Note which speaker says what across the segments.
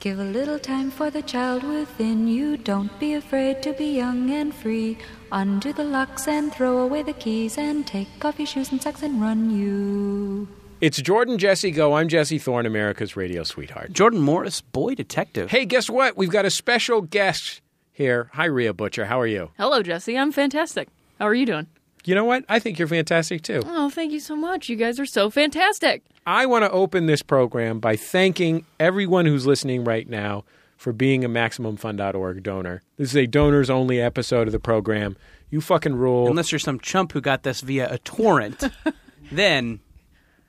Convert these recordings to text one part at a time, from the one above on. Speaker 1: Give a little time for the child within you. Don't be afraid to be young and free. Undo the locks and throw away the keys and take off your shoes and socks and run you.
Speaker 2: It's Jordan Jesse Go. I'm Jesse Thorne, America's radio sweetheart.
Speaker 3: Jordan Morris, boy detective.
Speaker 2: Hey, guess what? We've got a special guest here. Hi, Rhea Butcher. How are you?
Speaker 4: Hello, Jesse. I'm fantastic. How are you doing?
Speaker 2: You know what? I think you're fantastic too.
Speaker 4: Oh, thank you so much. You guys are so fantastic.
Speaker 2: I want to open this program by thanking everyone who's listening right now for being a MaximumFund.org donor. This is a donors only episode of the program. You fucking rule.
Speaker 3: Unless you're some chump who got this via a torrent, then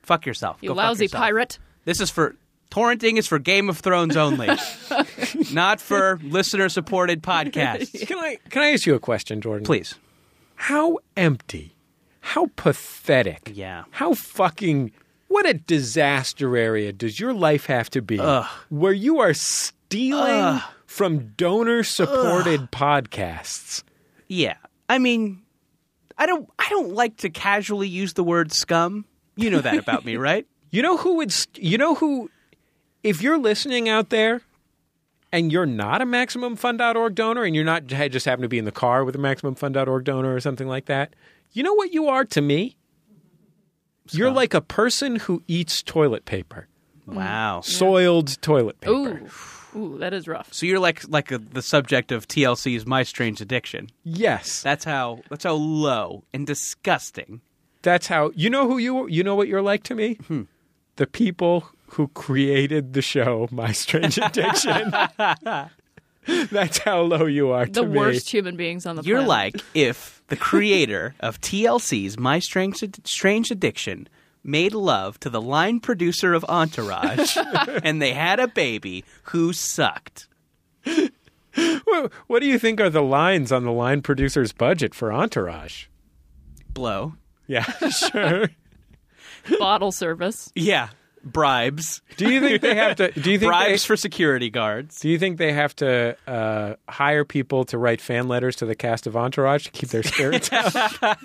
Speaker 3: fuck yourself.
Speaker 4: You
Speaker 3: Go fuck
Speaker 4: lousy
Speaker 3: yourself.
Speaker 4: pirate.
Speaker 3: This is for torrenting is for Game of Thrones only, not for listener supported podcasts.
Speaker 2: Can I can I ask you a question, Jordan?
Speaker 3: Please.
Speaker 2: How empty? How pathetic?
Speaker 3: Yeah.
Speaker 2: How fucking what a disaster area does your life have to be where you are stealing from donor supported podcasts?
Speaker 3: Yeah. I mean, I don't I don't like to casually use the word scum. You know that about me, right?
Speaker 2: You know who would? St- you know who? If you're listening out there, and you're not a MaximumFund.org donor, and you're not j- just happen to be in the car with a MaximumFund.org donor or something like that, you know what you are to me? You're like a person who eats toilet paper,
Speaker 4: Mm.
Speaker 3: Wow.
Speaker 2: soiled toilet paper.
Speaker 4: Ooh. Ooh, that is rough.
Speaker 3: So you're like like a, the subject of TLC's My Strange Addiction.
Speaker 2: Yes,
Speaker 3: That's how that's how low and disgusting.
Speaker 2: that's how you know who you. You know what you're like to me? The people who created the show My Strange Addiction. That's how low you are
Speaker 4: The
Speaker 2: to me.
Speaker 4: worst human beings on the
Speaker 3: You're
Speaker 4: planet.
Speaker 3: like if the creator of TLC's My Strange Strange Addiction made love to the line producer of Entourage and they had a baby who sucked.
Speaker 2: What, what do you think are the lines on the line producer's budget for Entourage?
Speaker 3: Blow.
Speaker 2: Yeah, sure.
Speaker 4: bottle service.
Speaker 3: Yeah. Bribes.
Speaker 2: Do you think they have to? Do you think
Speaker 3: Bribes
Speaker 2: they,
Speaker 3: for security guards.
Speaker 2: do you think they have to uh, hire people to write fan letters to the cast of Entourage to keep their spirits up?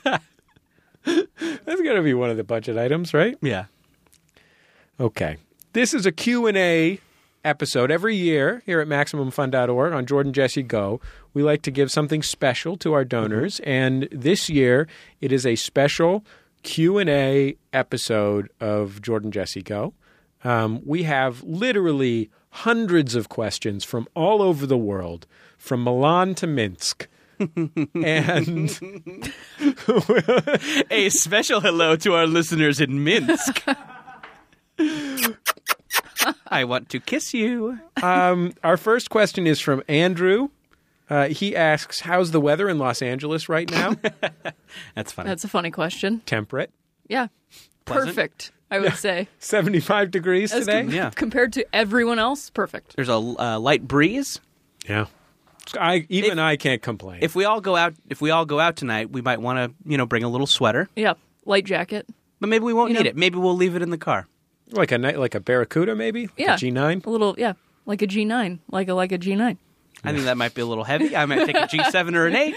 Speaker 2: That's got to be one of the budget items, right?
Speaker 3: Yeah.
Speaker 2: Okay. This is a Q&A episode every year here at MaximumFun.org on Jordan Jesse Go. We like to give something special to our donors, and this year it is a special Q&A episode of Jordan Jesse Go. Um, we have literally hundreds of questions from all over the world, from Milan to Minsk. and
Speaker 3: A special hello to our listeners in Minsk. I want to kiss you.
Speaker 2: um, our first question is from Andrew. Uh, he asks, "How's the weather in Los Angeles right now?"
Speaker 3: That's funny.
Speaker 4: That's a funny question.
Speaker 2: Temperate,
Speaker 4: Yeah.
Speaker 3: Pleasant?
Speaker 4: Perfect, I would say.
Speaker 2: seventy-five degrees
Speaker 4: As
Speaker 2: today.
Speaker 4: com-
Speaker 3: Yeah.
Speaker 4: Compared to everyone else, perfect.
Speaker 3: There's a uh, light breeze.
Speaker 2: yeah, I even
Speaker 3: If-
Speaker 2: I can't complain.
Speaker 3: If we all go out, if we all go out tonight, we might want to, you know, bring a little sweater.
Speaker 4: Yeah. Light jacket.
Speaker 3: But maybe we won't
Speaker 4: You
Speaker 3: need
Speaker 4: know-
Speaker 3: it. Maybe we'll leave it in the car.
Speaker 2: like a night, like a Barracuda, maybe. Like
Speaker 4: Yeah.
Speaker 2: a G nine.
Speaker 4: A little yeah. Like a G nine. Like a like a G nine.
Speaker 3: I think that might be a little heavy. I might take a G7 or an 8.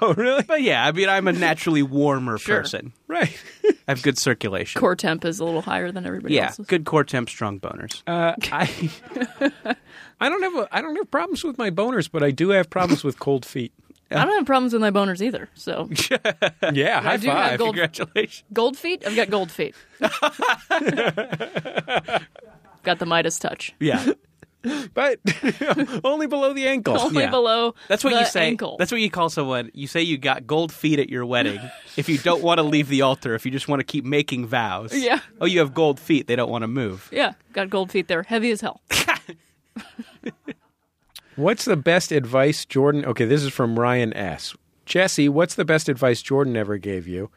Speaker 2: Oh, really?
Speaker 3: But yeah, I mean, I'm a naturally warmer
Speaker 4: Sure.
Speaker 3: person.
Speaker 2: Right.
Speaker 3: I have good circulation.
Speaker 4: Core temp is a little higher than everybody
Speaker 3: yeah,
Speaker 4: else's.
Speaker 3: good core temp, strong boners.
Speaker 2: Uh, I I don't have a, I don't have problems with my boners, but I do have problems with cold feet.
Speaker 4: I don't have problems with my boners either. So
Speaker 2: Yeah, high
Speaker 4: do have
Speaker 2: five.
Speaker 4: gold-
Speaker 3: Congratulations.
Speaker 4: gold feet, I've got gold feet. got the Midas touch.
Speaker 3: Yeah.
Speaker 2: but only below the ankle.
Speaker 4: Only
Speaker 3: Yeah.
Speaker 4: below
Speaker 3: That's what
Speaker 4: the
Speaker 3: you say.
Speaker 4: ankle.
Speaker 3: That's what you call someone. You say you got gold feet at your wedding. if you don't want to leave the altar, if you just want to keep making vows.
Speaker 4: Yeah.
Speaker 3: Oh, you have gold feet. They don't want to move.
Speaker 4: Yeah, got gold feet there. Heavy as hell.
Speaker 2: What's the best advice Jordan? Okay, this is from Ryan S. Jesse, what's the best advice Jordan ever gave you,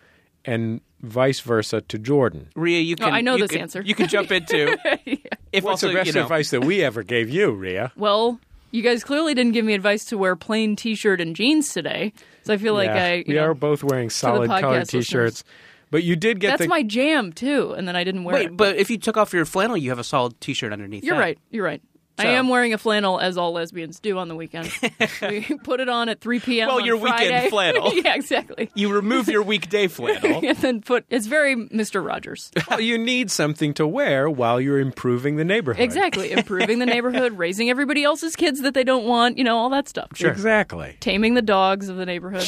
Speaker 2: and vice versa to Jordan?
Speaker 3: Ria, you
Speaker 4: Oh,
Speaker 3: can.
Speaker 4: I know
Speaker 3: you
Speaker 4: this
Speaker 3: can-
Speaker 4: answer.
Speaker 3: You can jump into. If
Speaker 2: What's
Speaker 3: also
Speaker 2: the best
Speaker 3: you know,
Speaker 2: advice that we ever gave you, Ria?
Speaker 4: Well, you guys clearly didn't give me advice to wear plain t-shirt and jeans today, so I feel like I. You
Speaker 2: we
Speaker 4: know,
Speaker 2: are both wearing solid colored
Speaker 4: podcast listeners.
Speaker 2: t-shirts, but you did get
Speaker 4: That's
Speaker 2: the
Speaker 4: my jam too, and then I didn't wear it.
Speaker 3: Wait, but if you took off your flannel, you have a solid T-shirt underneath.
Speaker 4: you're
Speaker 3: that.
Speaker 4: right. You're right. I am wearing a flannel, as all lesbians do on the weekend. we put it on at 3 p.m.
Speaker 3: Well,
Speaker 4: on
Speaker 3: your weekend
Speaker 4: Friday.
Speaker 3: flannel.
Speaker 4: yeah, exactly.
Speaker 3: You remove your weekday flannel.
Speaker 4: and then put, it's very Mr. Rogers.
Speaker 2: Well, you need something to wear while you're improving the neighborhood.
Speaker 4: Exactly. Improving the neighborhood, raising everybody else's kids that they don't want, you know, all that stuff.
Speaker 2: Exactly.
Speaker 4: Taming the dogs of the neighborhood,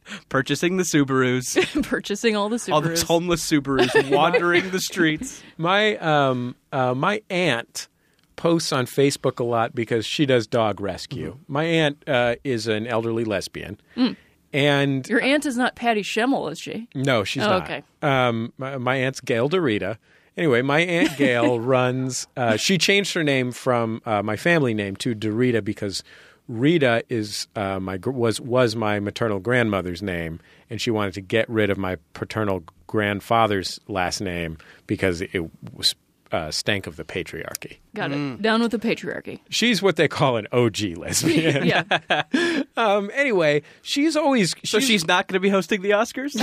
Speaker 3: Purchasing the Subarus.
Speaker 4: purchasing all the Subarus.
Speaker 3: All those homeless Subarus wandering the streets.
Speaker 2: My um uh, my aunt posts on Facebook a lot because she does dog rescue. My aunt uh, is an elderly lesbian,
Speaker 4: Mm.
Speaker 2: and
Speaker 4: Your aunt is not Patty Schemmel, is she?
Speaker 2: no, she's
Speaker 4: Oh,
Speaker 2: not.
Speaker 4: okay.
Speaker 2: Um, my, my aunt's Gail Dorita. Anyway, my aunt Gail runs. Uh, she changed her name from uh, my family name to Dorita because Rita is uh, my gr- was was my maternal grandmother's name, and she wanted to get rid of my paternal grandfather's last name because it was uh, stank of the patriarchy.
Speaker 4: Got it. Down with the patriarchy.
Speaker 2: She's what they call an OG lesbian.
Speaker 4: Yeah.
Speaker 2: Um, anyway, she's always
Speaker 3: So she's not going to be hosting the Oscars?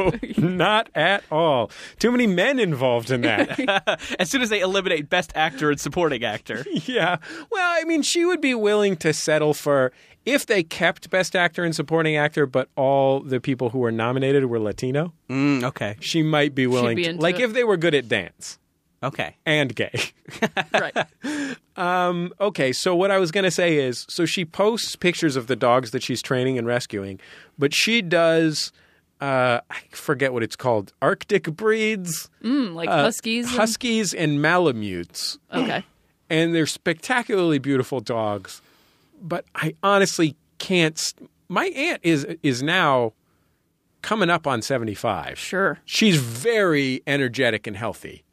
Speaker 2: no, not at all. Too many men involved in that.
Speaker 3: as soon as they eliminate Best Actor and Supporting Actor.
Speaker 2: Yeah. Well, I mean, she would be willing to settle for if they kept Best Actor and Supporting Actor, but all the people who were nominated were Latino.
Speaker 3: Mm, okay.
Speaker 2: She might be willing,
Speaker 4: be
Speaker 2: to-
Speaker 4: into
Speaker 2: like
Speaker 4: it.
Speaker 2: if they were good at dance
Speaker 3: Okay.
Speaker 2: and gay.
Speaker 4: right.
Speaker 2: Um, okay, so what I was going to say is so she posts pictures of the dogs that she's training and rescuing, but she does, uh, I forget what it's called, Arctic breeds,
Speaker 4: Mm, like huskies. and-
Speaker 2: huskies, and Malamutes.
Speaker 4: okay.
Speaker 2: and they're spectacularly beautiful dogs. But I honestly can't. st- My aunt is is now coming up on seventy five.
Speaker 4: Sure.
Speaker 2: she's very energetic and healthy,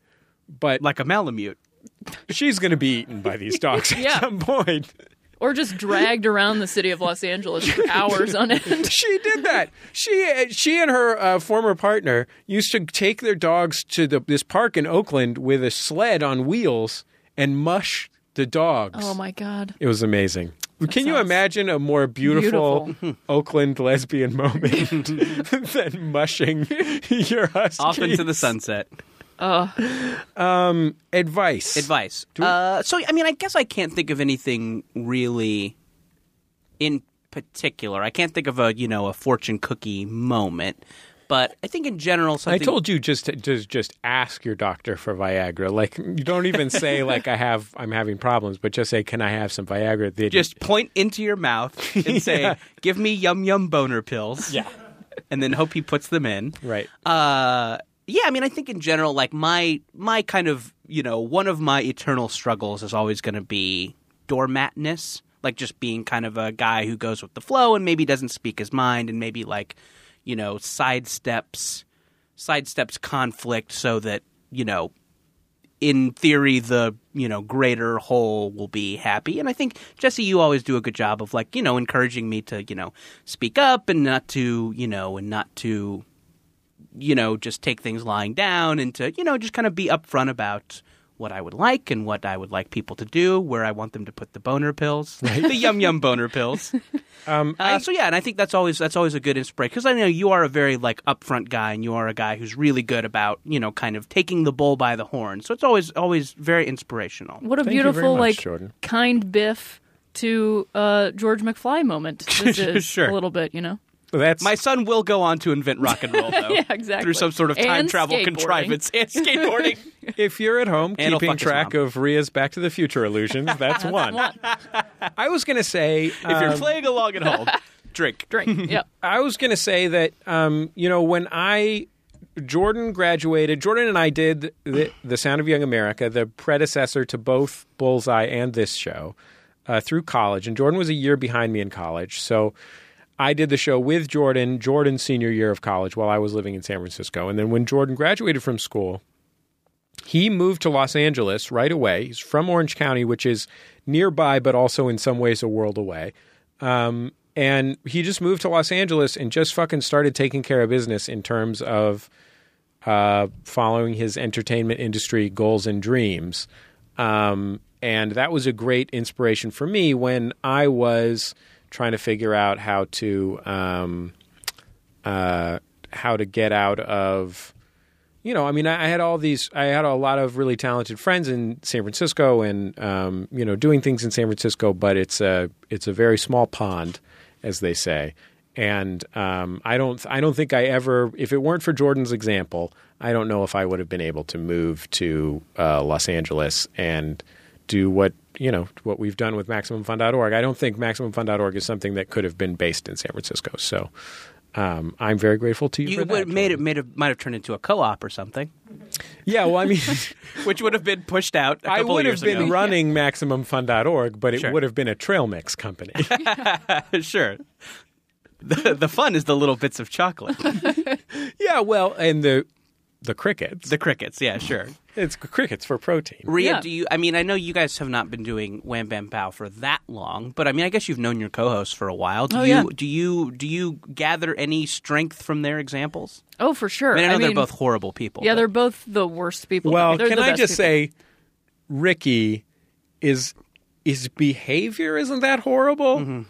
Speaker 2: but
Speaker 3: Like a Malamute.
Speaker 2: she's going to be eaten by these dogs
Speaker 4: Yeah.
Speaker 2: at some point.
Speaker 4: Or just dragged around the city of Los Angeles for hours on end.
Speaker 2: She did that. She she and her uh, former partner used to take their dogs to the, this park in Oakland with a sled on wheels and mush the dogs.
Speaker 4: Oh my God.
Speaker 2: It was amazing. Can you
Speaker 4: sounds
Speaker 2: imagine a more beautiful, Oakland lesbian moment than mushing your husky?
Speaker 3: Off into the sunset.
Speaker 2: Advice.
Speaker 3: Advice. Uh, so, I mean, I guess I can't think of anything really in particular. I can't think of a, you know, a fortune cookie moment. But I think in general,
Speaker 2: I
Speaker 3: something.
Speaker 2: told you just to just, just ask your doctor for Viagra. Like you don't even say like I have I'm having problems, but just say can I have some Viagra? They
Speaker 3: just point into your mouth and say, "Give me yum yum boner pills." Yeah, and then hope he puts them in.
Speaker 2: right.
Speaker 3: Uh, yeah. I mean, I think in general, like my my kind of you know one of my eternal struggles is always going to be doormatness, like just being kind of a guy who goes with the flow and maybe doesn't speak his mind and maybe like you know sidesteps sidesteps conflict so that you know in theory the you know greater whole will be happy and i think jesse you always do a good job of like you know encouraging me to you know speak up and not to you know and not to you know just take things lying down and to you know just kind of be upfront about what i would like and what i would like people to do where i want them to put the boner pills the yum yum boner pills
Speaker 4: Um,
Speaker 3: uh, so yeah, and I think that's always that's always a good inspiration because I know you are a very like upfront guy, and you are a guy who's really good about you know kind of taking the bull by the horn. So it's always always very inspirational.
Speaker 4: What a
Speaker 2: Thank you very
Speaker 4: beautiful,
Speaker 2: much,
Speaker 4: like,
Speaker 2: Jordan.
Speaker 4: kind biff to uh, George McFly moment. This is
Speaker 3: Sure.
Speaker 4: a little bit, you know?
Speaker 2: Well, that's
Speaker 3: My son will go on to invent rock and roll, though,
Speaker 4: Yeah, exactly.
Speaker 3: through some sort of time
Speaker 4: And
Speaker 3: travel
Speaker 4: skateboarding.
Speaker 3: contrivance and skateboarding.
Speaker 2: if you're at home
Speaker 3: And I'll
Speaker 2: keeping
Speaker 3: fuck his
Speaker 2: track
Speaker 3: mom.
Speaker 2: of Ria's Back to the Future illusions. That's one. I was going to say
Speaker 3: if you're
Speaker 2: um,
Speaker 3: playing along at home, drink.
Speaker 4: Drink. Yep.
Speaker 2: I was going to say that um, you know when I Jordan graduated, Jordan and I did the, the Sound of Young America, the predecessor to both Bullseye and this show, uh, through college. And Jordan was a year behind me in college, so I did the show with Jordan, Jordan's senior year of college, while I was living in San Francisco. And then when Jordan graduated from school, he moved to Los Angeles right away. He's from Orange County, which is nearby, but also in some ways a world away. Um, and he just moved to Los Angeles and just fucking started taking care of business in terms of uh, following his entertainment industry goals and dreams. Um, and that was a great inspiration for me when I was trying to figure out how to um, uh, how to get out of you know, I mean, I I had all these, I had a lot of really talented friends in San Francisco, and um, you know, doing things in San Francisco, but it's a it's a very small pond, as they say. And um, I don't, I don't think I ever, if it weren't for Jordan's example, I don't know if I would have been able to move to uh, Los Angeles and do what you know what we've done with MaximumFun.org. I don't think MaximumFun.org is something that could have been based in San Francisco. So. Um, I'm very grateful to you.
Speaker 3: You
Speaker 2: for that,
Speaker 3: would made
Speaker 2: Jordan.
Speaker 3: it made it might have turned into a co-op or something,
Speaker 2: Yeah, well, I mean,
Speaker 3: which would have been pushed out. A
Speaker 2: I
Speaker 3: couple
Speaker 2: would have
Speaker 3: years
Speaker 2: been
Speaker 3: ago.
Speaker 2: running MaximumFun.org, but it
Speaker 3: Sure.
Speaker 2: would have been a trail mix company.
Speaker 3: sure. The, the fun is the little bits of chocolate,
Speaker 2: yeah, well, and the the crickets.
Speaker 3: the crickets. Yeah, sure.
Speaker 2: it's crickets for protein.
Speaker 3: Rhea,
Speaker 4: Yeah.
Speaker 3: do you? I mean, I know you guys have not been doing Wham Bam Pow for that long, but I mean, I guess you've known your co-hosts for a while. Do
Speaker 4: Oh,
Speaker 3: you
Speaker 4: yeah.
Speaker 3: do you do you gather any strength from their examples?
Speaker 4: Oh, for sure.
Speaker 3: I mean, I know they're both horrible people.
Speaker 4: Yeah,
Speaker 3: but-
Speaker 4: they're both the worst people.
Speaker 2: Well,
Speaker 4: They're
Speaker 2: can
Speaker 4: the
Speaker 2: I
Speaker 4: best
Speaker 2: just
Speaker 4: people.
Speaker 2: say, Ricky is his behavior isn't that horrible?
Speaker 4: Mm-hmm.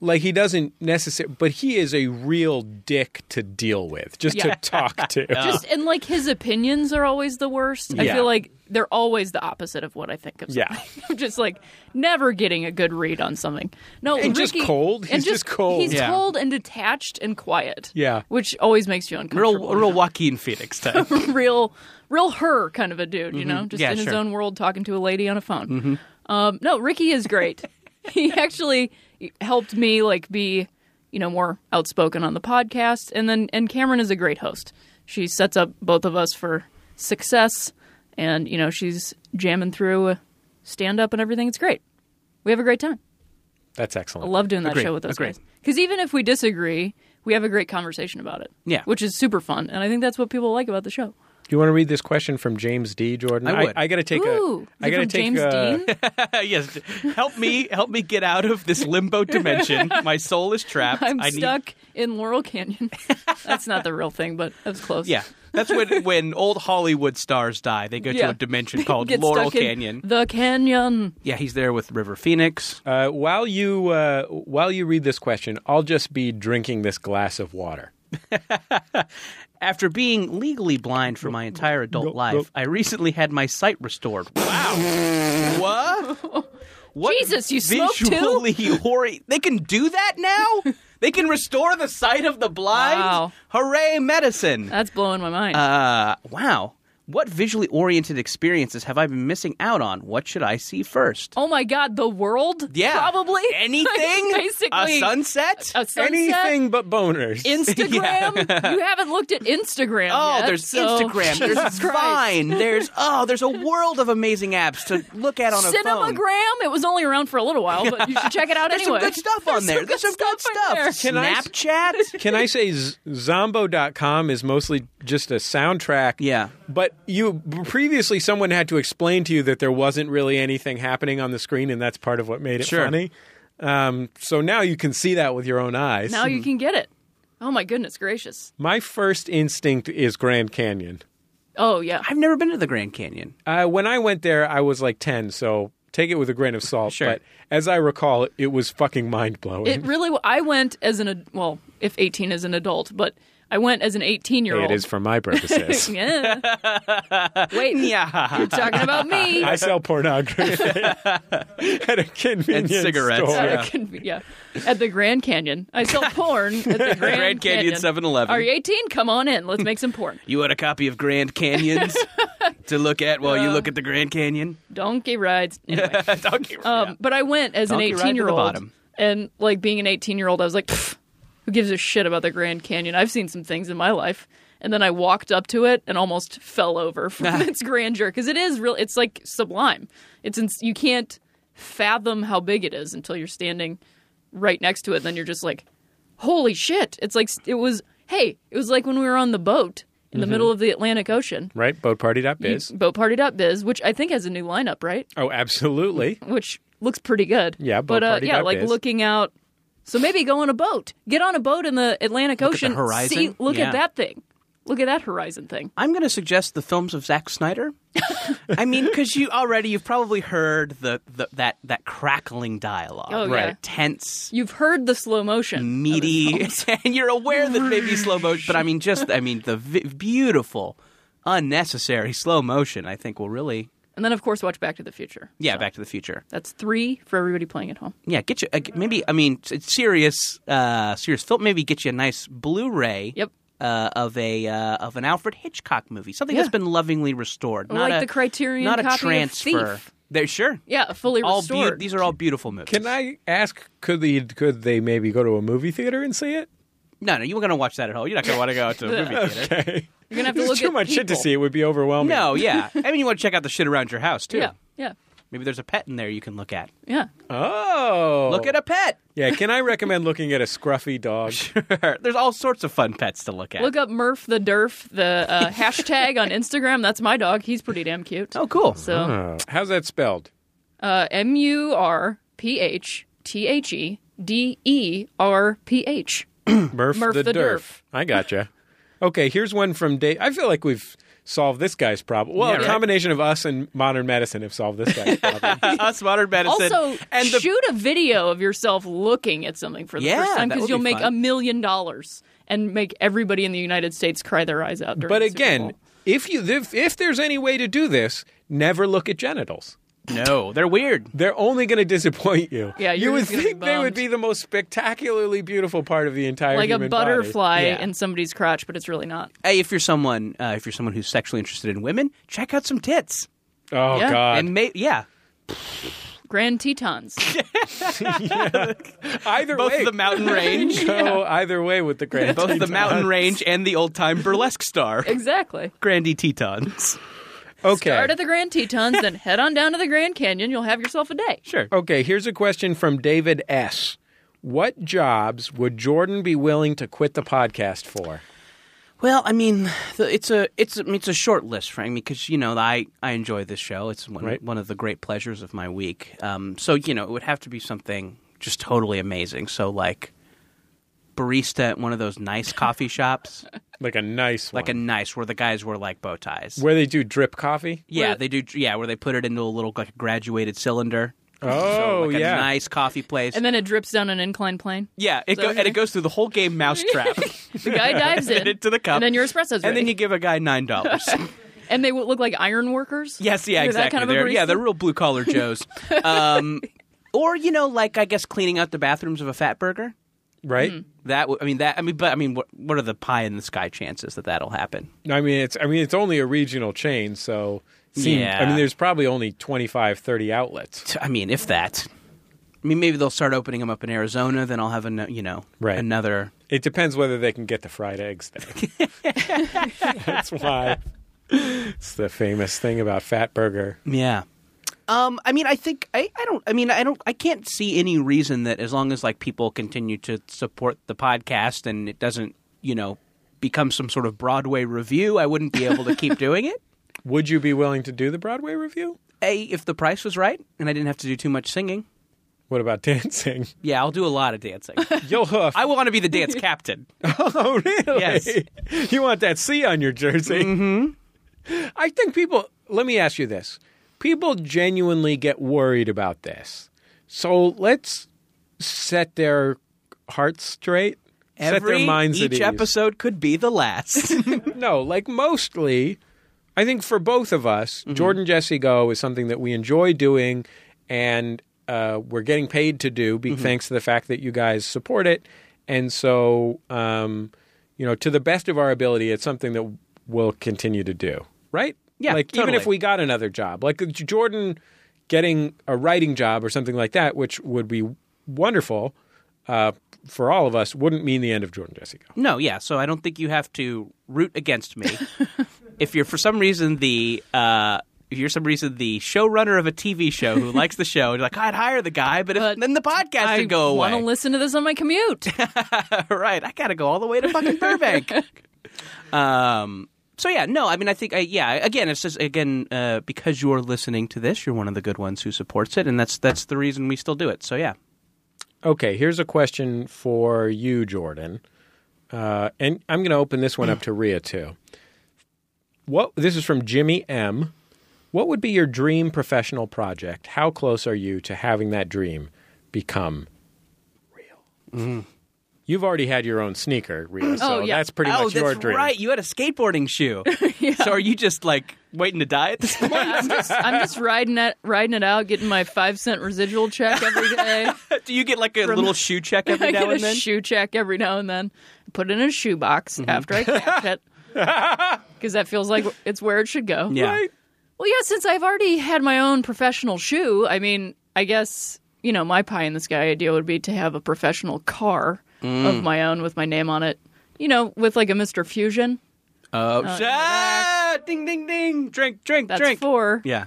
Speaker 2: Like he doesn't necessarily, but he is a real dick to deal with, just
Speaker 4: Yeah.
Speaker 2: to talk to.
Speaker 4: just and like his opinions are always the worst. I
Speaker 2: Yeah.
Speaker 4: feel like they're always the opposite of what I think of.
Speaker 2: Yeah.
Speaker 4: something. I'm just like never getting a good read on something. No,
Speaker 2: And just
Speaker 4: Ricky-
Speaker 2: cold.
Speaker 4: and
Speaker 2: He's just cold.
Speaker 4: He's
Speaker 3: Yeah.
Speaker 4: cold and detached and quiet.
Speaker 2: Yeah.
Speaker 4: which always makes you uncomfortable.
Speaker 3: real real Joaquin Phoenix type.
Speaker 4: real real her kind of a dude, you know, just
Speaker 3: Mm-hmm. Yeah,
Speaker 4: in his
Speaker 3: sure. Mm-hmm.
Speaker 4: own world talking to a lady on a phone. Um, no, Ricky is great. he actually helped me like be, you know, more outspoken on the podcast, and then and Cameron is a great host. She sets up both of us for success, and you know she's jamming through stand up and everything. It's great. We have a great time.
Speaker 2: That's
Speaker 4: I
Speaker 2: excellent.
Speaker 4: love doing that
Speaker 3: Agreed.
Speaker 4: show with those
Speaker 3: Agreed.
Speaker 4: guys. Because even if we disagree, we have a great conversation about it.
Speaker 3: Yeah.
Speaker 4: which is super fun, and I think that's what people like about the show.
Speaker 2: Do you want to read this question from James D. Jordan?
Speaker 3: I would.
Speaker 2: I, got to take
Speaker 4: Ooh, is
Speaker 2: a. I
Speaker 4: it
Speaker 2: got to
Speaker 4: from
Speaker 2: take
Speaker 4: James
Speaker 2: a,
Speaker 4: Dean.
Speaker 3: yes, help me, help me get out of this limbo dimension. My soul is trapped.
Speaker 4: I'm
Speaker 3: I need-
Speaker 4: stuck in Laurel Canyon. That's not the real thing, but that was close.
Speaker 3: yeah, that's when when old Hollywood stars die. They go to
Speaker 4: Yeah.
Speaker 3: a dimension called
Speaker 4: Get
Speaker 3: Laurel
Speaker 4: stuck in
Speaker 3: Canyon.
Speaker 4: The canyon.
Speaker 3: Yeah, he's there with River Phoenix.
Speaker 2: Uh, while you uh, while you read this question, I'll just be drinking this glass of water.
Speaker 3: After being legally blind for my entire adult life, I recently had my sight restored. Wow. what? What
Speaker 4: Jesus, you smoke too?
Speaker 3: visually hori- They can do that now? they can restore the sight of the blind?
Speaker 4: Wow.
Speaker 3: Hooray, medicine.
Speaker 4: That's blowing my mind.
Speaker 3: Uh, wow. What visually oriented experiences have I been missing out on? What should I see first?
Speaker 4: oh my God, the world?
Speaker 3: Yeah.
Speaker 4: Probably.
Speaker 3: Anything?
Speaker 4: Basically.
Speaker 3: A sunset?
Speaker 4: A sunset?
Speaker 2: Anything but boners.
Speaker 4: Instagram? you haven't looked at Instagram.
Speaker 3: Oh,
Speaker 4: yet,
Speaker 3: there's
Speaker 4: so-
Speaker 3: Instagram. There's
Speaker 4: Jesus Christ.
Speaker 3: Vine. There's oh, there's a world of amazing apps to look at on a phone.
Speaker 4: Cinemagram? It was only around for a little while, but you should check it out
Speaker 3: There's
Speaker 4: anyway.
Speaker 3: some good stuff on there. There's some good
Speaker 4: on there.
Speaker 3: stuff.
Speaker 2: Can I s-
Speaker 3: Snapchat.
Speaker 2: Can I say Z- Zombo.com is mostly just a soundtrack?
Speaker 3: Yeah.
Speaker 2: But you previously someone had to explain to you that there wasn't really anything happening on the screen, and that's part of what made it
Speaker 3: Sure.
Speaker 2: funny. Um, so now you can see that with your own eyes.
Speaker 4: Now you can get it. Oh my goodness gracious.
Speaker 2: My first instinct is Grand Canyon.
Speaker 4: Oh yeah.
Speaker 3: I've never been to the Grand Canyon.
Speaker 2: Uh, when I went there, I was like ten, so take it with a grain of salt.
Speaker 3: Sure.
Speaker 2: But as I recall, it was fucking mind blowing.
Speaker 4: It really. I went as an ad- well, if eighteen is an adult, but I went as an eighteen-year-old.
Speaker 2: It is for my purposes.
Speaker 4: Yeah. Wait.
Speaker 3: Yeah.
Speaker 4: You're talking about me.
Speaker 2: I sell pornography at a convenience
Speaker 3: And cigarettes,
Speaker 2: store.
Speaker 3: yeah.
Speaker 4: Can be- yeah. At the Grand Canyon, I sell porn. At the Grand,
Speaker 3: Grand Canyon 7-Eleven.
Speaker 4: Are you eighteen? Come on in. Let's make some porn.
Speaker 3: You want a copy of Grand Canyons to look at while you look at the Grand Canyon?
Speaker 4: Donkey rides. Anyway.
Speaker 3: Donkey-
Speaker 4: Um,
Speaker 3: yeah.
Speaker 4: But I went as
Speaker 3: Donkey ride
Speaker 4: an
Speaker 3: to the
Speaker 4: 18 year old.
Speaker 3: bottom.
Speaker 4: And like being an 18 year old, I was like, "Pfft, who gives a shit about the Grand Canyon? I've seen some things in my life. And then I walked up to it and almost fell over from its grandeur because it is real. It's like sublime. It's ins you can't fathom how big it is until you're standing right next to it. Then you're just like, holy shit! It's like it was. Hey, it was like when we were on the boat
Speaker 3: Mm-hmm.
Speaker 4: in the middle of the Atlantic Ocean.
Speaker 2: Right? Boatparty.biz.
Speaker 4: Boat partied up, biz, which I think has a new lineup, right?
Speaker 2: Oh, absolutely.
Speaker 4: which looks pretty good.
Speaker 2: Yeah, boat
Speaker 4: but uh,
Speaker 2: party
Speaker 4: yeah,
Speaker 2: dope
Speaker 4: like
Speaker 2: is.
Speaker 4: looking out. So maybe go on a boat. Get on a boat in the Atlantic
Speaker 3: the
Speaker 4: Ocean.
Speaker 3: horizon?
Speaker 4: See, look
Speaker 3: Yeah.
Speaker 4: at that thing. Look at that horizon thing.
Speaker 3: I'm going to suggest the films of Zack Snyder. I mean, because you already you've probably heard the, the that that crackling dialogue,
Speaker 4: Oh, yeah. Right.
Speaker 3: Tense,
Speaker 4: You've heard the slow
Speaker 2: Mm.
Speaker 4: motion.
Speaker 3: meaty, and you're aware that maybe slow motion. But I mean, just I mean the vi- beautiful unnecessary slow motion, I think will really.
Speaker 4: And then, of course, watch Back to the Future.
Speaker 3: Yeah, Back to the Future.
Speaker 4: That's three for everybody playing at home.
Speaker 3: Yeah, get you uh, maybe. I mean, it's serious, uh, serious film. Maybe get you a nice Blu-ray.
Speaker 4: Yep.
Speaker 3: Uh, of a uh, of an Alfred Hitchcock movie, something
Speaker 4: Yeah.
Speaker 3: that's been lovingly restored,
Speaker 4: Or
Speaker 3: not
Speaker 4: like
Speaker 3: a,
Speaker 4: the Criterion
Speaker 3: not
Speaker 4: copy
Speaker 3: a
Speaker 4: of
Speaker 3: transfer.
Speaker 4: Thief.
Speaker 3: They're sure.
Speaker 4: Yeah, fully
Speaker 3: all be-
Speaker 4: restored.
Speaker 3: these are all beautiful movies.
Speaker 2: Can I ask? Could they could they maybe go to a movie theater and see it?
Speaker 3: No, no, you were going to watch that at home. You're not going to want to go out to a movie theater.
Speaker 2: Okay,
Speaker 4: You're gonna have to
Speaker 2: there's
Speaker 4: look
Speaker 2: too
Speaker 4: at
Speaker 2: much shit to
Speaker 4: people.
Speaker 2: see. It would be overwhelming.
Speaker 3: No, yeah. I mean, you want to check out the shit around your house too.
Speaker 4: Yeah, yeah,
Speaker 3: Maybe there's a pet in there you can look at.
Speaker 4: yeah.
Speaker 2: Oh,
Speaker 3: Look at a pet.
Speaker 2: Yeah, can I recommend looking at a scruffy dog?
Speaker 3: Sure. There's all sorts of fun pets to look at.
Speaker 4: Look up Murph the Derf, the uh, hashtag on Instagram. That's my dog. He's pretty damn cute.
Speaker 3: oh, cool.
Speaker 2: uh-huh.
Speaker 4: So
Speaker 2: How's that spelled?
Speaker 4: uh, M U R P H T H E D E R P H.
Speaker 2: Murph,
Speaker 4: Murph the Derf.
Speaker 2: I gotcha. Okay, here's one from Dave. I feel like we've solved this guy's problem. Well,
Speaker 3: Yeah,
Speaker 2: a
Speaker 3: right.
Speaker 2: combination of us and modern medicine have solved this guy's problem.
Speaker 3: Us modern medicine.
Speaker 4: Also,
Speaker 3: and the
Speaker 4: shoot a video of yourself looking at something for the
Speaker 3: Yeah,
Speaker 4: first time
Speaker 3: that would
Speaker 4: because
Speaker 3: be
Speaker 4: you'll make
Speaker 3: fun.
Speaker 4: a million dollars and make everybody in the United States cry their eyes out. During
Speaker 2: but
Speaker 4: the Super
Speaker 2: again,
Speaker 4: Bowl.
Speaker 2: if you if, if there's any way to do this, never look at genitals.
Speaker 3: no, they're weird.
Speaker 2: They're only going to disappoint you.
Speaker 4: Yeah,
Speaker 2: you
Speaker 4: you're
Speaker 2: would
Speaker 4: just gonna be
Speaker 2: think they would
Speaker 4: bummed.
Speaker 2: be the most spectacularly beautiful part of the entire
Speaker 4: like a
Speaker 2: human body.
Speaker 4: butterfly
Speaker 3: Yeah.
Speaker 4: in somebody's crotch, but it's really not.
Speaker 3: Hey, if you're someone, uh, if you're someone who's sexually interested in women, check out some tits.
Speaker 2: Oh
Speaker 4: Yeah.
Speaker 2: God!
Speaker 3: and may- yeah,
Speaker 4: Grand Tetons.
Speaker 2: either
Speaker 3: both
Speaker 2: way,
Speaker 3: the mountain range,
Speaker 2: go either way with the grand.
Speaker 3: both the mountain range, and the old time burlesque star,
Speaker 4: exactly.
Speaker 3: Grandy Tetons.
Speaker 2: Okay.
Speaker 4: Start at the Grand Tetons, then head on down to the Grand Canyon. You'll have yourself a day.
Speaker 3: Sure.
Speaker 2: Okay, here's a question from David S. What jobs would Jordan be willing to quit the podcast for?
Speaker 3: Well, I mean, the, it's a it's a, I mean, it's a short list, Frank, because you know I I enjoy this show. It's one
Speaker 2: Right.
Speaker 3: one of the great pleasures of my week. Um, so you know, it would have to be something just totally amazing. So like barista at one of those nice coffee shops,
Speaker 2: Like a nice
Speaker 3: like a
Speaker 2: one.
Speaker 3: nice where the guys wear like bow ties.
Speaker 2: where they do drip coffee.
Speaker 3: yeah,
Speaker 4: where-
Speaker 3: they do. Yeah, where they put it into a little like graduated cylinder.
Speaker 2: Oh,
Speaker 3: so, like
Speaker 2: yeah.
Speaker 3: a nice coffee place.
Speaker 4: And then it drips down an inclined plane.
Speaker 3: yeah, it go,
Speaker 4: okay.
Speaker 3: and it goes through the whole game mousetrap.
Speaker 4: The guy dives in
Speaker 3: Into the cup.
Speaker 4: and then your espresso's ready.
Speaker 3: And then you give a guy nine dollars.
Speaker 4: and they will look like iron workers.
Speaker 3: Yes, yeah,
Speaker 4: You're that
Speaker 3: exactly.
Speaker 4: kind of a
Speaker 3: they're, yeah,
Speaker 4: barista?
Speaker 3: they're real blue collar Joes. um, or you know, like I guess cleaning out the bathrooms of a fat burger.
Speaker 2: Right?
Speaker 4: Mm-hmm.
Speaker 3: That would- I mean that I mean but I mean what, what are the pie in the sky chances that that'll happen?
Speaker 2: I mean, it's I mean it's only a regional chain, so seem-
Speaker 3: Yeah.
Speaker 2: I mean there's probably only 25 30 outlets.
Speaker 3: T- I mean if that. I mean maybe they'll start opening them up in Arizona. Then I'll have ano- you know
Speaker 2: Right.
Speaker 3: another.
Speaker 2: It depends whether they can get the fried eggs there. That's why it's the famous thing about fat burger.
Speaker 3: Yeah. Um, I mean, I think I, I don't. I mean, I don't. I can't see any reason that as long as like people continue to support the podcast and it doesn't, you know, become some sort of Broadway review, I wouldn't be able to keep doing it.
Speaker 2: Would you be willing to do the Broadway review?
Speaker 3: A, if the price was right and I didn't have to do too much singing,
Speaker 2: What about dancing?
Speaker 3: yeah, I'll do a lot of dancing.
Speaker 2: You'll hoof.
Speaker 3: I want to be the dance captain.
Speaker 2: Oh, really?
Speaker 3: Yes.
Speaker 2: You want that C on your jersey? Mm-hmm. I think people. Let me ask you this: People genuinely get worried about this, so let's set their hearts straight, set
Speaker 3: Every
Speaker 2: their minds at ease.
Speaker 3: each episode could be the last.
Speaker 2: No, like mostly, I think for both of us,
Speaker 3: Mm-hmm.
Speaker 2: Jordan Jesse Go is something that we enjoy doing and uh, we're getting paid to do
Speaker 3: Mm-hmm.
Speaker 2: be- thanks to the fact that you guys support it. And so, um, you know, to the best of our ability, it's something that we'll continue to do, right?
Speaker 3: Yeah,
Speaker 2: Like, even if
Speaker 3: totally.
Speaker 2: we got another job, like J- Jordan getting a writing job or something like that, which would be wonderful uh, for all of us, wouldn't mean the end of Jordan Jesse Go.
Speaker 3: no, yeah. So I don't think you have to root against me. if you're for some reason the uh, if you're some reason the showrunner of a TV show who likes the show, you're like "Oh, I'd hire the guy, but, if,
Speaker 4: But
Speaker 3: then the podcast
Speaker 4: I
Speaker 3: would go away.
Speaker 4: want to listen to this on my commute.
Speaker 3: All right, I gotta go all the way to fucking Burbank. um. So yeah, no, I mean, I think, I, yeah, again, it's just again uh, because you're listening to this, you're one of the good ones who supports it, and that's that's the reason we still do it. So yeah,
Speaker 2: Okay, here's a question for you, Jordan. Uh, and I'm going to open this one up to Rhea, too. What This is from Jimmy M. What would be your dream professional project? How close are you to having that dream become? You've already had your own sneaker, Rita, so
Speaker 4: yeah.
Speaker 2: that's pretty
Speaker 3: Mm-hmm. oh,
Speaker 2: much
Speaker 3: that's
Speaker 2: your dream.
Speaker 3: right. You had a skateboarding shoe. So are you just like waiting to die at this point?
Speaker 4: I'm just, I'm just riding it, riding it out, getting my five cent residual check every day.
Speaker 3: Do you get like a little shoe check every
Speaker 4: I
Speaker 3: now
Speaker 4: get a
Speaker 3: and then? Mm-hmm.
Speaker 4: shoe check every now and then. Put it in a shoe box after I cash it. Because that feels like it's where it should go.
Speaker 3: yeah.
Speaker 2: Right.
Speaker 4: Well, yeah, since I've already had my own professional shoe, I mean, I guess, you know, my pie in the sky idea would be to have a professional car of
Speaker 3: Mm.
Speaker 4: my own with my name on it. You know, with like a Mr. Fusion.
Speaker 3: Oh, sh- ah, ding, ding, ding. Drink, drink,
Speaker 4: That's
Speaker 3: drink.
Speaker 4: four.
Speaker 3: Yeah.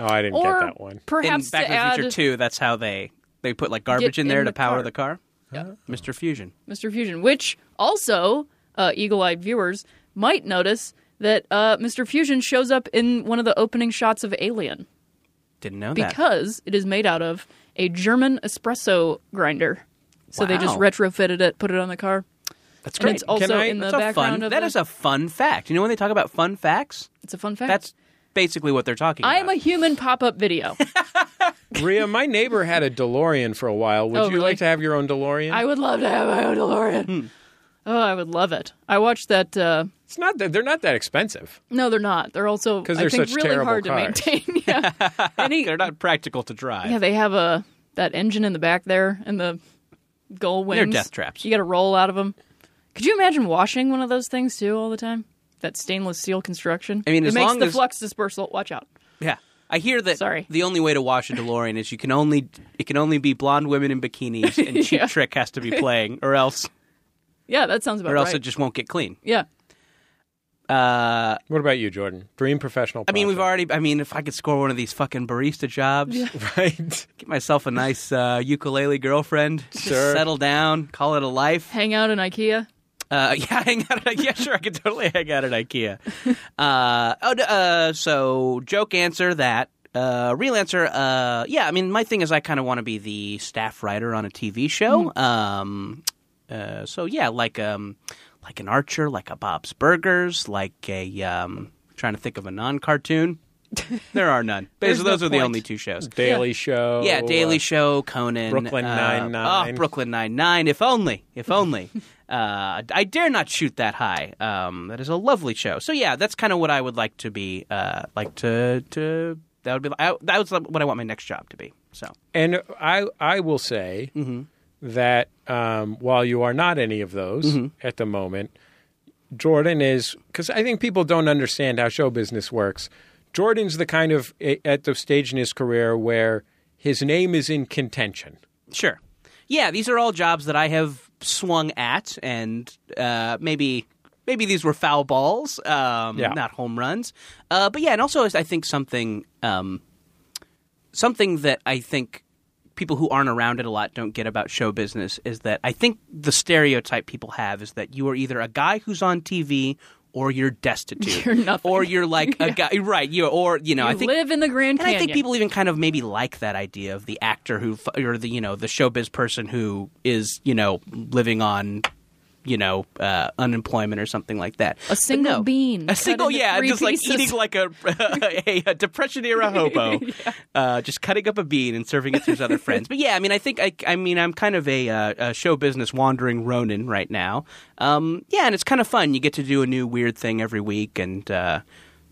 Speaker 2: Oh, I didn't
Speaker 4: Or
Speaker 2: get that one.
Speaker 4: perhaps
Speaker 3: in Back
Speaker 4: to
Speaker 3: to the
Speaker 4: add
Speaker 3: Future 2, that's how they they put like garbage
Speaker 4: Get
Speaker 3: in there
Speaker 4: in
Speaker 3: to
Speaker 4: the
Speaker 3: power
Speaker 4: car.
Speaker 3: the car. Yeah. Mr. Fusion.
Speaker 4: Mr. Fusion, which also uh, eagle-eyed viewers might notice that uh, Mr. Fusion shows up in one of the opening shots of Alien
Speaker 3: Didn't know that.
Speaker 4: because it is made out of a German espresso grinder. So they just
Speaker 3: Wow.
Speaker 4: retrofitted it, put it on the car.
Speaker 3: That's
Speaker 4: and it's also
Speaker 2: Can I-
Speaker 4: in the
Speaker 3: that's a
Speaker 4: background
Speaker 3: fun.
Speaker 4: of
Speaker 3: that
Speaker 4: the-
Speaker 3: is a fun fact. You know when they talk about fun facts,
Speaker 4: It's a fun fact.
Speaker 3: that's basically what they're talking
Speaker 4: I am
Speaker 3: about.
Speaker 4: a human pop-up video.
Speaker 2: Rhea, my neighbor had a DeLorean for a while. Would
Speaker 4: Oh,
Speaker 2: you
Speaker 4: really?
Speaker 2: like to have your own DeLorean?
Speaker 4: I would love to have my own DeLorean.
Speaker 2: Hmm.
Speaker 4: Oh, I would love it. I watched that. Uh,
Speaker 2: it's not that they're not that expensive.
Speaker 4: no, they're not. They're also
Speaker 2: 'Cause
Speaker 4: I
Speaker 2: they're
Speaker 4: think
Speaker 2: such
Speaker 4: really
Speaker 2: terrible
Speaker 4: hard
Speaker 2: cars.
Speaker 4: to maintain. yeah. Any,
Speaker 3: They're not practical to drive.
Speaker 4: Yeah, they have a that engine in the back there and the gull wings.
Speaker 3: They're death traps.
Speaker 4: You got to roll out of them. Could you imagine washing one of those things too all the time? That stainless steel construction.
Speaker 3: I mean,
Speaker 4: it
Speaker 3: as
Speaker 4: makes
Speaker 3: long
Speaker 4: the
Speaker 3: as-
Speaker 4: flux dispersal. Watch out.
Speaker 3: Yeah. I hear that
Speaker 4: Sorry.
Speaker 3: the only way to wash a DeLorean is you can only it can only be blonde women in bikinis and Cheap
Speaker 4: Yeah.
Speaker 3: Trick has to be playing or else
Speaker 4: Yeah, that sounds about
Speaker 3: or else
Speaker 4: right.
Speaker 3: it just won't get clean.
Speaker 4: yeah,
Speaker 3: Uh,
Speaker 2: What about you, Jordan? Dream professional.
Speaker 3: I mean, we've
Speaker 2: project.
Speaker 3: already. I mean, if I could score one of these fucking barista jobs,
Speaker 2: right.
Speaker 3: get myself a nice uh, ukulele girlfriend,
Speaker 2: Sure.
Speaker 3: settle down, call it a life.
Speaker 4: hang out in IKEA.
Speaker 3: Uh, yeah, hang out at yeah, sure, I could totally hang out at IKEA. Uh, oh, d- uh, so joke answer that. Uh, real answer, uh, yeah. I mean, my thing is, I kind of want to be the staff writer on a TV show.
Speaker 4: Mm.
Speaker 3: Um, uh, so yeah, like um, like an Archer, like a Bob's Burgers, like a um, trying to think of a non-cartoon. there are none.
Speaker 4: There's
Speaker 3: Those, those
Speaker 4: no
Speaker 3: are the
Speaker 4: point.
Speaker 3: only two shows.
Speaker 2: Daily Show.
Speaker 3: Yeah, Daily
Speaker 2: uh,
Speaker 3: Show, Conan,
Speaker 2: Brooklyn
Speaker 3: uh,
Speaker 2: Nine-Nine.
Speaker 3: oh, Brooklyn Nine Nine. If only, if only. uh, I dare not shoot that high. Um, that is a lovely show. So yeah, that's kind of what I would like to be. Uh, like to to that would be. I, that was what I want my next job to be. So
Speaker 2: And I, I will say
Speaker 3: Mm-hmm.
Speaker 2: that um, while you are not any of those
Speaker 3: Mm-hmm.
Speaker 2: at the moment, Jordan is because I think people don't understand how show business works. Jordan's the kind of eh, at the stage in his career where his name is in contention.
Speaker 3: sure. Yeah, these are all jobs that I have swung at, and uh, maybe. Maybe these were foul balls, um,
Speaker 2: Yeah.
Speaker 3: not home runs. Uh, but yeah, and also I think something um, something that I think people who aren't around it a lot don't get about show business is that I think the stereotype people have is that you are either a guy who's on TV or you're destitute,
Speaker 4: You're nothing.
Speaker 3: or you're like a guy, right? You or you know, I
Speaker 4: You
Speaker 3: think
Speaker 4: live in the Grand
Speaker 3: and
Speaker 4: Canyon.
Speaker 3: I think people even kind of maybe like that idea of the actor who, f- or the you know, the showbiz person who is you know living on, you know, uh, unemployment or something like that.
Speaker 4: A
Speaker 3: But
Speaker 4: single
Speaker 3: no.
Speaker 4: bean
Speaker 3: a
Speaker 4: cut
Speaker 3: single,
Speaker 4: into
Speaker 3: yeah,
Speaker 4: three
Speaker 3: just
Speaker 4: pieces.
Speaker 3: like eating like a a, a depression era hobo, uh, just cutting up a bean and serving it to his other friends. But yeah, I mean, I think I, I mean I'm kind of a, uh, a show business wandering Ronin right now. Um, yeah, and it's kind of fun. You get to do a new weird thing every week, and uh,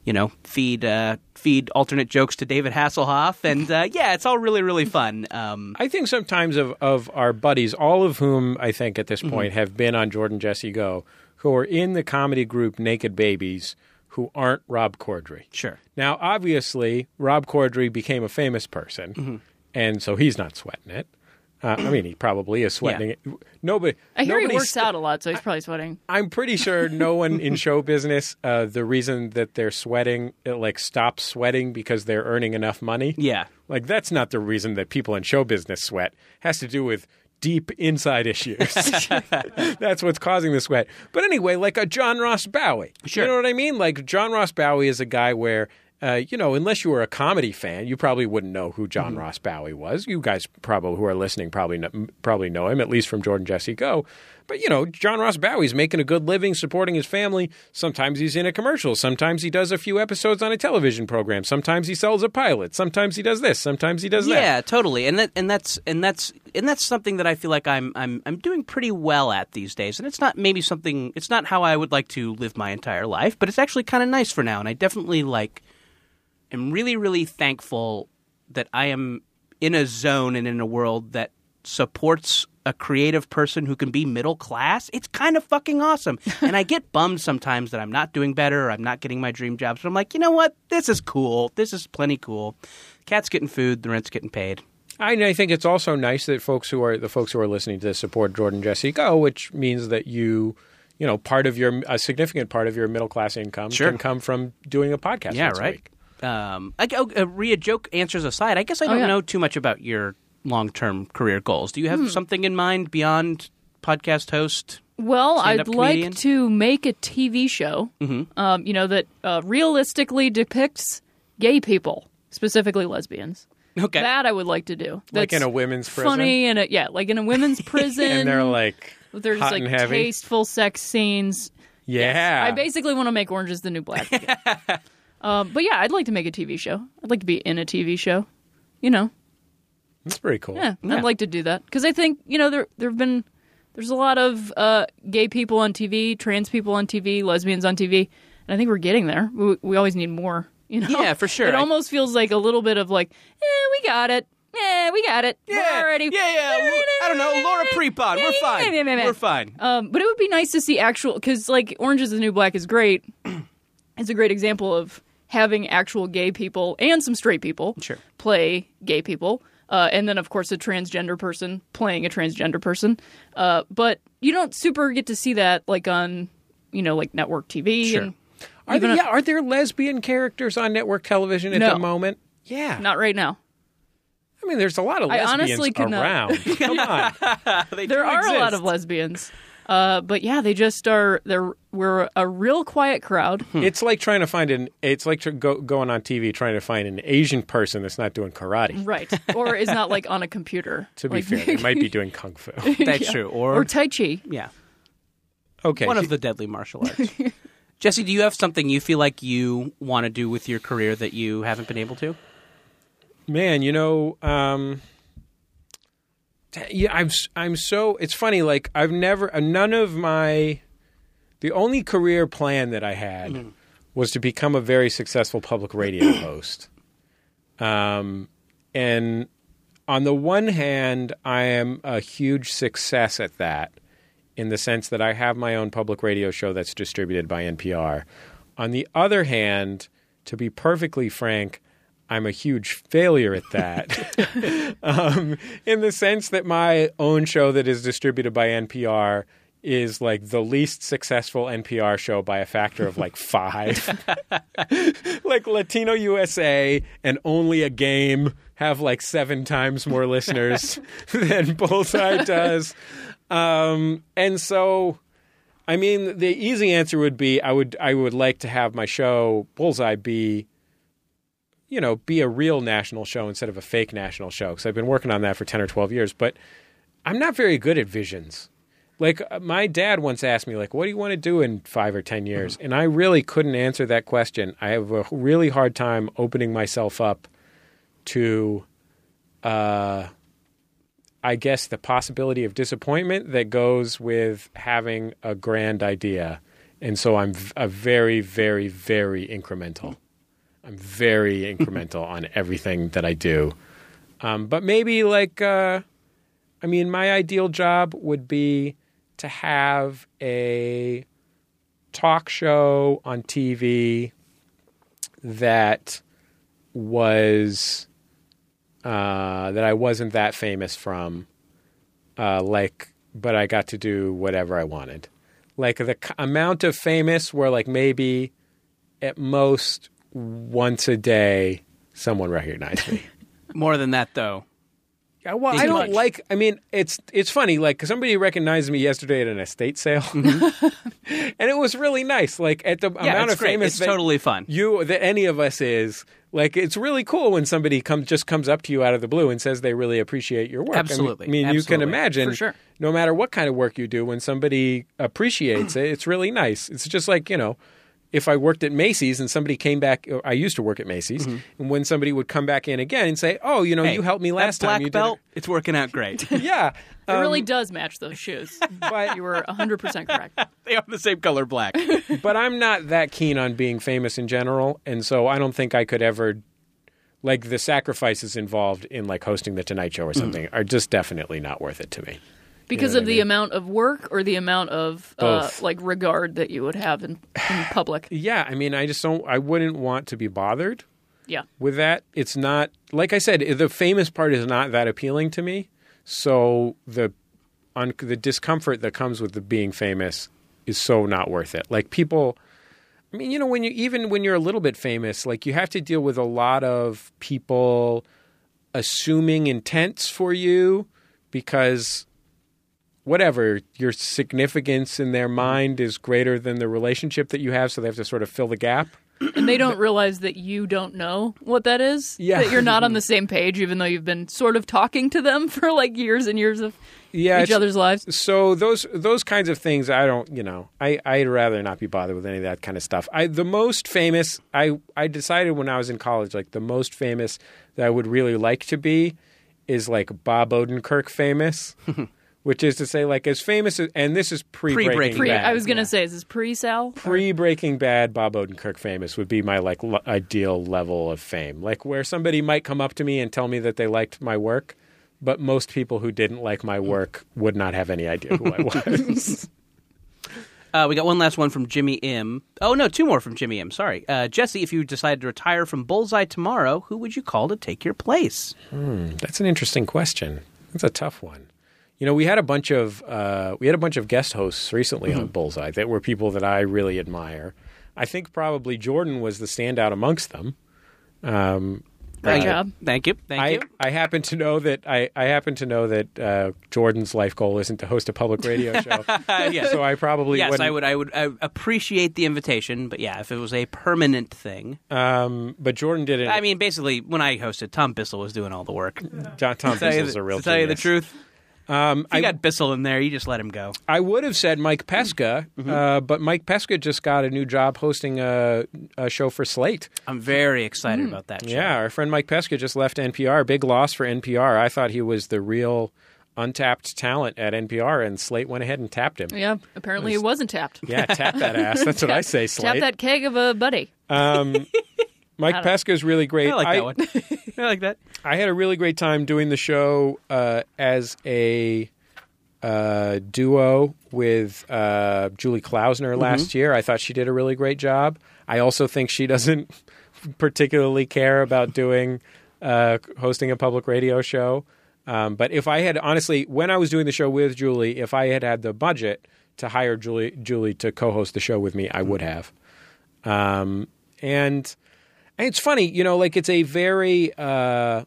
Speaker 3: you know, feed uh, feed alternate jokes to David Hasselhoff, and uh, yeah, it's all really really fun. Um,
Speaker 2: I think sometimes of, of our buddies, all of whom I think at this
Speaker 4: Mm-hmm.
Speaker 2: point have been on Jordan Jesse Go, who are in the comedy group Naked Babies, who aren't Rob Corddry.
Speaker 3: sure.
Speaker 2: Now, obviously, Rob Corddry became a famous person,
Speaker 4: Mm-hmm.
Speaker 2: and so he's not sweating it. Uh, I mean, he probably is sweating it. Nobody.
Speaker 4: I hear he
Speaker 2: nobody's-
Speaker 4: works out a lot, so he's probably sweating.
Speaker 2: I'm pretty sure no one in show business, uh, the reason that they're sweating, uh, like, stops sweating because they're earning enough money.
Speaker 3: Yeah.
Speaker 2: Like, that's not the reason that people in show business sweat. has to do with deep inside issues. that's what's causing the sweat. But anyway, like a John Ross Bowie.
Speaker 3: Sure.
Speaker 2: You know what I mean? Like, John Ross Bowie is a guy where. Uh, you know, unless you were a comedy fan, you probably wouldn't know who John Ross Bowie was. You guys, probably who are listening, probably know, probably know him at least from Jordan Jesse Go. But you know, John Ross Bowie's making a good living, supporting his family. Sometimes he's in a commercial. Sometimes he does a few episodes on a television program. Sometimes he sells a pilot. Sometimes he does this. Sometimes he does that.
Speaker 3: Yeah, totally. And that and that's and that's and that's something that I feel like I'm I'm I'm doing pretty well at these days. And it's not maybe something it's not how I would like to live my entire life, but it's actually kind of nice for now. And I definitely like am really really thankful that I am in a zone and in a world that supports a creative person who can be middle class. It's kind of fucking awesome. and I get bummed sometimes that I'm not doing better or I'm not getting my dream jobs, but I'm like, you know what? This is cool. This is plenty cool. Cat's getting food, the rent's getting paid.
Speaker 2: I, and I think it's also nice that folks who are the folks who are listening to this support Jordan Jesse Go, which means that you, you know, part of your a significant part of your middle class income
Speaker 3: Sure.
Speaker 2: can come from doing a podcast.
Speaker 3: yeah,
Speaker 2: once a
Speaker 3: right.
Speaker 2: week.
Speaker 3: Um, I, oh, uh, Rhea, joke answers aside, I guess I don't
Speaker 4: yeah.
Speaker 3: know too much about your long term career goals. Do you have something in mind beyond podcast host?
Speaker 4: Well,
Speaker 3: Stand-up
Speaker 4: I'd like
Speaker 3: comedian? Mm-hmm.
Speaker 4: to make a TV show, um, you know, that uh, realistically depicts gay people, specifically lesbians.
Speaker 3: Okay.
Speaker 4: That I would like to do.
Speaker 2: Like
Speaker 4: That's
Speaker 2: in a women's prison?
Speaker 4: Funny and a, yeah, like in a women's prison.
Speaker 2: And they're like
Speaker 4: there's
Speaker 2: hot
Speaker 4: like
Speaker 2: and heavy.
Speaker 4: tasteful sex scenes.
Speaker 2: yeah.
Speaker 4: I basically want to make Orange is the New Black. again. um, but yeah, I'd like to make a TV show. I'd like to be in a TV show. You know,
Speaker 2: That's pretty cool.
Speaker 4: yeah,
Speaker 3: Yeah.
Speaker 4: I'd like to do that because I think you know there there have been there's a lot of uh, gay people on TV, trans people on TV, lesbians on TV, and I think we're getting there. We, we always need more. You know,
Speaker 3: Yeah, for sure.
Speaker 4: It
Speaker 3: I-
Speaker 4: almost feels like a little bit of like, eh, we got it. Eh, we got it.
Speaker 3: Yeah,
Speaker 4: We're already.
Speaker 3: yeah, yeah. I don't know. Laura Prepon. We're fine. We're fine.
Speaker 4: Um, but it would be nice to see actual because like Orange is the New Black is great. it's a great example of having actual gay people and some straight people
Speaker 3: Sure.
Speaker 4: play gay people, uh, and then of course a transgender person playing a transgender person. Uh, but you don't super get to see that like on you know like network TV.
Speaker 3: Sure.
Speaker 4: And
Speaker 2: Are there, yeah, are there lesbian characters on network television at
Speaker 4: No.
Speaker 2: the moment? Yeah.
Speaker 4: not right now.
Speaker 2: I mean, there's a lot of
Speaker 4: I
Speaker 2: lesbians
Speaker 4: honestly could not-
Speaker 2: around. Come on.
Speaker 3: They
Speaker 4: there
Speaker 3: do
Speaker 4: are a lot
Speaker 3: exist.
Speaker 4: of lesbians. Uh, but yeah, they just are. They're we're a real quiet crowd.
Speaker 2: It's like trying to find an. It's like tr- go, going on TV trying to find an Asian person that's not doing karate.
Speaker 4: Right. Or is not like on a computer.
Speaker 2: To be
Speaker 4: Like,
Speaker 2: fair, they might be doing kung fu.
Speaker 3: That's true. Or,
Speaker 4: Or Tai Chi.
Speaker 3: yeah,
Speaker 2: Okay,
Speaker 3: one of the deadly martial arts. Jesse, do you have something you feel like you want to do with your career that you haven't been able to?
Speaker 2: man, you know, um, t- yeah, I'm s- I'm so. It's funny. Like I've never uh, none of my the only career plan that I had
Speaker 3: Mm.
Speaker 2: was to become a very successful public radio host. Um, and on the one hand, I am a huge success at that in the sense that I have my own public radio show that's distributed by NPR. On the other hand, to be perfectly frank, I'm a huge failure at that um, in the sense that my own show that is distributed by NPR is like the least successful NPR show by a factor of like five like Latino USA and only a game have like seven times more listeners than Bullseye does. Um, and so, I mean, the easy answer would be I would I would like to have my show Bullseye be, you know, be a real national show instead of a fake national show because I've been working on that for ten or twelve years, but. I'm not very good at visions. Like uh, my dad once asked me, like, "What do you want to do in five or ten years?" And I really couldn't answer that question. I have a really hard time opening myself up to, uh, I guess, the possibility of disappointment that goes with having a grand idea. And so I'm v- a very, very, very incremental. I'm very incremental on everything that I do. Um, but maybe like. Uh, I mean, my ideal job would be to have a talk show on TV that was uh, that I wasn't that famous from, uh, like, but I got to do whatever I wanted. Like the c- amount of famous where like maybe at most once a day someone recognized me.
Speaker 3: More than that, though.
Speaker 2: Yeah, well,
Speaker 3: Too
Speaker 2: I don't
Speaker 3: much.
Speaker 2: like. I mean, it's it's funny. Like somebody recognized me yesterday at an estate sale, and it was really nice. Like at the
Speaker 3: yeah,
Speaker 2: amount
Speaker 3: it's
Speaker 2: of
Speaker 3: great.
Speaker 2: famous
Speaker 3: It's
Speaker 2: that
Speaker 3: totally fun.
Speaker 2: you that any of us is. Like it's really cool when somebody comes just comes up to you out of the blue and says they really appreciate your work. I mean-
Speaker 3: Absolutely.
Speaker 2: I mean, you can
Speaker 3: Absolutely.
Speaker 2: imagine
Speaker 3: For sure.
Speaker 2: no matter what kind of work you do, when somebody appreciates it, it's really nice. It's just like you know. if I worked at Macy's and somebody came back, or I used to work at Macy's, and when somebody would come back in again and say, "Oh, you know,
Speaker 3: Mm-hmm. Hey,
Speaker 2: you helped me
Speaker 3: that
Speaker 2: last time,"
Speaker 3: black
Speaker 2: you did
Speaker 3: belt, it's working out great.
Speaker 2: it. yeah, um,
Speaker 4: It
Speaker 3: Um,
Speaker 4: really does match those shoes.
Speaker 2: but
Speaker 4: you were 100% correct.
Speaker 3: they are the same color black.
Speaker 2: but I'm not that keen on being famous in general, and so I don't think I could ever like the sacrifices involved in like hosting the Tonight Show or
Speaker 3: Mm-hmm.
Speaker 2: something are just definitely not worth it to me.
Speaker 4: Because
Speaker 2: what
Speaker 4: of
Speaker 2: I
Speaker 4: the
Speaker 2: mean?
Speaker 4: amount of work or the amount of uh,
Speaker 2: Both.
Speaker 4: like regard that you would have in, in public.
Speaker 2: Yeah, I mean, I just don't. I wouldn't want to be bothered
Speaker 4: Yeah.
Speaker 2: with that. It's not like I said. The famous part is not that appealing to me. So the un- the discomfort that comes with the being famous is so not worth it. Like people. I mean, you know, when you even when you're a little bit famous, like you have to deal with a lot of people assuming intents for you because whatever your significance in their mind is greater than the relationship that you have, so they have to sort of fill the gap.
Speaker 4: And they don't realize that you don't know what that is.
Speaker 2: Yeah.
Speaker 4: That you're not on the same page, even though you've been sort of talking to them for like years and years of
Speaker 2: Yeah,
Speaker 4: each
Speaker 2: it's-
Speaker 4: other's lives.
Speaker 2: so those those kinds of things i don't you know i i'd rather not be bothered with any of that kind of stuff i the most famous i i decided when i was in college like the most famous that i would really like to be is like bob odenkirk famous which is to say like as famous as, and this is pre breaking
Speaker 3: Pre-Breaking
Speaker 4: Pre,
Speaker 2: bad
Speaker 4: I was going to say, is this pre Sal?
Speaker 2: pre breaking bad bob odenkirk famous would be my like l- ideal level of fame like where somebody might come up to me and tell me that they liked my work but most people who didn't like my
Speaker 4: Mm.
Speaker 2: work would not have any idea who I was.
Speaker 3: Uh, we got one last one from Jimmy M. Oh no, two more from Jimmy M. Sorry, uh, Jesse. If you decided to retire from Bullseye tomorrow, who would you call to take your place?
Speaker 2: That's an interesting question. That's a tough one. You know, we had a bunch of uh, we had a bunch of guest hosts recently
Speaker 3: Mm-hmm.
Speaker 2: on Bullseye that were people that I really admire. I think probably Jordan was the standout amongst them. Um,
Speaker 4: Great
Speaker 3: Thank you.
Speaker 4: job.
Speaker 3: Thank you. Thank
Speaker 2: I,
Speaker 3: you.
Speaker 2: I happen to know that I, I happen to know that uh, Jordan's life goal isn't to host a public radio show.
Speaker 3: Uh, yes.
Speaker 2: so I probably
Speaker 3: yes,
Speaker 2: wouldn't.
Speaker 3: I would. I would. I appreciate the invitation, but yeah, if it was a permanent thing,
Speaker 2: Um, but Jordan did it.
Speaker 3: I mean, basically, when I hosted, Tom Bissell was doing all the work. To
Speaker 2: John Tom
Speaker 3: tell you
Speaker 2: Bissell's
Speaker 3: the,
Speaker 2: a real
Speaker 3: to tell you the
Speaker 2: genius.
Speaker 3: truth,
Speaker 2: Um,
Speaker 3: if
Speaker 2: I
Speaker 3: you got Bissell in there, you just let him go.
Speaker 2: I would have said Mike Pesca,
Speaker 3: Mm-hmm.
Speaker 2: uh, but Mike Pesca just got a new job hosting a, a show for Slate.
Speaker 3: I'm very excited
Speaker 4: Mm.
Speaker 3: about that. Show.
Speaker 2: Yeah, our friend Mike Pesca just left NPR. Big loss for NPR. I thought he was the real untapped talent at NPR, and Slate went ahead and tapped him.
Speaker 4: Yeah. Apparently it wasn't tapped.
Speaker 2: Yeah, tap that ass. That's what I say,
Speaker 4: Tap
Speaker 2: Slate.
Speaker 4: that keg of a buddy.
Speaker 2: Um, Mike Pesca is really great.
Speaker 3: I like that one. I like that.
Speaker 2: I had a really great time doing the show uh, as a uh, duo with uh, Julie Klausner last year. I thought she did a really great job. I also think she doesn't particularly care about doing uh, hosting a public radio show. Um, but if I had honestly, when I was doing the show with Julie, if I had had the budget to hire Julie Julie to co-host the show with me, I would have. Um, and, and it's funny, you know, like it's a very uh,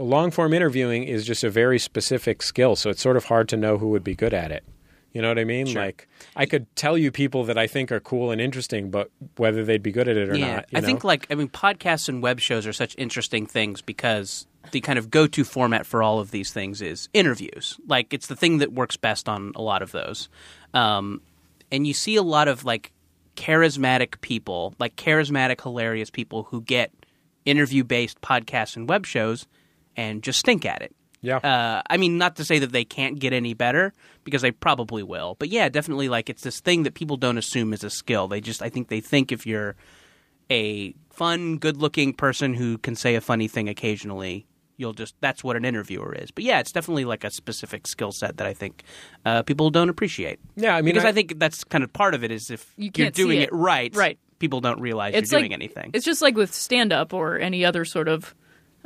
Speaker 2: long form interviewing is just a very specific skill, so it's sort of hard to know who would be good at it. You know what I mean? Like I could tell you people that I think are cool and interesting, but whether they'd be good at it or
Speaker 3: yeah.
Speaker 2: not. you
Speaker 3: I think
Speaker 2: know?
Speaker 3: like I mean podcasts and web shows are such interesting things because the kind of go-to format for all of these things is interviews. Like it's the thing that works best on a lot of those. Um, and you see a lot of like charismatic people, like charismatic hilarious people who get interview-based podcasts and web shows and just stink at it.
Speaker 2: Yeah.
Speaker 3: Uh, I mean, not to say that they can't get any better because they probably will, but yeah, definitely. Like it's this thing that people don't assume is a skill. They just, I think, they think if you're a fun, good-looking person who can say a funny thing occasionally, you'll just that's what an interviewer is. But yeah, it's definitely like a specific skill set that I think uh, people don't appreciate.
Speaker 2: Yeah, I mean,
Speaker 3: because I,
Speaker 2: I-
Speaker 3: think that's kind of part of it is if
Speaker 4: You
Speaker 3: are
Speaker 4: can't see
Speaker 3: doing
Speaker 4: it.
Speaker 3: right,
Speaker 4: Right.
Speaker 3: People don't realize
Speaker 4: it's
Speaker 3: you're
Speaker 4: like
Speaker 3: doing anything.
Speaker 4: It's just like with stand up or any other sort of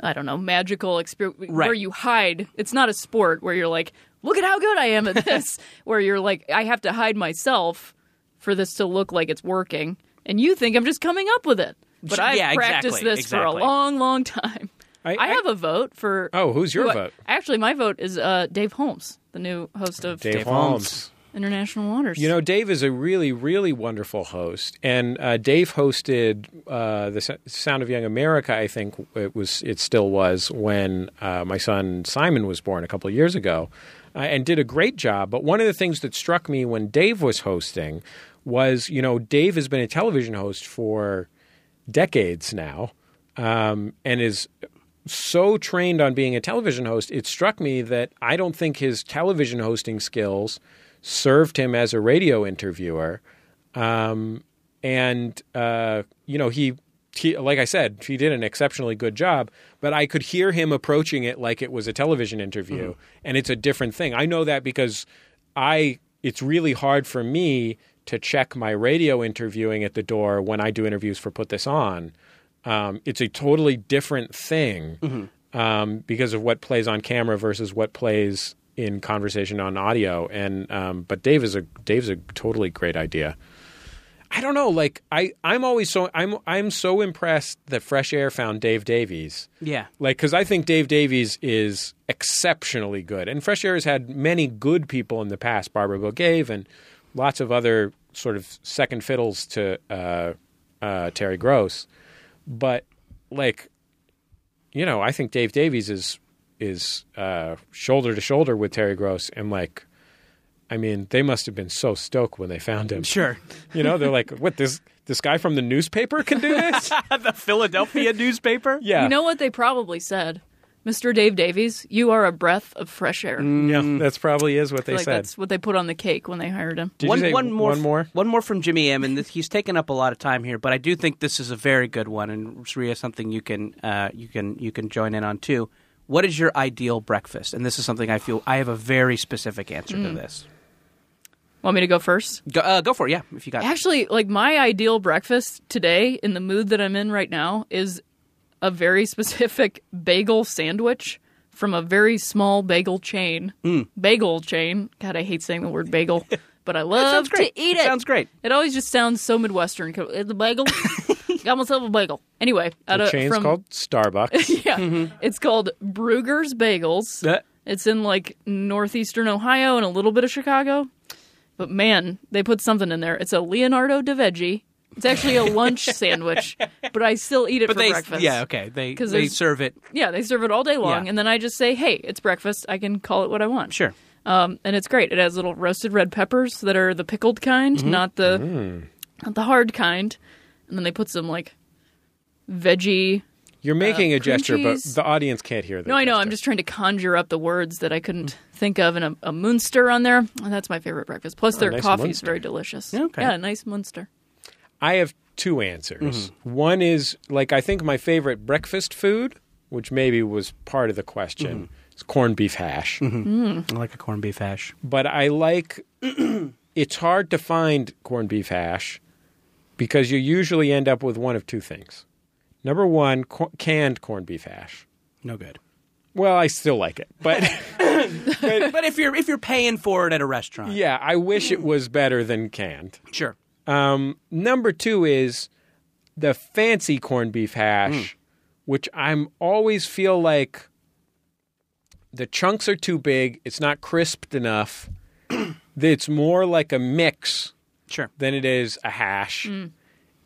Speaker 4: I don't know magical experience
Speaker 3: Right.
Speaker 4: where you hide. It's not a sport where you're like, look at how good I am at this. where you're like, I have to hide myself for this to look like it's working, and you think I'm just coming up with it. But
Speaker 3: Sh-
Speaker 4: I've
Speaker 3: yeah,
Speaker 4: practiced
Speaker 3: exactly,
Speaker 4: this for
Speaker 3: exactly.
Speaker 4: a long, long
Speaker 2: I-
Speaker 4: time. I,
Speaker 2: I-
Speaker 4: have a vote for.
Speaker 2: Oh, who's your
Speaker 4: who I-
Speaker 2: vote?
Speaker 4: actually, my vote is uh, Dave Holmes, the new host of
Speaker 2: Dave,
Speaker 3: Dave
Speaker 2: Holmes.
Speaker 3: Holmes.
Speaker 4: International Waters.
Speaker 2: You know, Dave is a really, really wonderful host, and uh, Dave hosted uh, the S- Sound of Young America. I think it was, it still was, when uh, my son Simon was born a couple of years ago, uh, and did a great job. But one of the things that struck me when Dave was hosting was, you know, Dave has been a television host for decades now um, and is so trained on being a television host. It struck me that I don't think his television hosting skills served him as a radio interviewer. Um, and, uh, you know, he. He, like I said, he did an exceptionally good job, but I could hear him approaching it like it was a television interview, and it's a different thing. I know that because I it's really hard for me to check my radio interviewing at the door when I do interviews for Put This On. Um, it's a totally different thing um, because of what plays on camera versus what plays in conversation on audio. And um, but Dave is a Dave's a totally great idea. I don't know. Like I, I'm always so I'm I'm so impressed that Fresh Air found Dave Davies.
Speaker 3: Yeah.
Speaker 2: Like, because I think Dave Davies is exceptionally good, and Fresh Air has had many good people in the past, Barbara Bogave and lots of other sort of second fiddles to uh, uh, Terry Gross. But like, you know, I think Dave Davies is is uh, shoulder to shoulder with Terry Gross, and like, I mean, they must have been so stoked when they found him.
Speaker 3: Sure.
Speaker 2: You know, they're like, what this this guy from the newspaper can do this?
Speaker 3: the Philadelphia newspaper?
Speaker 2: yeah.
Speaker 4: You know what they probably said? Mr. Dave Davies, you are a breath of fresh air.
Speaker 2: Yeah, that's probably is what Mm, they
Speaker 4: like
Speaker 2: said.
Speaker 4: that's what they put on the cake when they hired him.
Speaker 2: Did you
Speaker 3: one,
Speaker 2: say
Speaker 3: one more,
Speaker 2: one more?
Speaker 3: one more from Jimmy M, and this, he's taken up a lot of time here, but I do think this is a very good one, and Saria, something you can uh, you can you can join in on too. What is your ideal breakfast? And this is something I feel I have a very specific answer
Speaker 4: Mm.
Speaker 3: to this.
Speaker 4: Want me to go first?
Speaker 3: Go, uh, go for it, yeah. If you got
Speaker 4: Actually, like my ideal breakfast today in the mood that I'm in right now is a very specific bagel sandwich from a very small bagel chain.
Speaker 2: Mm.
Speaker 4: Bagel chain. God, I hate saying the word bagel, but I love
Speaker 3: sounds
Speaker 4: to
Speaker 3: great.
Speaker 4: eat it.
Speaker 3: Sounds great.
Speaker 4: It always just sounds so Midwestern. Co- The bagel. Got myself a bagel. Anyway, out
Speaker 2: the
Speaker 4: of
Speaker 2: chain's
Speaker 4: from,
Speaker 2: called Starbucks.
Speaker 4: Yeah,
Speaker 3: Mm-hmm.
Speaker 4: it's called Brugger's Bagels.
Speaker 3: Uh,
Speaker 4: It's in like northeastern Ohio and a little bit of Chicago. But man, they put something in there. It's a Leonardo da Veggie. It's actually a lunch sandwich, but I still eat it
Speaker 3: But
Speaker 4: for
Speaker 3: they,
Speaker 4: breakfast.
Speaker 3: yeah, okay. They
Speaker 4: 'Cause
Speaker 3: they
Speaker 4: there's-
Speaker 3: serve it.
Speaker 4: Yeah, they serve it all day long,
Speaker 3: Yeah.
Speaker 4: and then I just say, "Hey, it's breakfast. I can call it what I want."
Speaker 3: Sure.
Speaker 4: Um, and it's great. It has little roasted red peppers that are the pickled kind,
Speaker 3: Mm-hmm.
Speaker 4: not the
Speaker 3: Mm.
Speaker 4: not the hard kind. And then they put some like veggie.
Speaker 2: You're making a gesture,
Speaker 4: cheese.
Speaker 2: but the audience can't hear that.
Speaker 4: No, I know. I'm just trying to conjure up the words that I couldn't
Speaker 3: Hmm.
Speaker 4: think of, and a, a Munster on there. And that's my favorite breakfast.
Speaker 3: Oh,
Speaker 4: Plus, their
Speaker 2: nice
Speaker 4: coffee is
Speaker 2: Munster.
Speaker 4: very delicious.
Speaker 3: Okay.
Speaker 4: Yeah, a nice Munster.
Speaker 2: I have two answers.
Speaker 4: Mm-hmm.
Speaker 2: One is like I think my favorite breakfast food, which maybe was part of the question,
Speaker 4: Mm-hmm.
Speaker 2: is corned beef hash.
Speaker 3: I like a corned beef hash.
Speaker 2: But I like it's hard to find corned beef hash because you usually end up with one of two things. Number one, co- canned corned beef hash.
Speaker 3: No good.
Speaker 2: Well, I still like it, but.
Speaker 3: But if you're if you're paying for it at a restaurant,
Speaker 2: Yeah, I wish it was better than canned.
Speaker 3: sure.
Speaker 2: Um, number two is the fancy corned beef hash, which I'm always feel like the chunks are too big. It's not crisped enough. it's more like a mix
Speaker 3: Sure.
Speaker 2: than it is a hash.
Speaker 4: Mm.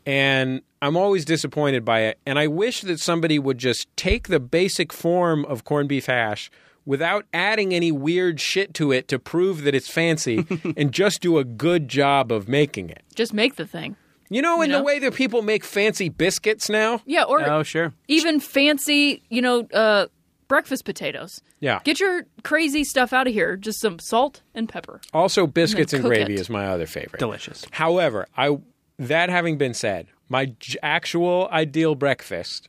Speaker 2: And I'm always disappointed by it. And I wish that somebody would just take the basic form of corned beef hash without adding any weird shit to it to prove that it's fancy and just do a good job of making it.
Speaker 4: Just make the thing.
Speaker 2: You know, in
Speaker 4: You
Speaker 2: the
Speaker 4: know?
Speaker 2: way that people make fancy biscuits now.
Speaker 4: Yeah, or
Speaker 3: Oh, sure.
Speaker 4: even fancy, you know, uh, breakfast potatoes.
Speaker 2: Yeah.
Speaker 4: Get your crazy stuff out of here. Just some salt and pepper.
Speaker 2: Also, biscuits and,
Speaker 4: cook
Speaker 2: gravy
Speaker 4: it.
Speaker 2: is my other favorite.
Speaker 3: Delicious.
Speaker 2: However, I that having been said, my j- actual ideal breakfast,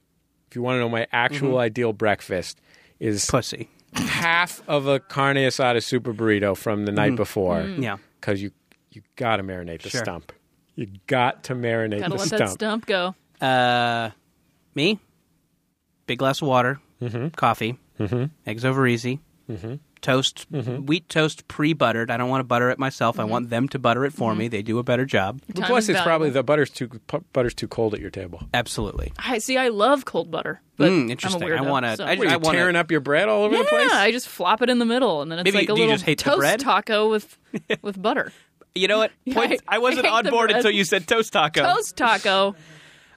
Speaker 2: if you want to know my
Speaker 4: Mm-hmm.
Speaker 2: actual ideal breakfast, is
Speaker 3: Pussy.
Speaker 2: half of a carne asada super burrito from the night before.
Speaker 3: Mm. Yeah.
Speaker 2: because you you got to marinate the
Speaker 3: Sure.
Speaker 2: stump. You got to marinate
Speaker 4: Gotta
Speaker 2: the
Speaker 4: let
Speaker 2: stump.
Speaker 4: that stump go.
Speaker 3: Uh, me, big glass of water, coffee, eggs over easy, toast, wheat toast pre buttered. I don't want to butter it myself. I want them to butter it for me. They do a better job.
Speaker 2: But
Speaker 4: Time
Speaker 2: Plus,
Speaker 4: is
Speaker 2: it's probably
Speaker 4: valuable.
Speaker 2: the butter's too pu- butter's too cold at your table.
Speaker 3: Absolutely.
Speaker 4: I see. I love cold butter. But
Speaker 3: Mm, interesting. I
Speaker 4: I'm a weirdo,
Speaker 3: wanna-
Speaker 4: so-
Speaker 3: I just-
Speaker 2: What, are you
Speaker 3: wanna-
Speaker 2: tearing up your bread all over
Speaker 4: yeah,
Speaker 2: the place?
Speaker 4: I just flop it in the middle, and then it's
Speaker 3: Maybe
Speaker 4: like a
Speaker 3: you
Speaker 4: little
Speaker 3: just hate the
Speaker 4: toast
Speaker 3: bread?
Speaker 4: taco with with butter.
Speaker 3: You know what? Point,
Speaker 4: I-
Speaker 3: I wasn't
Speaker 4: I hate
Speaker 3: on
Speaker 4: the
Speaker 3: board
Speaker 4: bread.
Speaker 3: until you said toast taco.
Speaker 4: Toast taco.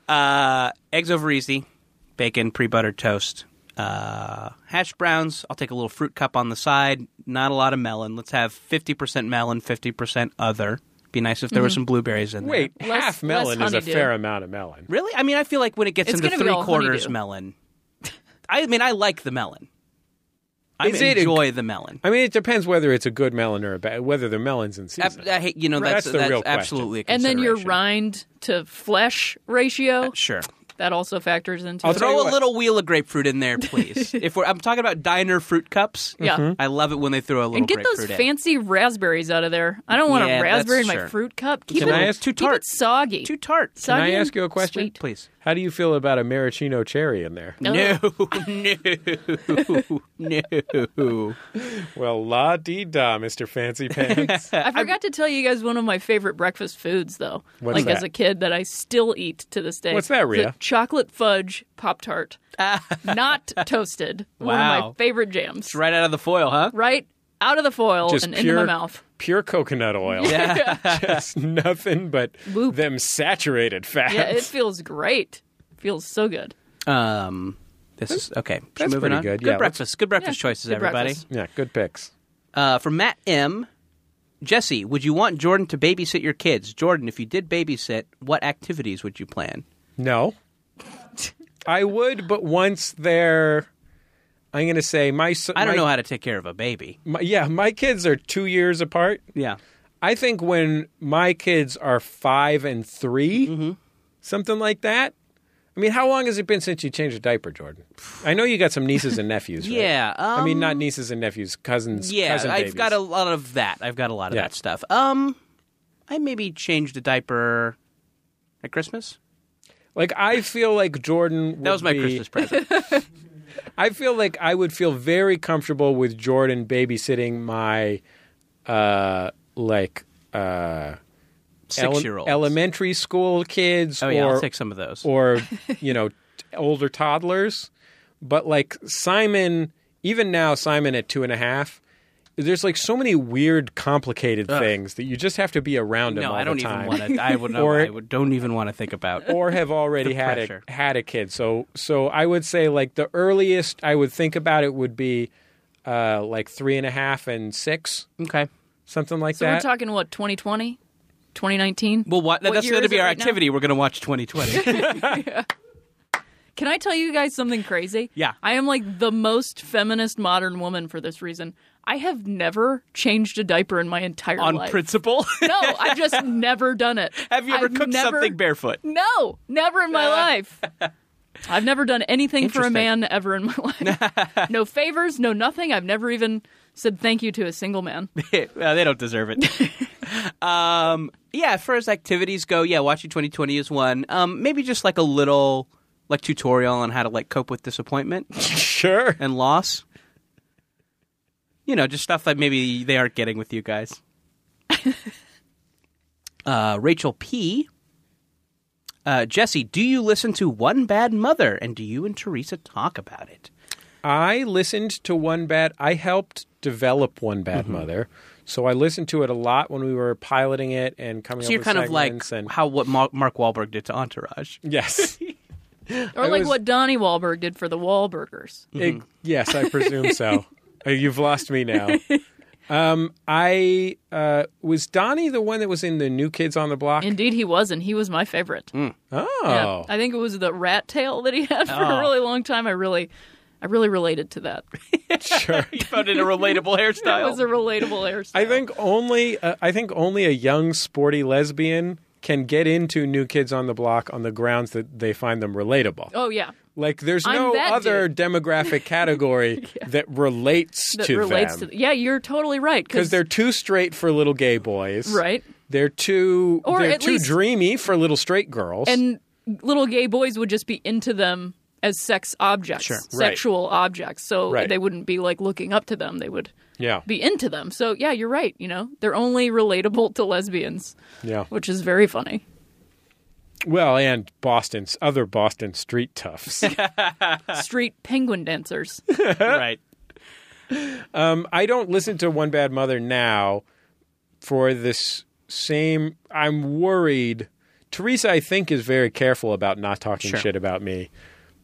Speaker 3: Uh, eggs over easy, bacon, pre buttered toast, uh, hash browns. I'll take a little fruit cup on the side. Not a lot of melon. Let's have 50% melon, 50% other. Be nice if there were some blueberries in
Speaker 2: Wait,
Speaker 3: there.
Speaker 4: Less-
Speaker 2: half melon
Speaker 4: less
Speaker 2: is a
Speaker 4: honeydew.
Speaker 2: fair amount of melon.
Speaker 3: Really? I mean, I feel like when it gets
Speaker 4: It's
Speaker 3: into
Speaker 4: gonna be
Speaker 3: three
Speaker 4: all
Speaker 3: quarters
Speaker 4: honeydew.
Speaker 3: melon, I mean, I like the melon. I
Speaker 2: Is it a-
Speaker 3: enjoy the melon.
Speaker 2: I mean, it depends whether it's a good melon or a bad, whether the melon's in
Speaker 3: Ab- uh,
Speaker 2: season.
Speaker 3: I hate- you know,
Speaker 2: Right.
Speaker 3: that's,
Speaker 2: That's the real question.
Speaker 3: absolutely a
Speaker 4: and then your
Speaker 3: consideration.
Speaker 4: rind to flesh ratio
Speaker 3: Sure.
Speaker 4: that also factors into
Speaker 2: I'll
Speaker 4: it.
Speaker 2: Tell you
Speaker 3: Throw a
Speaker 2: what.
Speaker 3: little wheel of grapefruit in there, please. if we're, I'm talking about diner fruit cups,
Speaker 4: Yeah. Mhm.
Speaker 3: I love it when they throw a little
Speaker 4: and get those
Speaker 3: grapefruit in.
Speaker 4: fancy raspberries out of there. I don't want
Speaker 3: Yeah,
Speaker 4: a raspberry in
Speaker 3: that's
Speaker 4: my
Speaker 3: sure.
Speaker 4: fruit cup. Keep
Speaker 2: Can
Speaker 4: it
Speaker 2: I ask-
Speaker 3: Too
Speaker 4: keep
Speaker 3: tart.
Speaker 4: it soggy.
Speaker 3: Too tart.
Speaker 2: Can
Speaker 4: soggy
Speaker 2: I
Speaker 4: and
Speaker 2: ask you a question?
Speaker 4: sweet.
Speaker 3: Please.
Speaker 2: How do you feel about a maraschino cherry in there?
Speaker 3: No, no, no.
Speaker 2: Well, la dee da, Mister Fancy Pants.
Speaker 4: I forgot to tell you guys one of my favorite breakfast foods, though.
Speaker 2: What's
Speaker 4: like
Speaker 2: that?
Speaker 4: as a kid, that I still eat to this day.
Speaker 2: What's that, Rhea?
Speaker 4: The chocolate fudge pop tart, not toasted. One of
Speaker 3: Wow.
Speaker 4: my favorite jams.
Speaker 3: Right out of the foil, huh?
Speaker 4: Right out of the foil
Speaker 2: Just
Speaker 4: and
Speaker 2: pure
Speaker 4: into my mouth.
Speaker 2: Pure coconut oil.
Speaker 3: Yeah.
Speaker 2: Just nothing but
Speaker 4: Loop.
Speaker 2: them saturated fats.
Speaker 4: Yeah, it feels great. Feels so good.
Speaker 3: Um, this is okay.
Speaker 2: That's
Speaker 3: moving
Speaker 2: pretty
Speaker 3: on.
Speaker 2: good,
Speaker 3: Good
Speaker 2: yeah, let's-
Speaker 3: breakfast. Good breakfast
Speaker 4: Yeah,
Speaker 3: choices,
Speaker 4: good
Speaker 3: everybody.
Speaker 4: breakfast.
Speaker 2: Yeah, good picks.
Speaker 3: Uh, from Matt M. Jesse, would you want Jordan to babysit your kids? Jordan, if you did babysit, what activities would you plan?
Speaker 2: No. I would, but once they're, I'm going to say my. s-
Speaker 3: I don't
Speaker 2: my-
Speaker 3: know how to take care of a baby.
Speaker 2: My, yeah, my kids are two years apart.
Speaker 3: Yeah.
Speaker 2: I think when my kids are five and 3
Speaker 3: Mm-hmm.
Speaker 2: something like that. I mean, how long has it been since you changed a diaper, Jordan? I know you got some nieces and nephews. right?
Speaker 3: Yeah,
Speaker 2: I mean,
Speaker 3: um,
Speaker 2: not nieces and nephews, cousins.
Speaker 3: Yeah,
Speaker 2: cousin
Speaker 3: I've
Speaker 2: babies.
Speaker 3: got a lot of that. I've got a lot of
Speaker 2: Yeah.
Speaker 3: that stuff. Um, I maybe changed a diaper at Christmas.
Speaker 2: like. I feel like Jordan.
Speaker 3: That was
Speaker 2: would
Speaker 3: my
Speaker 2: be-
Speaker 3: Christmas present.
Speaker 2: I feel like I would feel very comfortable with Jordan babysitting my, uh, like, uh, ele-
Speaker 3: Six-year-old
Speaker 2: elementary school kids.
Speaker 3: Oh yeah,
Speaker 2: or,
Speaker 3: I'll take some of those.
Speaker 2: or you know t- older toddlers but like simon even now simon at two and a half there's like so many weird complicated things that you just have to be around him
Speaker 3: no,
Speaker 2: all
Speaker 3: I don't
Speaker 2: the
Speaker 3: even
Speaker 2: time
Speaker 3: want to. I would.
Speaker 2: Or-
Speaker 3: I would, don't even want to think about.
Speaker 2: or have already
Speaker 3: The
Speaker 2: had a,
Speaker 3: pressure.
Speaker 2: had a kid so so i would say like the earliest i would think about it would be uh, like three and a half and six
Speaker 3: Okay.
Speaker 2: something like
Speaker 4: So
Speaker 2: that
Speaker 4: we're talking what 2020, 2019.
Speaker 3: Well, what, that's
Speaker 4: year
Speaker 3: going to
Speaker 4: is
Speaker 3: be
Speaker 4: it
Speaker 3: our
Speaker 4: right now?
Speaker 3: activity. We're going to watch 2020.
Speaker 4: Can I tell you guys something crazy?
Speaker 3: Yeah.
Speaker 4: I am like the most feminist modern woman for this reason. I have never changed a diaper in my entire
Speaker 3: on
Speaker 4: life.
Speaker 3: principle.
Speaker 4: no, I've just never done it.
Speaker 3: Have you ever
Speaker 4: I've
Speaker 3: cooked
Speaker 4: never-
Speaker 3: something barefoot?
Speaker 4: No, never in my life. I've never done anything for a
Speaker 3: Interesting.
Speaker 4: man ever in my life. no favors, no nothing. I've never even said thank you to a single man.
Speaker 3: well, they don't deserve it. um, yeah, as far as activities go, yeah, watching 2020 is one. Um, maybe just like a little like tutorial on how to like cope with disappointment
Speaker 2: sure
Speaker 3: and loss. You know, just stuff that maybe they aren't getting with you guys. uh, Rachel P. Uh, Jesse, do you listen to One Bad Mother, and do you and Teresa talk about it?
Speaker 2: I listened to One Bad. I helped develop One
Speaker 3: Mm-hmm.
Speaker 2: Bad Mother, so I listened to it a lot when we were piloting it and coming.
Speaker 3: So
Speaker 2: up
Speaker 3: you're
Speaker 2: with
Speaker 3: kind of like
Speaker 2: segments and,
Speaker 3: how what Mar- Mark Wahlberg did to Entourage.
Speaker 2: yes,
Speaker 4: Or
Speaker 2: I
Speaker 4: like
Speaker 2: was-
Speaker 4: what Donnie Wahlberg did for the Wahlburgers.
Speaker 2: Ig- yes, I presume so. Uh, You've lost me now. Um, I uh, was Donnie the one that was in the New Kids on the Block.
Speaker 4: Indeed, he was, and he was my favorite.
Speaker 2: oh,
Speaker 4: Yeah. I think it was the rat tail that he had for a really long time. I really, I really related to that.
Speaker 2: sure.
Speaker 3: You found it a relatable hairstyle.
Speaker 4: It was a relatable hairstyle.
Speaker 2: I think only uh, I think only a young sporty lesbian can get into New Kids on the Block on the grounds that they find them relatable.
Speaker 4: Oh yeah,
Speaker 2: Like there's
Speaker 4: I'm
Speaker 2: no
Speaker 4: that
Speaker 2: other demographic category that relates
Speaker 4: that
Speaker 2: to
Speaker 4: relates
Speaker 2: them
Speaker 4: to. Yeah, you're totally right.
Speaker 2: because they're too straight for little gay boys,
Speaker 4: right,
Speaker 2: They're too
Speaker 4: Or
Speaker 2: they're
Speaker 4: at
Speaker 2: too
Speaker 4: least-
Speaker 2: dreamy for little straight girls.
Speaker 4: and little gay boys would just be into them as sex objects,
Speaker 3: Sure.
Speaker 2: Right.
Speaker 4: sexual objects. So
Speaker 2: Right.
Speaker 4: they wouldn't be like looking up to them. They would
Speaker 2: yeah,
Speaker 4: be into them. So yeah, you're right. You know, they're only relatable to lesbians,
Speaker 2: yeah.
Speaker 4: which is very funny.
Speaker 2: Well, and Boston's other Boston street toughs.
Speaker 4: Street penguin dancers.
Speaker 3: right.
Speaker 2: um, I don't listen to One Bad Mother now for this same. I'm worried. Teresa, I think, is very careful about not talking
Speaker 3: Sure.
Speaker 2: shit about me,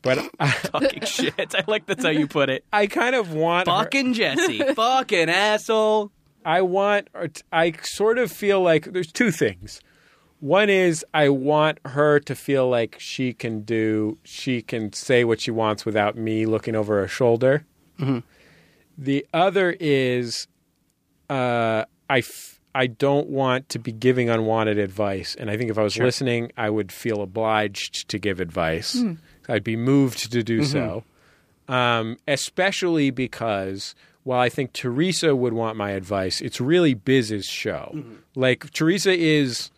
Speaker 2: but I,
Speaker 3: Fucking shit. I like that's how you put it.
Speaker 2: I kind of want. her-
Speaker 3: Fucking Jesse. Fucking asshole.
Speaker 2: I want, I sort of feel like there's two things. One is I want her to feel like she can do, she can say what she wants without me looking over her shoulder. The other is uh, I, f- I don't want to be giving unwanted advice. And I think if I was listening, I would feel obliged to give advice. I'd be moved to do so. Um, especially because while I think Teresa would want my advice, it's really Biz's show. Like, Teresa is,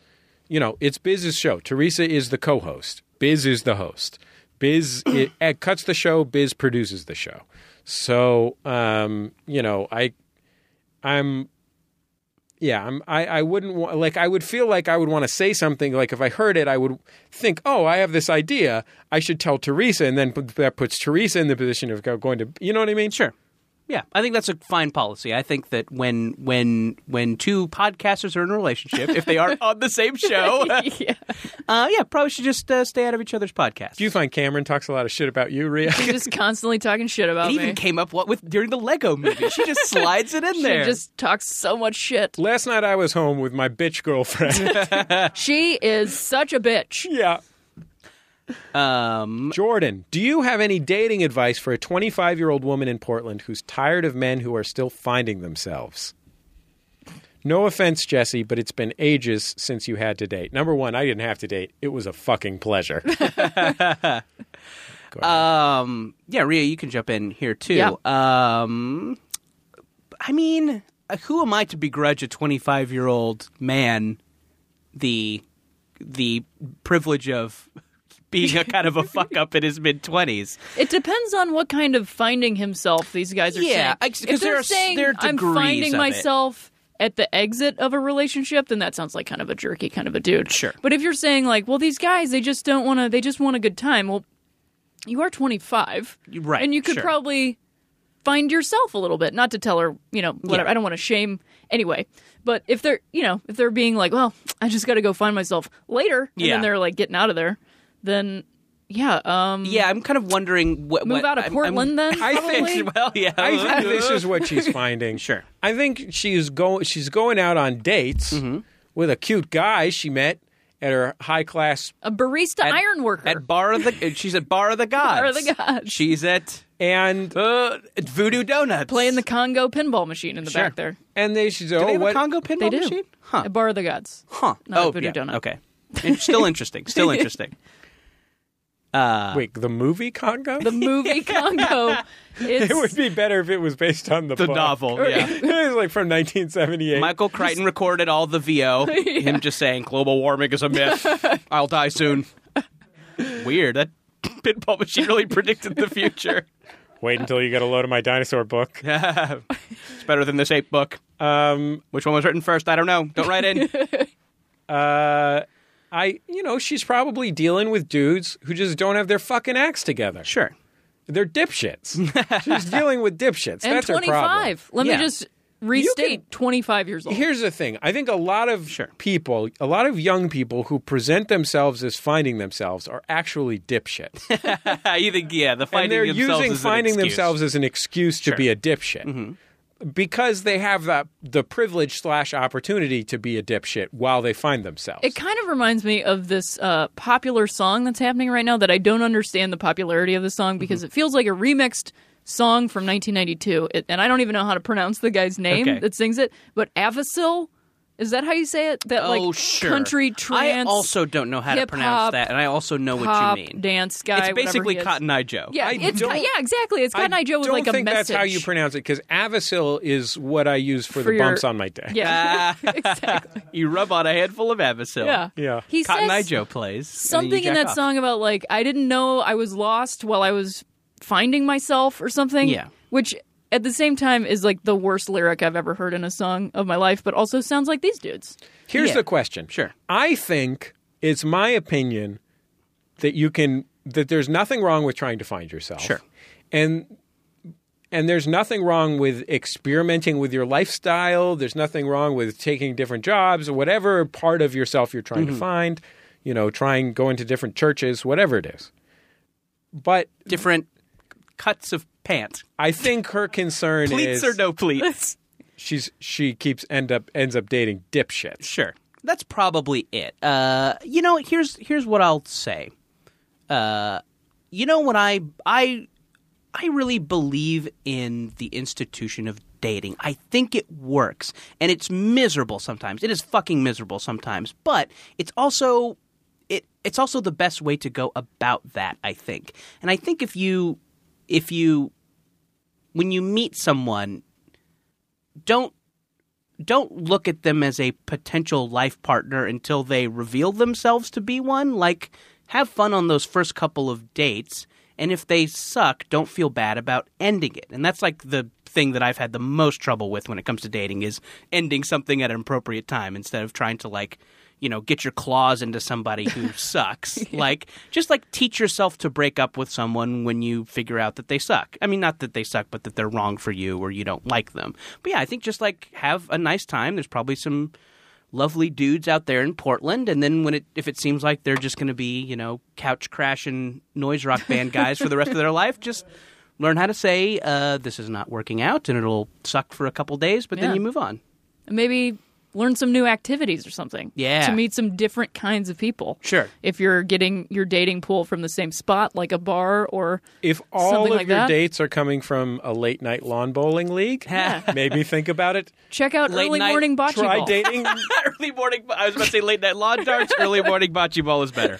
Speaker 2: you know, it's Biz's show. Teresa is the co host, Biz is the host. Biz it, it cuts the show, Biz produces the show. So, um, you know, I I'm yeah, I'm I, I wouldn't wa- like I would feel like I would want to say something like if I heard it I would think, "Oh, I have this idea. I should tell Teresa." And then put, that puts Teresa in the position of go- going to you know what I mean?
Speaker 3: Sure. Yeah, I think that's a fine policy. I think that when when when two podcasters are in a relationship, if they are on the same show,
Speaker 4: yeah.
Speaker 3: uh, yeah, probably should just uh, stay out of each other's podcasts.
Speaker 2: Do you find Cameron talks a lot of shit about you, Rhea?
Speaker 4: She's just constantly talking shit
Speaker 3: it
Speaker 4: about
Speaker 3: even
Speaker 4: me.
Speaker 3: came up what with during the Lego movie. She just slides it in there.
Speaker 4: She just talks so much shit.
Speaker 2: Last night I was home with my bitch girlfriend.
Speaker 4: She is such a bitch.
Speaker 2: yeah.
Speaker 3: um,
Speaker 2: Jordan, do you have any dating advice for a 25-year-old woman in Portland who's tired of men who are still finding themselves? No offense, Jesse, but it's been ages since you had to date. Number one, I didn't have to date. It was a fucking pleasure.
Speaker 3: Um, yeah, Ria, you can jump in here too.
Speaker 4: Yeah.
Speaker 3: Um, I mean, uh, who am I to begrudge a 25 year old man the the privilege of being a kind of a fuck up in his mid 20s?
Speaker 4: It depends on what kind of finding himself these guys are
Speaker 3: Yeah, I-
Speaker 4: saying.
Speaker 3: 'cause
Speaker 4: If
Speaker 3: there
Speaker 4: they're
Speaker 3: are-
Speaker 4: saying
Speaker 3: there are
Speaker 4: I'm
Speaker 3: degrees
Speaker 4: finding
Speaker 3: of it."
Speaker 4: myself at the exit of a relationship, then that sounds like kind of a jerky kind of a dude.
Speaker 3: Sure.
Speaker 4: But if you're saying like, well, these guys they just don't want to, they just want a good time. Well, you are 25,
Speaker 3: Right,
Speaker 4: And you could
Speaker 3: sure.
Speaker 4: probably find yourself a little bit. Not to tell her, you know, whatever.
Speaker 3: Yeah.
Speaker 4: I don't want to shame anyway. But if they're, you know, if they're being like, well, I just got to go find myself later, and
Speaker 3: Yeah.
Speaker 4: then they're like getting out of there, then yeah, um,
Speaker 3: Yeah, I'm kind of wondering what
Speaker 4: move
Speaker 3: what-
Speaker 4: out of
Speaker 3: I'm-
Speaker 4: Portland
Speaker 3: I'm,
Speaker 4: then.
Speaker 2: I
Speaker 4: probably?
Speaker 2: think-
Speaker 3: well, yeah,
Speaker 2: I think this is what she's finding.
Speaker 3: Sure.
Speaker 2: I think she's going she's going out on dates
Speaker 3: Mm-hmm.
Speaker 2: with a cute guy she met at her high class
Speaker 4: a barista
Speaker 3: At-
Speaker 4: iron worker.
Speaker 3: at bar of the. She's at bar of the gods.
Speaker 4: Bar of the Gods.
Speaker 3: She's at
Speaker 2: and
Speaker 3: uh, at Voodoo Donuts
Speaker 4: playing the Congo pinball machine in the
Speaker 3: Sure.
Speaker 4: back there.
Speaker 2: and they she's
Speaker 3: Do
Speaker 2: oh
Speaker 3: they have
Speaker 2: what
Speaker 3: a Congo
Speaker 4: They
Speaker 3: pinball
Speaker 4: do.
Speaker 3: machine? Huh.
Speaker 4: A bar of the gods.
Speaker 3: Huh.
Speaker 4: Not a
Speaker 3: oh,
Speaker 4: voodoo
Speaker 3: yeah.
Speaker 4: donut.
Speaker 3: Okay. And still interesting. Still interesting. Uh,
Speaker 2: wait the movie Congo
Speaker 4: The movie Congo. It's,
Speaker 2: it would be better if it was based on the
Speaker 3: the
Speaker 2: book.
Speaker 3: novel. Yeah.
Speaker 2: it was like from 1978.
Speaker 3: Michael Crichton recorded all the VO. Him just saying global warming is a myth. I'll die soon. Weird. That pinball machine really predicted the future.
Speaker 2: Wait until you get a load of my dinosaur book.
Speaker 3: it's better than this ape book.
Speaker 2: Um,
Speaker 3: Which one was written first? I don't know. Don't write in.
Speaker 2: uh, I, you know, she's probably dealing with dudes who just don't have their fucking acts together.
Speaker 3: sure.
Speaker 2: They're dipshits. she's dealing with dipshits.
Speaker 4: and
Speaker 2: That's her problem.
Speaker 4: 25. Let
Speaker 3: Yeah.
Speaker 4: me just restate 25 years old.
Speaker 2: Here's the thing. I think a lot of
Speaker 3: Sure.
Speaker 2: people, a lot of young people who present themselves as finding themselves are actually dipshits.
Speaker 3: you think, yeah, the finding
Speaker 2: and they're
Speaker 3: themselves
Speaker 2: using
Speaker 3: is an
Speaker 2: finding
Speaker 3: excuse. Mm-hmm.
Speaker 2: themselves as an excuse to be a dipshit because they have that the privilege slash opportunity to be a dipshit while they find themselves.
Speaker 4: It kind of reminds me of this uh, popular song that's happening right now that I don't understand the popularity of the song because
Speaker 3: Mm-hmm.
Speaker 4: it feels like a remixed song from 1992. It, and I don't even know how to pronounce the guy's name
Speaker 3: Okay.
Speaker 4: that sings it, but Avicil. Is that how you say it? That
Speaker 3: oh,
Speaker 4: like
Speaker 3: sure.
Speaker 4: country trance.
Speaker 3: I also don't know how to pronounce
Speaker 4: hip-hop,
Speaker 3: that, and I also know
Speaker 4: pop
Speaker 3: what you mean.
Speaker 4: dance guy.
Speaker 3: it's
Speaker 4: whatever
Speaker 3: basically
Speaker 4: he is.
Speaker 3: Cotton Eye Joe.
Speaker 4: Yeah,
Speaker 2: I
Speaker 4: it's
Speaker 2: don't-
Speaker 4: yeah, exactly. It's Cotton
Speaker 2: I
Speaker 4: Eye Joe with
Speaker 2: don't
Speaker 4: like a
Speaker 2: think
Speaker 4: message.
Speaker 2: that's how you pronounce it because Avacil is what I use for,
Speaker 4: For
Speaker 2: the
Speaker 4: your-
Speaker 2: bumps on my dick.
Speaker 4: Yeah, exactly.
Speaker 3: You rub on a handful of Avacil.
Speaker 4: Yeah,
Speaker 2: Yeah.
Speaker 4: He
Speaker 3: Cotton
Speaker 4: says
Speaker 3: Eye Joe plays and then you
Speaker 4: something
Speaker 3: jack
Speaker 4: in that
Speaker 3: off.
Speaker 4: song about like I didn't know I was lost while I was finding myself or something.
Speaker 3: Yeah.
Speaker 4: which at the same time is like the worst lyric I've ever heard in a song of my life, but also sounds like these dudes.
Speaker 2: Here's
Speaker 3: Yeah.
Speaker 2: the question.
Speaker 3: Sure.
Speaker 2: I think it's my opinion that you can that there's nothing wrong with trying to find yourself.
Speaker 3: Sure.
Speaker 2: And and there's nothing wrong with experimenting with your lifestyle. There's nothing wrong with taking different jobs or whatever part of yourself you're
Speaker 3: Mm-hmm.
Speaker 2: trying to find, you know, trying going to different churches, whatever it is. But
Speaker 3: Different cuts of pant,
Speaker 2: I think her concern is
Speaker 3: pleats or no pleats.
Speaker 2: she's she keeps end up ends up dating dipshits.
Speaker 3: Sure. That's probably it. Uh, you know, here's here's what I'll say. Uh, you know, when I I I really believe in the institution of dating. I think it works, and it's miserable sometimes. It is fucking miserable sometimes, but it's also it it's also the best way to go about that. I think, and I think if you if you when you meet someone, don't don't look at them as a potential life partner until they reveal themselves to be one. Like, have fun on those first couple of dates. And if they suck, don't feel bad about ending it. And that's like the thing that I've had the most trouble with when it comes to dating is ending something at an appropriate time instead of trying to like, you know, get your claws into somebody who sucks. Like, just like teach yourself to break up with someone when you figure out that they suck. I mean, not that they suck, but that they're wrong for you or you don't like them. But yeah, I think just like have a nice time. There's probably some lovely dudes out there in Portland, and then when it if it seems like they're just going to be you know couch crashing noise rock band guys for the rest of their life, just learn how to say uh, this is not working out, and it'll suck for a couple days, but
Speaker 4: Yeah.
Speaker 3: then you move on.
Speaker 4: And maybe learn some new activities or something.
Speaker 3: Yeah.
Speaker 4: To meet some different kinds of people.
Speaker 3: Sure.
Speaker 4: If you're getting your dating pool from the same spot, like a bar or
Speaker 2: If all
Speaker 4: Something
Speaker 2: of
Speaker 4: like
Speaker 2: your
Speaker 4: that?
Speaker 2: dates are coming from a late night lawn bowling league, maybe think about it.
Speaker 4: check out
Speaker 3: Late
Speaker 4: early
Speaker 3: night
Speaker 4: morning bocce
Speaker 2: Try
Speaker 4: ball.
Speaker 2: dating.
Speaker 3: early morning, I was about to say late night lawn darts. early morning bocce ball is better.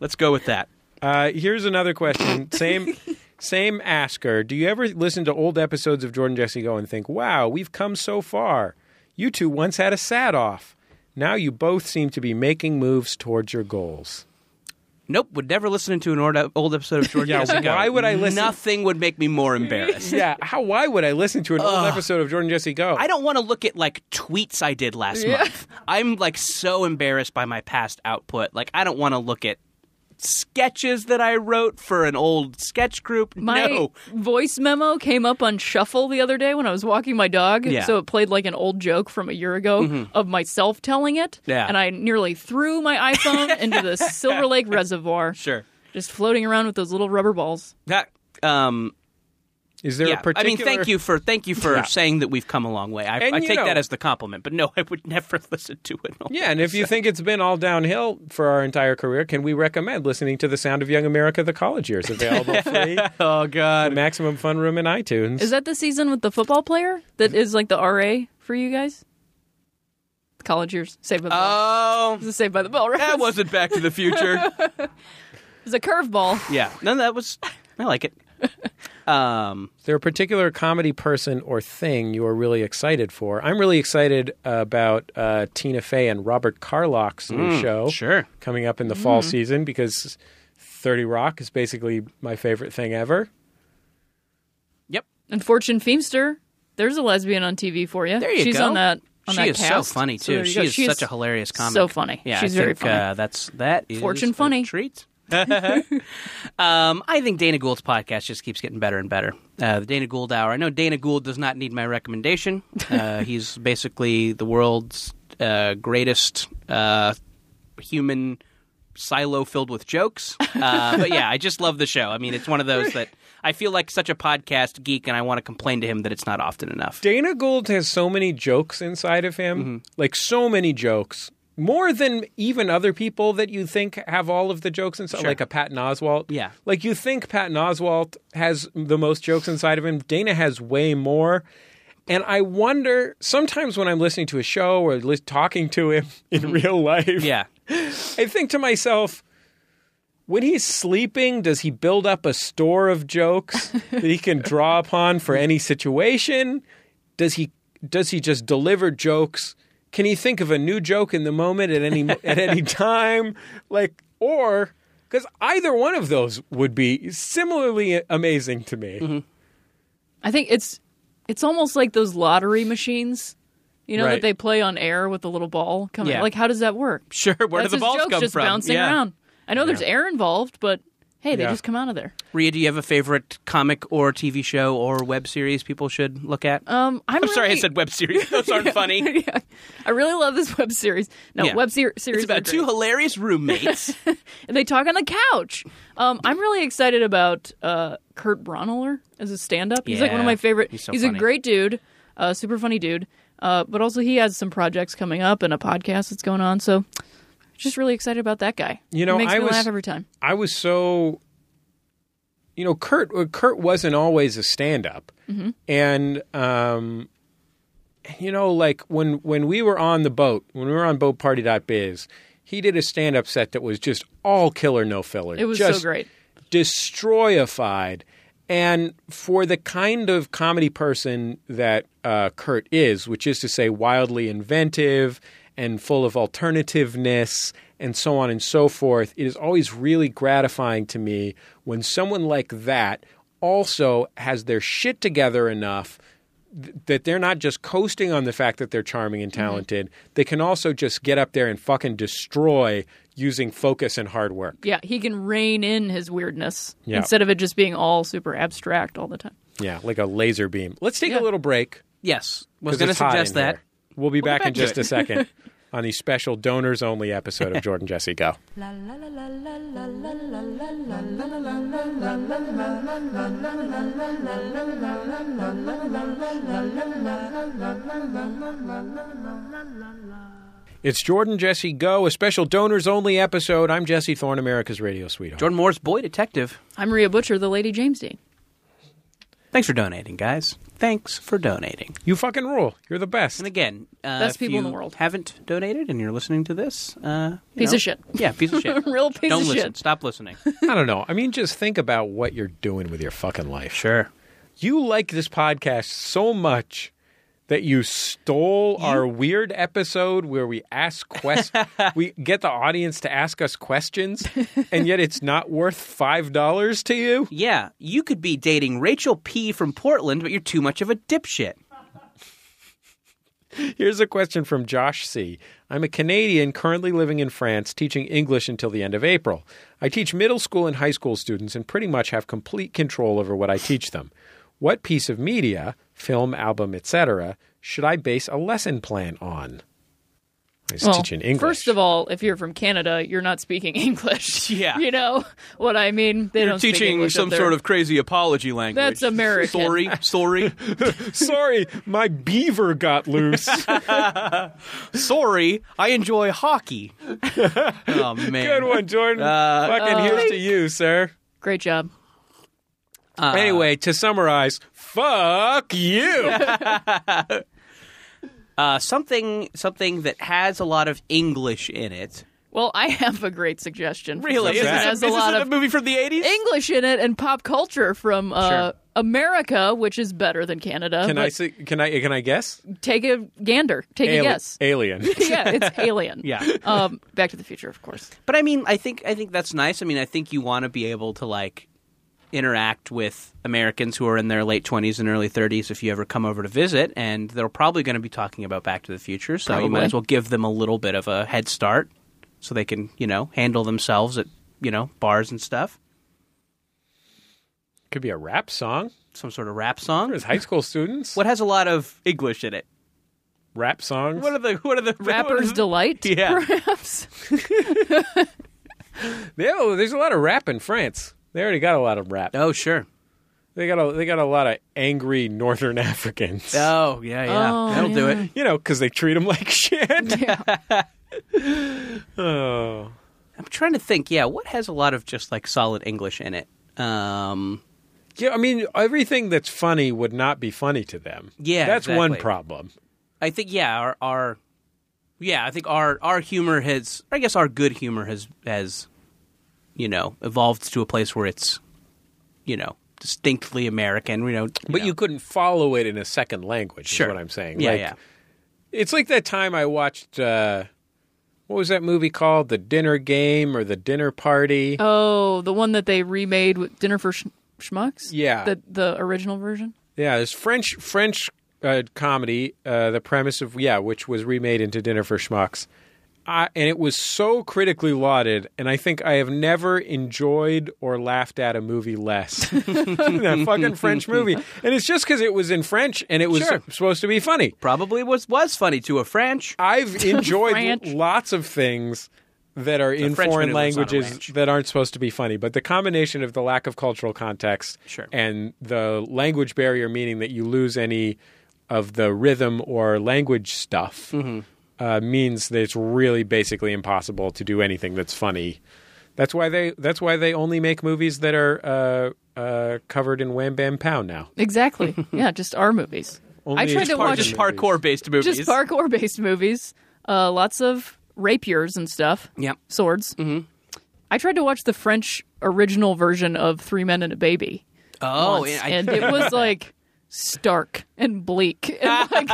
Speaker 3: Let's go with that.
Speaker 2: Uh, here's another question. Same, same asker. Do you ever listen to old episodes of Jordan Jesse Go and think, "Wow, we've come so far. You two once had a sad off. Now you both seem to be making moves towards your goals."
Speaker 3: Nope, would never listen to an old old episode of Georgia.
Speaker 2: Yeah,
Speaker 3: Years Ago.
Speaker 2: why would I listen?
Speaker 3: Nothing would make me more embarrassed.
Speaker 2: Yeah. How? Why would I listen to an old episode of Jordan Jesse Go?
Speaker 3: I don't want to look at like tweets I did last month. I'm like so embarrassed by my past output. Like I don't want to look at sketches that I wrote for an old sketch group.
Speaker 4: My
Speaker 3: no.
Speaker 4: voice memo came up on shuffle the other day when I was walking my dog.
Speaker 3: Yeah. Mm-hmm.
Speaker 4: So it played like an old joke from a year ago of myself telling it.
Speaker 3: Yeah.
Speaker 4: And I nearly threw my iPhone into the Silver Lake Reservoir,
Speaker 3: Sure.
Speaker 4: just floating around with those little rubber balls.
Speaker 3: That um
Speaker 2: Is there
Speaker 3: yeah.
Speaker 2: a particular?
Speaker 3: I mean thank you for thank you for
Speaker 2: Yeah.
Speaker 3: saying that we've come a long way. I,
Speaker 2: And
Speaker 3: I
Speaker 2: you
Speaker 3: take that
Speaker 2: know-
Speaker 3: as the compliment, but no, I would never listen to it.
Speaker 2: Yeah, and if you think it's been all downhill for our entire career, can we recommend listening to The Sound of Young America: The College Years, available free at
Speaker 3: Oh god.
Speaker 2: Maximum Fun Room and iTunes?
Speaker 4: Is that the season with the football player that is like the RA for you guys? College years, Saved by the Bell.
Speaker 3: Oh.
Speaker 4: This is Saved by the Bell, right?
Speaker 3: That wasn't Back to the Future.
Speaker 4: It's a curveball.
Speaker 3: yeah. No, that was I like it. Um
Speaker 2: Is there a particular comedy person or thing you are really excited for? I'm really excited about uh, Tina Fey and Robert Carlock's new show
Speaker 3: sure.
Speaker 2: coming up in the fall season because 30 Rock is basically my favorite thing ever.
Speaker 3: Yep.
Speaker 4: And Fortune Feemster, there's a lesbian on TV for you.
Speaker 3: There you
Speaker 4: She's
Speaker 3: go.
Speaker 4: on that. On
Speaker 3: she
Speaker 4: that
Speaker 3: is so
Speaker 4: cast.
Speaker 3: funny
Speaker 4: So
Speaker 3: too.
Speaker 4: there you
Speaker 3: she
Speaker 4: go.
Speaker 3: is
Speaker 4: She
Speaker 3: such a hilarious comic.
Speaker 4: So funny.
Speaker 3: Yeah,
Speaker 4: she's
Speaker 3: I
Speaker 4: very
Speaker 3: think,
Speaker 4: funny.
Speaker 3: Uh, that's that is
Speaker 4: Fortune
Speaker 3: a
Speaker 4: funny.
Speaker 3: treat. um, I think Dana Gould's podcast just keeps getting better and better. Uh, the Dana Gould Hour. I know Dana Gould does not need my recommendation. Uh, he's basically the world's uh, greatest uh, human silo filled with jokes. Uh, but yeah, I just love the show. I mean, it's one of those that I feel like such a podcast geek, and I want to complain to him that it's not often enough.
Speaker 2: Dana Gould has so many jokes inside of him,
Speaker 3: Mm-hmm.
Speaker 2: like so many jokes, more than even other people that you think have all of the jokes inside, like a Patton Oswalt.
Speaker 3: Yeah.
Speaker 2: like you think Patton Oswalt has the most jokes inside of him. Dana has way more. And I wonder sometimes when I'm listening to a show or lis- talking to him in real life,
Speaker 3: Mm-hmm. Yeah.
Speaker 2: I think to myself, when he's sleeping, does he build up a store of jokes that he can draw upon for any situation? Does he does he just deliver jokes? Can he think of a new joke in the moment at any at any time? Like or because either one of those would be similarly amazing to me.
Speaker 4: I think it's it's almost like those lottery machines, you know,
Speaker 2: Right.
Speaker 4: that they play on air with the little ball coming.
Speaker 3: Yeah.
Speaker 4: Like, how does that work?
Speaker 3: Sure. Where
Speaker 4: That's
Speaker 3: do the
Speaker 4: his
Speaker 3: balls
Speaker 4: jokes
Speaker 3: come
Speaker 4: just
Speaker 3: from?
Speaker 4: bouncing
Speaker 3: Yeah.
Speaker 4: around. I know there's air involved, but hey, they
Speaker 2: Yeah.
Speaker 4: just come out of there.
Speaker 3: Rhea, do you have a favorite comic or TV show or web series people should look at?
Speaker 4: Um, I'm,
Speaker 3: I'm sorry, I
Speaker 4: really-
Speaker 3: said web series. Those aren't funny.
Speaker 4: yeah. I really love this web series. No,
Speaker 3: Yeah.
Speaker 4: web ser- series
Speaker 3: It's
Speaker 4: are
Speaker 3: about
Speaker 4: great.
Speaker 3: two hilarious roommates.
Speaker 4: And they talk on the couch. Um, I'm really excited about uh, Kurt Braunohler as a stand-up. He's like one of
Speaker 3: Yeah.
Speaker 4: my favorite.
Speaker 3: He's so
Speaker 4: a
Speaker 3: funny.
Speaker 4: great dude. Uh, super funny dude. Uh, but also, he has some projects coming up and a podcast that's going on. So, just really excited about that guy.
Speaker 2: You know,
Speaker 4: he makes
Speaker 2: I
Speaker 4: me
Speaker 2: was-
Speaker 4: laugh every time.
Speaker 2: I was so, you know, Kurt. uh, Kurt wasn't always a stand-up,
Speaker 4: Mm-hmm.
Speaker 2: and um, you know, like when when we were on the boat, when we were on BoatParty.biz, he did a stand-up set that was just all killer, no filler.
Speaker 4: It was
Speaker 2: Just
Speaker 4: so great.
Speaker 2: destroyified. And for the kind of comedy person that uh, Kurt is, which is to say, wildly inventive and full of alternativeness and so on and so forth, it is always really gratifying to me when someone like that also has their shit together enough th- that they're not just coasting on the fact that they're charming and talented. They can also just get up there and fucking destroy using focus and hard work.
Speaker 4: Yeah, he can rein in his weirdness
Speaker 2: Yeah.
Speaker 4: instead of it just being all super abstract all the time.
Speaker 2: Yeah, like a laser beam. Let's take
Speaker 4: Yeah.
Speaker 2: a little break.
Speaker 3: Yes, was
Speaker 2: 'cause
Speaker 3: going to
Speaker 2: it's hot
Speaker 3: suggest
Speaker 2: in
Speaker 3: that.
Speaker 2: here. We'll be back
Speaker 3: back
Speaker 2: in
Speaker 3: to
Speaker 2: just
Speaker 3: it.
Speaker 2: a second on the special donors only episode of Jordan Jesse Go.
Speaker 1: La la la la la la la la la la.
Speaker 2: It's Jordan Jesse Go, a special donors only episode. I'm Jesse Thorne, America's radio sweetheart.
Speaker 3: Jordan Moore's boy detective.
Speaker 4: I'm Rhea Butcher, the Lady James Dean.
Speaker 3: Thanks for donating, guys. Thanks for donating.
Speaker 2: you fucking rule. You're the best.
Speaker 3: And again, uh,
Speaker 4: Best
Speaker 3: if
Speaker 4: people in
Speaker 3: you
Speaker 4: the world.
Speaker 3: haven't donated and you're listening to this, uh, you
Speaker 4: Piece of
Speaker 3: know,
Speaker 4: shit.
Speaker 3: Yeah, piece of shit.
Speaker 4: Real piece
Speaker 3: Don't
Speaker 4: of
Speaker 3: listen.
Speaker 4: shit.
Speaker 3: Stop listening.
Speaker 2: I don't know. I mean, just think about what you're doing with your fucking life.
Speaker 3: sure.
Speaker 2: You like this podcast so much that you stole our weird episode where we ask quest we get the audience to ask us questions and yet it's not worth five dollars to you
Speaker 3: Yeah, you could be dating Rachel P from Portland, but you're too much of a dipshit.
Speaker 2: Here's a question from Josh C. I'm a Canadian currently living in France, teaching English until the end of April. I teach middle school and high school students and pretty much have complete control over what I teach them. What piece of media, film, album, etc., should I base a lesson plan on? I was teaching English.
Speaker 4: First of all, if you're from Canada, you're not speaking English.
Speaker 3: Yeah.
Speaker 4: You know what I mean? They don't speak English up there.
Speaker 3: crazy apology language.
Speaker 4: That's American. Sorry,
Speaker 3: sorry,
Speaker 2: sorry, my beaver got loose.
Speaker 3: sorry. I enjoy hockey. oh man,
Speaker 2: Good one, Jordan. Fucking
Speaker 4: uh,
Speaker 2: here's to you, sir.
Speaker 4: Great job.
Speaker 2: anyway, to summarize, fuck you.
Speaker 3: Uh, something something that has a lot of English in it.
Speaker 4: Well, I have a great suggestion. for
Speaker 3: Really,
Speaker 4: something
Speaker 3: is
Speaker 2: that?
Speaker 4: that
Speaker 3: this,
Speaker 4: has
Speaker 3: a,
Speaker 4: a
Speaker 3: is
Speaker 4: lot
Speaker 3: this
Speaker 4: of
Speaker 3: a movie from the eighties?
Speaker 4: English in it and pop culture from uh,
Speaker 3: Sure.
Speaker 4: America, which is better than Canada.
Speaker 2: Can I
Speaker 4: but
Speaker 2: see, can I can I guess?
Speaker 4: take a gander? Take
Speaker 2: Ali-
Speaker 4: a guess.
Speaker 2: Alien.
Speaker 4: yeah, it's Alien.
Speaker 3: Yeah.
Speaker 4: Um, Back to the Future, of course.
Speaker 3: But I mean, I think I think that's nice. I mean, I think you want to be able to like interact with Americans who are in their late twenties and early thirties if you ever come over to visit, and they're probably going to be talking about Back to the Future. So you might
Speaker 4: Probably.
Speaker 3: as well give them a little bit of a head start, so they can you know handle themselves at you know bars and stuff.
Speaker 2: Could be a rap song.
Speaker 3: Some sort of rap song.
Speaker 2: There's high school students.
Speaker 3: What has a lot of English in it?
Speaker 2: rap songs?
Speaker 3: What are the what are the what are
Speaker 4: Rapper's
Speaker 3: the-
Speaker 4: delight,
Speaker 3: Yeah.
Speaker 4: perhaps.
Speaker 2: They- oh, there's a lot of rap in France. They already got a lot of rap.
Speaker 3: Oh sure.
Speaker 2: They got a, they got a lot of angry Northern Africans.
Speaker 3: Oh yeah yeah.
Speaker 4: Oh,
Speaker 3: That'll do
Speaker 4: yeah.
Speaker 3: it.
Speaker 2: You know, because they treat them like shit.
Speaker 4: Yeah.
Speaker 2: Oh,
Speaker 3: I'm trying to think. Yeah, what has a lot of just like solid English in it? Um.
Speaker 2: yeah. I mean, everything that's funny would not be funny to them.
Speaker 3: Yeah,
Speaker 2: that's one
Speaker 3: exactly.
Speaker 2: problem.
Speaker 3: I think yeah, our, our yeah, I think our our humor has I guess our good humor has has you know, evolved to a place where it's you know, distinctly American, you know.
Speaker 2: But you
Speaker 3: know.
Speaker 2: couldn't follow it in a second language.
Speaker 3: Sure.
Speaker 2: Is what I'm saying.
Speaker 3: Yeah,
Speaker 2: Like,
Speaker 3: yeah.
Speaker 2: It's like that time I watched. Uh, what was that movie called? The Dinner Game or the Dinner Party?
Speaker 4: Oh, the one that they remade with Dinner for Sch- Schmucks.
Speaker 2: Yeah.
Speaker 4: the the original version.
Speaker 2: Yeah, there's French French uh, comedy. Uh, the premise of yeah, which was remade into Dinner for Schmucks, I, and it was so critically lauded. And I think I have never enjoyed or laughed at a movie less than that fucking French movie. And it's just because it was in French and it was
Speaker 3: Sure.
Speaker 2: supposed to be funny.
Speaker 3: Probably was was funny to a French.
Speaker 2: I've enjoyed
Speaker 4: French.
Speaker 2: lots of things that are in
Speaker 3: Frenchman
Speaker 2: foreign
Speaker 3: who lives on a
Speaker 2: languages
Speaker 3: ranch.
Speaker 2: that aren't supposed to be funny, but the combination of the lack of cultural context
Speaker 3: Sure.
Speaker 2: and the language barrier, meaning that you lose any of the rhythm or language stuff
Speaker 3: Mm-hmm.
Speaker 2: uh, means that it's really basically impossible to do anything that's funny. That's why they. That's why they only make movies that are uh, uh, covered in wham bam pow now.
Speaker 4: Exactly. yeah, just our movies.
Speaker 2: Only
Speaker 4: I tried
Speaker 2: as
Speaker 4: to
Speaker 2: part
Speaker 4: watch
Speaker 2: of
Speaker 3: just
Speaker 2: movies.
Speaker 3: parkour based movies.
Speaker 4: just parkour based movies. Uh, lots of rapiers and stuff.
Speaker 3: Yep.
Speaker 4: Swords. Mm-hmm. I tried to watch the French original version of Three Men and a Baby.
Speaker 3: Oh,
Speaker 4: once,
Speaker 3: yeah, I-
Speaker 4: and it was like stark and bleak and like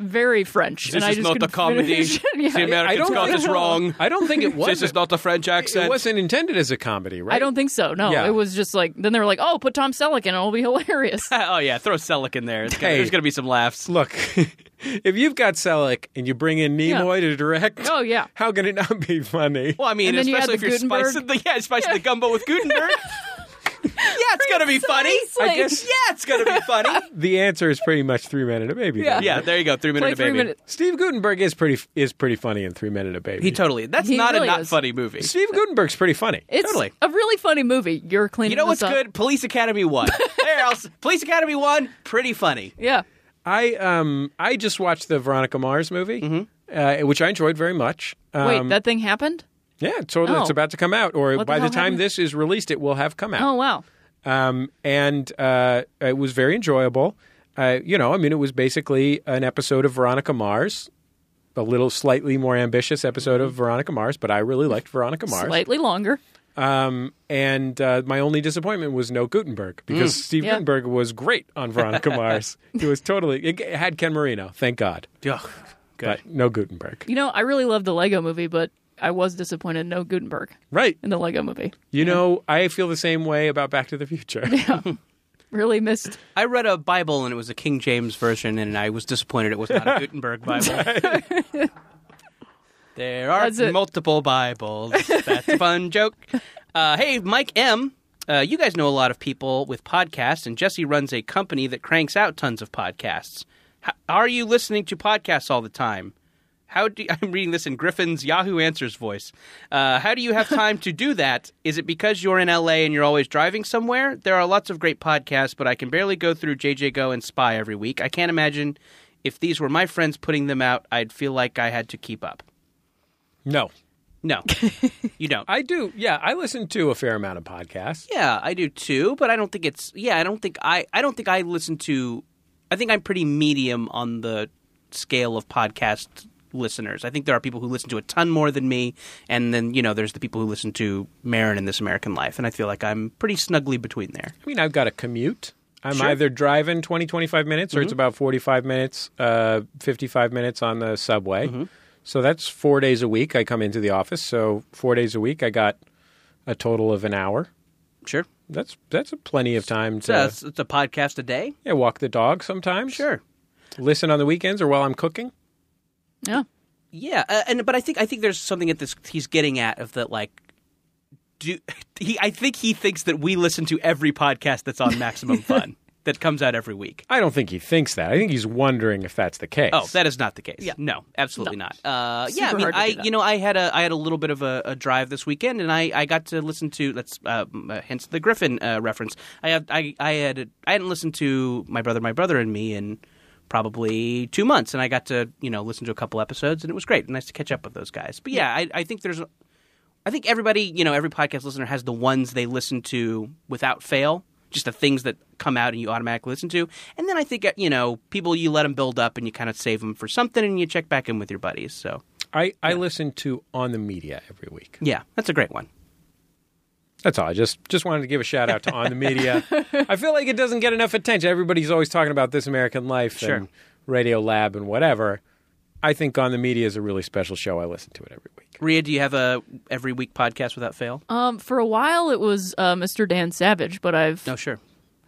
Speaker 4: very French. and
Speaker 3: This
Speaker 4: I
Speaker 3: is
Speaker 4: just
Speaker 3: not a
Speaker 4: couldn't
Speaker 3: comedy.
Speaker 4: finish it. Yeah.
Speaker 3: The
Speaker 2: I
Speaker 3: Americans
Speaker 2: don't
Speaker 3: got
Speaker 2: think-
Speaker 3: this wrong.
Speaker 2: I don't think it was.
Speaker 3: This is not a French accent.
Speaker 2: It wasn't intended as a comedy, right?
Speaker 4: I don't think so. No,
Speaker 2: Yeah.
Speaker 4: it was just like then they were like, "Oh, put Tom Selleck in, and it'll be hilarious."
Speaker 3: oh yeah, throw Selleck in there. It's gonna,
Speaker 2: Hey.
Speaker 3: There's gonna be some laughs.
Speaker 2: Look, if you've got Selleck and you bring in Nimoy to direct,
Speaker 4: Oh, yeah.
Speaker 2: how can it not be funny?
Speaker 3: Well, I mean,
Speaker 4: And then you
Speaker 3: especially
Speaker 4: had
Speaker 3: if
Speaker 4: the
Speaker 3: you're
Speaker 4: Gutenberg.
Speaker 3: spicing the yeah, spicing the gumbo with Gutenberg. yeah, it's gonna be funny.
Speaker 2: I guess
Speaker 3: Yeah, it's gonna be funny.
Speaker 2: the answer is pretty much Three Men and a Baby.
Speaker 4: Yeah.
Speaker 2: then.
Speaker 3: yeah, there you go. Three minute
Speaker 4: Play
Speaker 3: a
Speaker 4: three
Speaker 3: baby.
Speaker 4: minutes.
Speaker 2: Steve Gutenberg is pretty is pretty funny in Three Men and a Baby.
Speaker 3: He totally. That's
Speaker 4: He
Speaker 3: not
Speaker 4: really
Speaker 3: a not
Speaker 4: is.
Speaker 3: funny movie.
Speaker 2: Steve Gutenberg's pretty funny.
Speaker 4: It's
Speaker 3: Totally.
Speaker 4: a really funny movie. You're cleaning.
Speaker 3: You know
Speaker 4: this
Speaker 3: what's
Speaker 4: up.
Speaker 3: good? Police Academy One. there else. Police Academy One. Pretty funny.
Speaker 4: Yeah.
Speaker 2: I um I just watched the Veronica Mars movie, uh, which I enjoyed very much. Um,
Speaker 4: Wait, that thing happened.
Speaker 2: yeah, totally. It's
Speaker 4: Oh.
Speaker 2: about to come out, or
Speaker 4: What the
Speaker 2: by the
Speaker 4: hell
Speaker 2: time
Speaker 4: happened?
Speaker 2: this is released, it will have come out.
Speaker 4: Oh wow.
Speaker 2: um, and uh, it was very enjoyable. Uh, you know, I mean, it was basically an episode of Veronica Mars, a little slightly more ambitious episode of Veronica Mars, but I really liked Veronica Mars.
Speaker 4: Slightly longer.
Speaker 2: Um, and uh, my only disappointment was no Gutenberg because Steve
Speaker 4: Yeah.
Speaker 2: Gutenberg was great on Veronica Mars. He was totally it had Ken Marino, thank God,
Speaker 3: Ugh, good.
Speaker 2: but no Gutenberg.
Speaker 4: You know, I really love the Lego movie, but I was disappointed. No Gutenberg
Speaker 2: Right?
Speaker 4: in the Lego movie.
Speaker 2: You know, I feel the same way about Back to the Future.
Speaker 4: Really missed.
Speaker 3: I read a Bible and it was a King James version, and I was disappointed it was not a Gutenberg Bible. there are
Speaker 4: That's it.
Speaker 3: multiple Bibles. That's a fun joke. Uh, hey, Mike M. Uh, you guys know a lot of people with podcasts, and Jesse runs a company that cranks out tons of podcasts. H- are you listening to podcasts all the time? How do I'm reading this in Griffin's Yahoo Answers voice. Uh, how do you have time to do that? Is it because you're in LA and you're always driving somewhere? There are lots of great podcasts, but I can barely go through JJ Go and Spy every week. I can't imagine if these were my friends putting them out, I'd feel like I had to keep up.
Speaker 2: no,
Speaker 3: No, you don't.
Speaker 2: I do. Yeah, I listen to a fair amount of podcasts.
Speaker 3: yeah, I do too, but I don't think it's. Yeah, I don't think I. I don't think I listen to. I think I'm pretty medium on the scale of podcast listeners. I think there are people who listen to a ton more than me, and then you know there's the people who listen to Marin and This American Life, and I feel like I'm pretty snugly between there.
Speaker 2: I mean, I've got a commute. I'm either driving 20, 25 minutes or
Speaker 3: Mm-hmm.
Speaker 2: it's about 45 minutes, uh, 55 minutes on the subway.
Speaker 3: Mm-hmm.
Speaker 2: So that's four days a week I come into the office. So four days a week, I got a total of an hour.
Speaker 3: Sure,
Speaker 2: That's that's a plenty of time
Speaker 3: so
Speaker 2: to
Speaker 3: it's, it's a podcast a day.
Speaker 2: yeah, walk the dog sometimes.
Speaker 3: Sure.
Speaker 2: Listen on the weekends or while I'm cooking.
Speaker 4: Yeah.
Speaker 3: Yeah, uh, and but I think I think there's something that this he's getting at of that like do he I think he thinks that we listen to every podcast that's on Maximum Fun that comes out every week.
Speaker 2: I don't think he thinks that. I think he's wondering if that's the case.
Speaker 3: Oh, that is not the case.
Speaker 4: Yeah.
Speaker 3: No, absolutely
Speaker 4: No.
Speaker 3: not. Uh, yeah, I
Speaker 4: Super
Speaker 3: mean,
Speaker 4: hard to
Speaker 3: I
Speaker 4: do that.
Speaker 3: you know I had a I had a little bit of a, a drive this weekend, and I, I got to listen to that's uh, m- uh, hence the Griffin uh, reference. I have I I had I hadn't listened to my brother, my brother and me in probably two months, and I got to you know listen to a couple episodes, and it was great. Nice to catch up with those guys. But yeah, I, I think there's. I think everybody, you know, every podcast listener has the ones they listen to without fail, just the things that come out and you automatically listen to. And then I think, uh, you know, people you let them build up and you kind of save them for something and you check back in with your buddies. So,
Speaker 2: I, I listen to on the media every week.
Speaker 3: yeah, that's a great one.
Speaker 2: That's all. I just just wanted to give a shout out to On the Media. I feel like it doesn't get enough attention. Everybody's always talking about This American Life
Speaker 3: Sure.
Speaker 2: and Radio Lab and whatever. I think On the Media is a really special show. I listen to it every week.
Speaker 3: Ria, do you have a every week podcast without fail?
Speaker 4: Um, for a while it was uh, Mr. Dan Savage, but I've
Speaker 3: No, sure.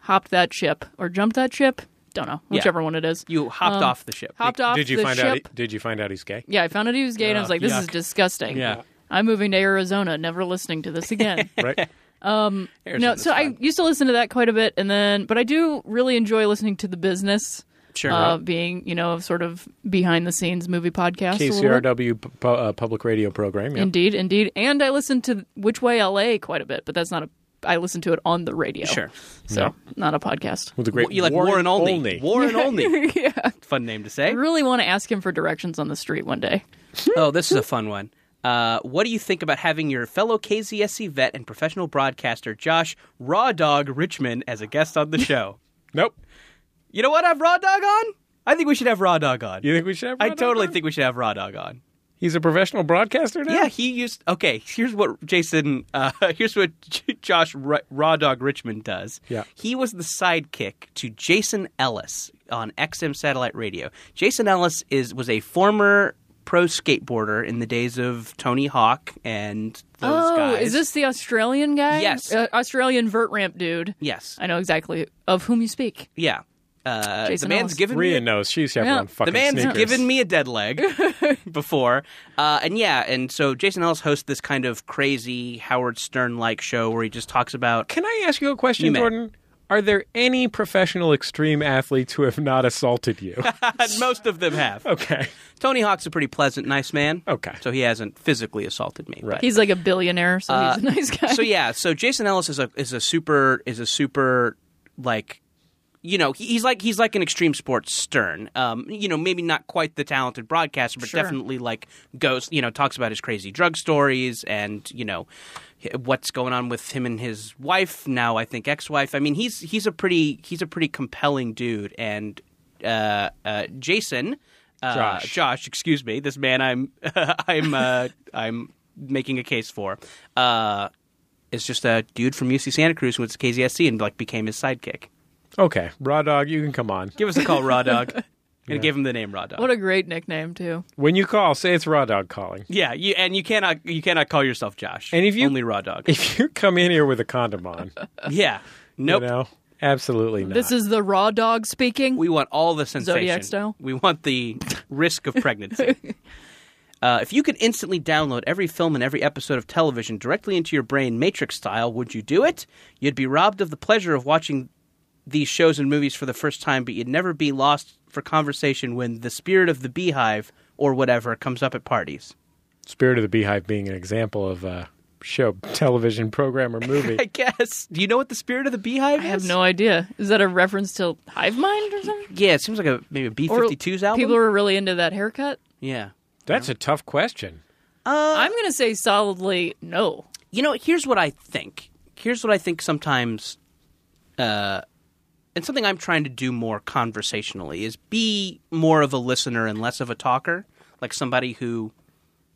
Speaker 4: hopped that ship or jumped that ship. Don't know,
Speaker 3: Yeah.
Speaker 4: whichever one it is.
Speaker 3: You hopped off the ship.
Speaker 4: uh, hopped off
Speaker 2: did you
Speaker 4: the
Speaker 2: find
Speaker 4: ship.
Speaker 2: out? he- did you find out he's gay?
Speaker 4: yeah, I found out he was gay, and I was
Speaker 2: Ugh,
Speaker 4: like, "This is
Speaker 2: yuck.
Speaker 4: disgusting."
Speaker 2: Yeah.
Speaker 4: I'm moving to Arizona. Never listening to this again.
Speaker 2: Right.
Speaker 4: no,
Speaker 3: Arizona's
Speaker 4: so I
Speaker 3: fun.
Speaker 4: used to listen to that quite a bit, and then, but I do really enjoy listening to the business.
Speaker 3: Sure.
Speaker 4: uh, being you know sort of behind the scenes movie podcast. a little bit.
Speaker 2: KCRW pu- pu- uh, public radio program. yeah.
Speaker 4: Indeed, indeed. And I listen to Which Way LA quite a bit, but that's not a I listen to it on the radio.
Speaker 3: Sure.
Speaker 4: So not a podcast.
Speaker 2: With the great
Speaker 3: you like Warren, Olney. Warren Olney.
Speaker 4: yeah.
Speaker 3: fun name to
Speaker 4: I
Speaker 3: say.
Speaker 4: really want to ask him for directions on the street one day.
Speaker 3: Oh, this is a fun one. Uh, what do you think about having your fellow KZSC vet and professional broadcaster Josh Raw Dog Richmond as a guest on the show?
Speaker 2: Nope.
Speaker 3: you know what? I've Raw Dog on. I think we should have Raw Dog on.
Speaker 2: You think we should have?
Speaker 3: I
Speaker 2: Rod
Speaker 3: totally
Speaker 2: on?
Speaker 3: think we should have Raw Dog on.
Speaker 2: he's a professional broadcaster now.
Speaker 3: Yeah, he used. Okay, here's what Jason. Uh, here's what J- Josh R- Raw Dog Richmond does.
Speaker 2: Yeah.
Speaker 3: he was the sidekick to Jason Ellis on XM Satellite Radio. Jason Ellis is was a former pro skateboarder in the days of Tony Hawk and those
Speaker 4: oh,
Speaker 3: guys.
Speaker 4: is this the Australian guy?
Speaker 3: Yes.
Speaker 4: Uh, Australian vert ramp dude.
Speaker 3: Yes.
Speaker 4: I know exactly of whom you speak.
Speaker 3: Yeah. Uh, the
Speaker 4: Jason
Speaker 3: man's
Speaker 4: Ellis.
Speaker 3: given me
Speaker 2: Rhea
Speaker 3: a
Speaker 2: knows she's having
Speaker 4: Yeah.
Speaker 2: on fucking
Speaker 3: the man's
Speaker 2: sneakers.
Speaker 3: given me a dead leg before uh, and yeah and so jason ellis hosts this kind of crazy howard stern like show where he just talks about
Speaker 2: Can I ask you a
Speaker 3: You
Speaker 2: question,
Speaker 3: may.
Speaker 2: Jordan? Are there any professional extreme athletes who have not assaulted you?
Speaker 3: most of them have
Speaker 2: okay.
Speaker 3: tony hawk's a pretty pleasant nice man
Speaker 2: Okay.
Speaker 3: so he hasn't physically assaulted me right
Speaker 4: He's like a billionaire, so he's a nice guy.
Speaker 3: Uh, so yeah so jason ellis is a is a super is a super like you know he- he's like he's like an extreme sports stern um you know maybe not quite the talented broadcaster but
Speaker 4: Sure.
Speaker 3: definitely like goes you know talks about his crazy drug stories and you know h- what's going on with him and his wife now i think ex-wife i mean he's he's a pretty he's a pretty compelling dude and uh uh jason uh,
Speaker 2: Josh.
Speaker 3: Josh, excuse me, this man I'm I'm uh, I'm making a case for uh, is just a dude from UC Santa Cruz who went to KZSC and like became his sidekick.
Speaker 2: Okay. Raw Dog, you can come on.
Speaker 3: Give us a call, Raw Dog, and give him the name Raw Dog.
Speaker 4: What a great nickname too.
Speaker 2: When you call, say it's Raw Dog calling.
Speaker 3: yeah, you and you cannot you cannot call yourself Josh.
Speaker 2: And if you-
Speaker 3: only Raw Dog,
Speaker 2: If you come in here with a condom on,
Speaker 3: yeah, nope.
Speaker 2: you know, absolutely not.
Speaker 4: This is the raw dog speaking.
Speaker 3: We want all the sensation.
Speaker 4: Zodiac style?
Speaker 3: We want the risk of pregnancy. Uh, if you could instantly download every film and every episode of television directly into your brain, Matrix style, would you do it? You'd be robbed of the pleasure of watching these shows and movies for the first time, but you'd never be lost for conversation when the spirit of the beehive or whatever comes up at parties.
Speaker 2: Spirit of the Beehive being an example of a show, television program, or movie.
Speaker 3: I guess. Do you know what the spirit of the beehive
Speaker 4: I
Speaker 3: is?
Speaker 4: have no idea. Is that a reference to Hive Mind or something?
Speaker 3: Yeah, it seems like a maybe a B
Speaker 4: Or
Speaker 3: 52s album.
Speaker 4: People were really into that haircut.
Speaker 3: yeah.
Speaker 2: That's a tough question.
Speaker 3: Uh,
Speaker 4: I'm going to say solidly no.
Speaker 3: you know, here's what I think. Here's what I think sometimes, uh, and something I'm trying to do more conversationally is be more of a listener and less of a talker. Like somebody who,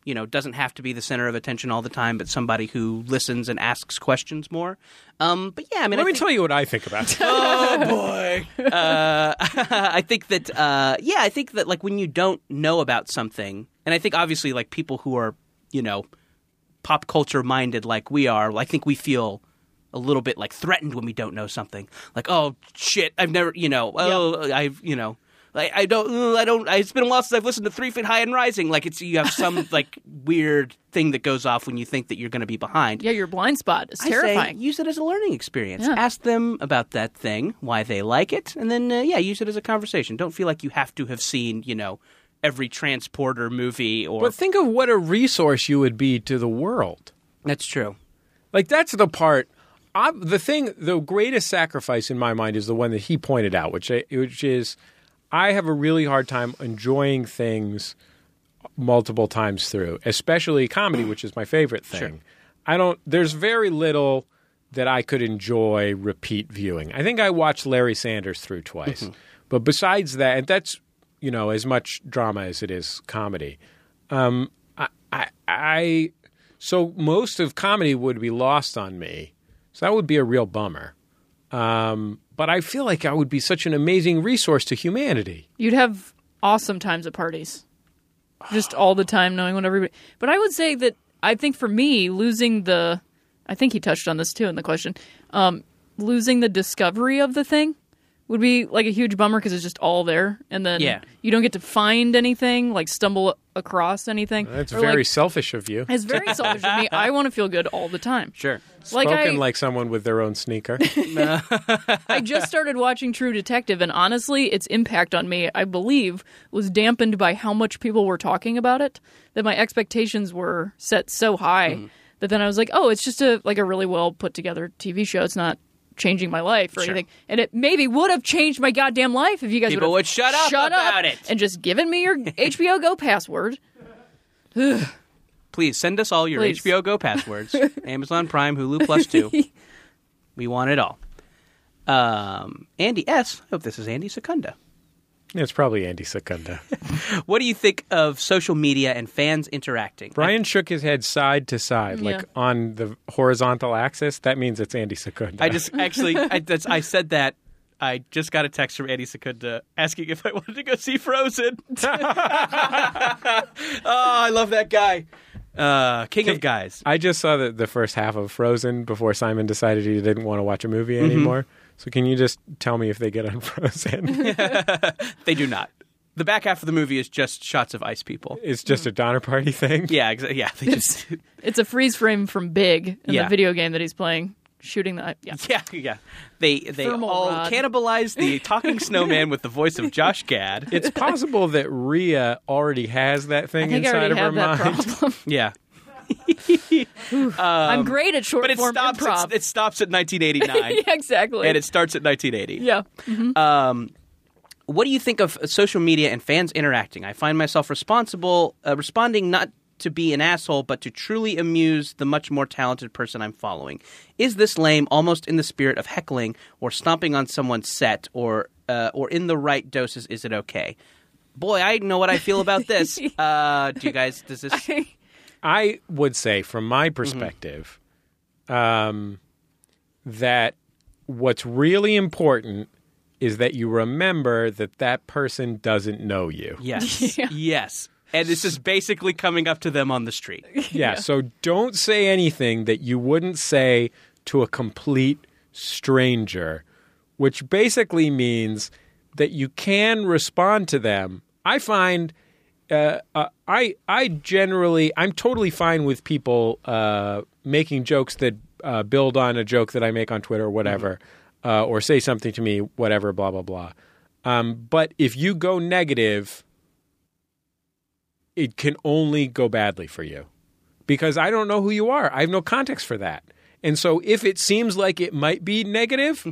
Speaker 3: you know, doesn't have to be the center of attention all the time, but somebody who listens and asks questions more. Um, but yeah, I mean,
Speaker 2: Let
Speaker 3: I
Speaker 2: me
Speaker 3: think-
Speaker 2: tell you what I think about it.
Speaker 3: Oh boy! uh, I think that uh, yeah, I think that like when you don't know about something, and I think obviously like people who are you know pop culture minded like we are, I think we feel a little bit like threatened when we don't know something. Like oh shit, I've never you know oh I've you know. I, I don't. ugh, I don't. I, it's been a while since I've listened to Three Feet High and Rising. Like it's you have some like weird thing that goes off when you think that you're going to be behind.
Speaker 4: Yeah, your blind spot is
Speaker 3: I say
Speaker 4: terrifying.
Speaker 3: use it as a learning experience.
Speaker 4: Yeah.
Speaker 3: Ask them about that thing, why they like it, and then uh, yeah, use it as a conversation. Don't feel like you have to have seen, you know, every transporter movie or
Speaker 2: But think of what a resource you would be to the world.
Speaker 3: That's true.
Speaker 2: Like that's the part. I'm, the thing, the greatest sacrifice in my mind is the one that he pointed out, which I, which is, I have a really hard time enjoying things multiple times through, especially comedy, which is my favorite thing. I don't. There's very little that I could enjoy repeat viewing. I think I watched Larry Sanders through twice, but besides that, and that's you know as much drama as it is comedy. Um, I, I, I, so most of comedy would be lost on me. So that would be a real bummer. Um, but I feel like I would be such an amazing resource to humanity.
Speaker 4: You'd have awesome times at parties. Just all the time knowing what everybody. But I would say that I think for me, losing the. I think he touched on this too in the question. Um, losing the discovery of the thing would be like a huge bummer because it's just all there. And then
Speaker 3: Yeah.
Speaker 4: you don't get to find anything, like stumble across anything.
Speaker 2: That's
Speaker 4: Or,
Speaker 2: very
Speaker 4: like,
Speaker 2: selfish of you.
Speaker 4: It's very selfish of me. I want to feel good all the time.
Speaker 3: Sure.
Speaker 4: Like I,
Speaker 2: Spoken like someone with their own sneaker.
Speaker 4: I just started watching True Detective, and honestly, its impact on me, I believe, was
Speaker 3: Mm-hmm.
Speaker 4: dampened by how much people were talking about it. That my expectations were set so high But then I was like, oh, it's just a like a really well put together TV show. It's not changing my life or
Speaker 3: Sure.
Speaker 4: anything. And it maybe would have changed my goddamn life if you guys
Speaker 3: People
Speaker 4: would've
Speaker 3: would shut up
Speaker 4: shut
Speaker 3: about
Speaker 4: up
Speaker 3: it.
Speaker 4: and just given me your HBO Go password.
Speaker 3: Please send us all your
Speaker 4: Please.
Speaker 3: HBO Go passwords, Amazon Prime, Hulu Plus Two. we want it all. Um, Andy S. I hope this is Andy Secunda.
Speaker 2: It's probably Andy Secunda.
Speaker 3: What do you think of social media and fans interacting?
Speaker 2: Brian shook his head side to side, like
Speaker 4: Yeah.
Speaker 2: on the horizontal axis. That means it's Andy Secunda.
Speaker 3: I just actually, I, that's, I said that. I just got a text from Andy Secunda asking if I wanted to go see Frozen. oh, I love that guy. Uh, king of guys.
Speaker 2: I just saw the, the first half of Frozen before Simon decided he didn't want to watch a movie anymore. So can you just tell me if they get on Frozen?
Speaker 3: They do not. The back half of the movie is just shots of ice people.
Speaker 2: it's just
Speaker 4: Mm.
Speaker 2: a Donner Party thing.
Speaker 3: Yeah, exactly. Yeah, they just.
Speaker 4: It's a freeze frame from Big in
Speaker 3: Yeah.
Speaker 4: the video game that he's playing, shooting the yeah.
Speaker 3: Yeah, yeah. They they
Speaker 4: Thermal
Speaker 3: all
Speaker 4: rod.
Speaker 3: cannibalize the talking snowman with the voice of Josh Gad.
Speaker 2: It's possible that Rhea already has that
Speaker 4: I
Speaker 2: thing
Speaker 4: think I
Speaker 2: inside
Speaker 4: already
Speaker 2: of her
Speaker 4: have that
Speaker 2: mind.
Speaker 4: problem.
Speaker 3: yeah.
Speaker 4: I'm great at short
Speaker 3: Um, But it
Speaker 4: form
Speaker 3: stops
Speaker 4: improv.
Speaker 3: it, it stops at 1989
Speaker 4: yeah, exactly.
Speaker 3: and it starts at 1980.
Speaker 4: yeah.
Speaker 3: What do you think of uh, social media and fans interacting? I find myself responsible uh, responding not to be an asshole, but to truly amuse the much more talented person I'm following. Is this lame almost in the spirit of heckling or stomping on someone's set, or uh, or in the right doses? Is it okay? Boy, I know what I feel about this. Uh, do you guys? Does this?
Speaker 2: I would say, from my
Speaker 4: Mm-hmm.
Speaker 2: perspective, um, that what's really important is that you remember that that person doesn't know you.
Speaker 3: Yes.
Speaker 4: Yeah.
Speaker 3: Yes. And this is basically coming up to them on the street.
Speaker 2: Yeah, so don't say anything that you wouldn't say to a complete stranger, which basically means that you can respond to them. I find uh, uh, I I generally I'm totally fine with people uh, making jokes that uh, build on a joke that I make on Twitter or whatever, uh, or say something to me, whatever, blah blah blah. Um, but if you go negative, it can only go badly for you because I don't know who you are. I have no context for that. And so if it seems like it might be negative,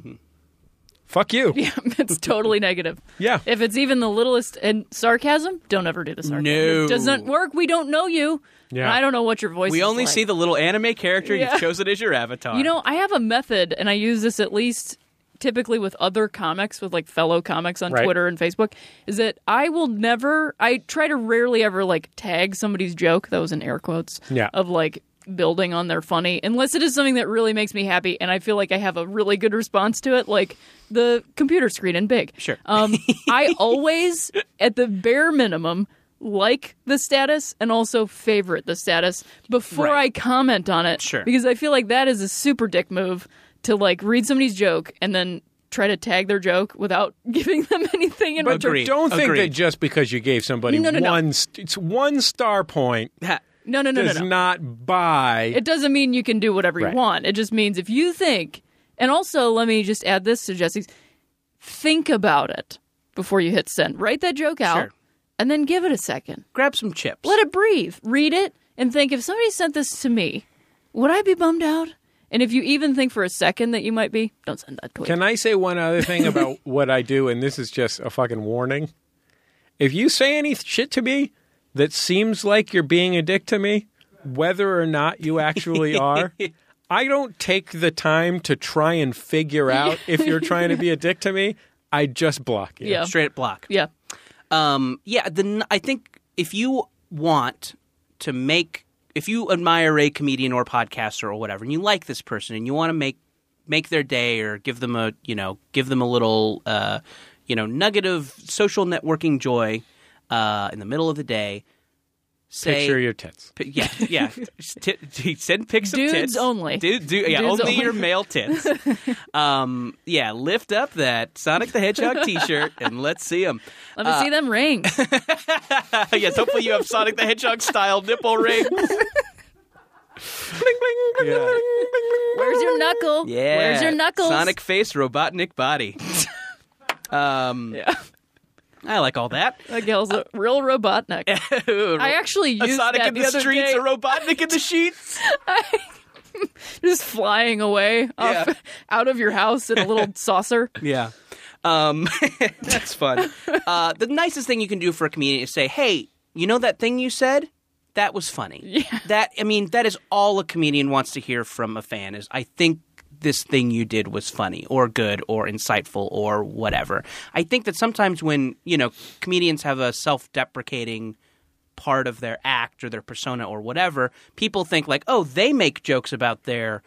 Speaker 2: fuck you.
Speaker 4: Yeah, it's totally negative.
Speaker 2: Yeah.
Speaker 4: If it's even the littlest and sarcasm, don't ever do the sarcasm.
Speaker 3: No.
Speaker 4: It doesn't work. We don't know you.
Speaker 2: Yeah.
Speaker 4: And I don't know what your voice
Speaker 3: We
Speaker 4: is
Speaker 3: only
Speaker 4: like.
Speaker 3: see the little anime character
Speaker 4: Yeah.
Speaker 3: you've chosen as your avatar.
Speaker 4: You know, I have a method, and I use this at least typically with other comics, with like fellow comics on
Speaker 2: Right.
Speaker 4: Twitter and Facebook, is that I will never, I try to rarely ever like tag somebody's joke, that was in air quotes,
Speaker 2: Yeah.
Speaker 4: of like building on their funny, unless it is something that really makes me happy and I feel like I have a really good response to it, like the computer screen in big.
Speaker 3: Sure.
Speaker 4: Um, I always, at the bare minimum, like the status and also favorite the status before
Speaker 3: Right.
Speaker 4: I comment on it.
Speaker 3: Sure.
Speaker 4: Because I feel like that is a super dick move to like read somebody's joke and then try to tag their joke without giving them anything in
Speaker 2: But
Speaker 4: return.
Speaker 3: Agreed.
Speaker 2: don't think that
Speaker 3: Agreed.
Speaker 2: just because you gave somebody
Speaker 4: No, no, no.
Speaker 2: one st- it's one star point
Speaker 3: Ha.
Speaker 4: No, no, no, no,
Speaker 2: does
Speaker 4: no.
Speaker 2: not buy
Speaker 4: it doesn't mean you can do whatever
Speaker 2: Right.
Speaker 4: you want. It just means if you think, and also let me just add this to Jesse's think about it before you hit send. Write that joke out
Speaker 3: Sure.
Speaker 4: and then give it a second.
Speaker 3: grab some chips.
Speaker 4: Let it breathe. Read it and think if somebody sent this to me, would I be bummed out? And if you even think for a second that you might be, don't send that tweet.
Speaker 2: Can I say one other thing about what I do? And this is just a fucking warning. If you say any th- shit to me that seems like you're being a dick to me, whether or not you actually are, I don't take the time to try and figure out if you're trying to be a dick to me. I just block you.
Speaker 4: Yeah.
Speaker 3: Straight at block.
Speaker 4: yeah.
Speaker 3: Um, yeah, the, n- I think if you want to make, if you admire a comedian or podcaster or whatever, and you like this person and you want to make make their day or give them a, you know, give them a little, uh, you know, nugget of social networking joy uh, in the middle of the day, say
Speaker 2: Picture your tits.
Speaker 3: P- Yeah, yeah. T- t- send pics
Speaker 4: Dudes
Speaker 3: of tits
Speaker 4: only.
Speaker 3: Dude, do, yeah,
Speaker 4: Dudes
Speaker 3: only,
Speaker 4: only.
Speaker 3: your male tits. um, yeah, lift up that Sonic the Hedgehog T-shirt and let's see them.
Speaker 4: Let
Speaker 2: Uh,
Speaker 4: me see them ring.
Speaker 3: yes, hopefully you have Sonic the Hedgehog style nipple rings.
Speaker 2: Yeah.
Speaker 4: Where's your knuckle?
Speaker 3: Yeah,
Speaker 4: Where's your knuckles?
Speaker 3: Sonic face, Robotnik body. um,
Speaker 4: Yeah.
Speaker 3: I like all that.
Speaker 4: That gal's a real Robotnik. I actually used
Speaker 3: Sonic
Speaker 4: that
Speaker 3: in the,
Speaker 4: the, other
Speaker 3: streets,
Speaker 4: day.
Speaker 3: a Robotnik in the sheets.
Speaker 4: just flying away off,
Speaker 3: Yeah.
Speaker 4: out of your house in a little saucer.
Speaker 3: Yeah. Um, that's fun. Uh, the nicest thing you can do for a comedian is say, hey, you know that thing you said? That was funny. Yeah. That I mean, that is all a comedian wants to hear from a fan is I think this thing you did was funny or good or insightful or whatever. I think that sometimes when, you know, comedians have a self deprecating part of their act or their persona or whatever, people think like, oh, they make jokes about their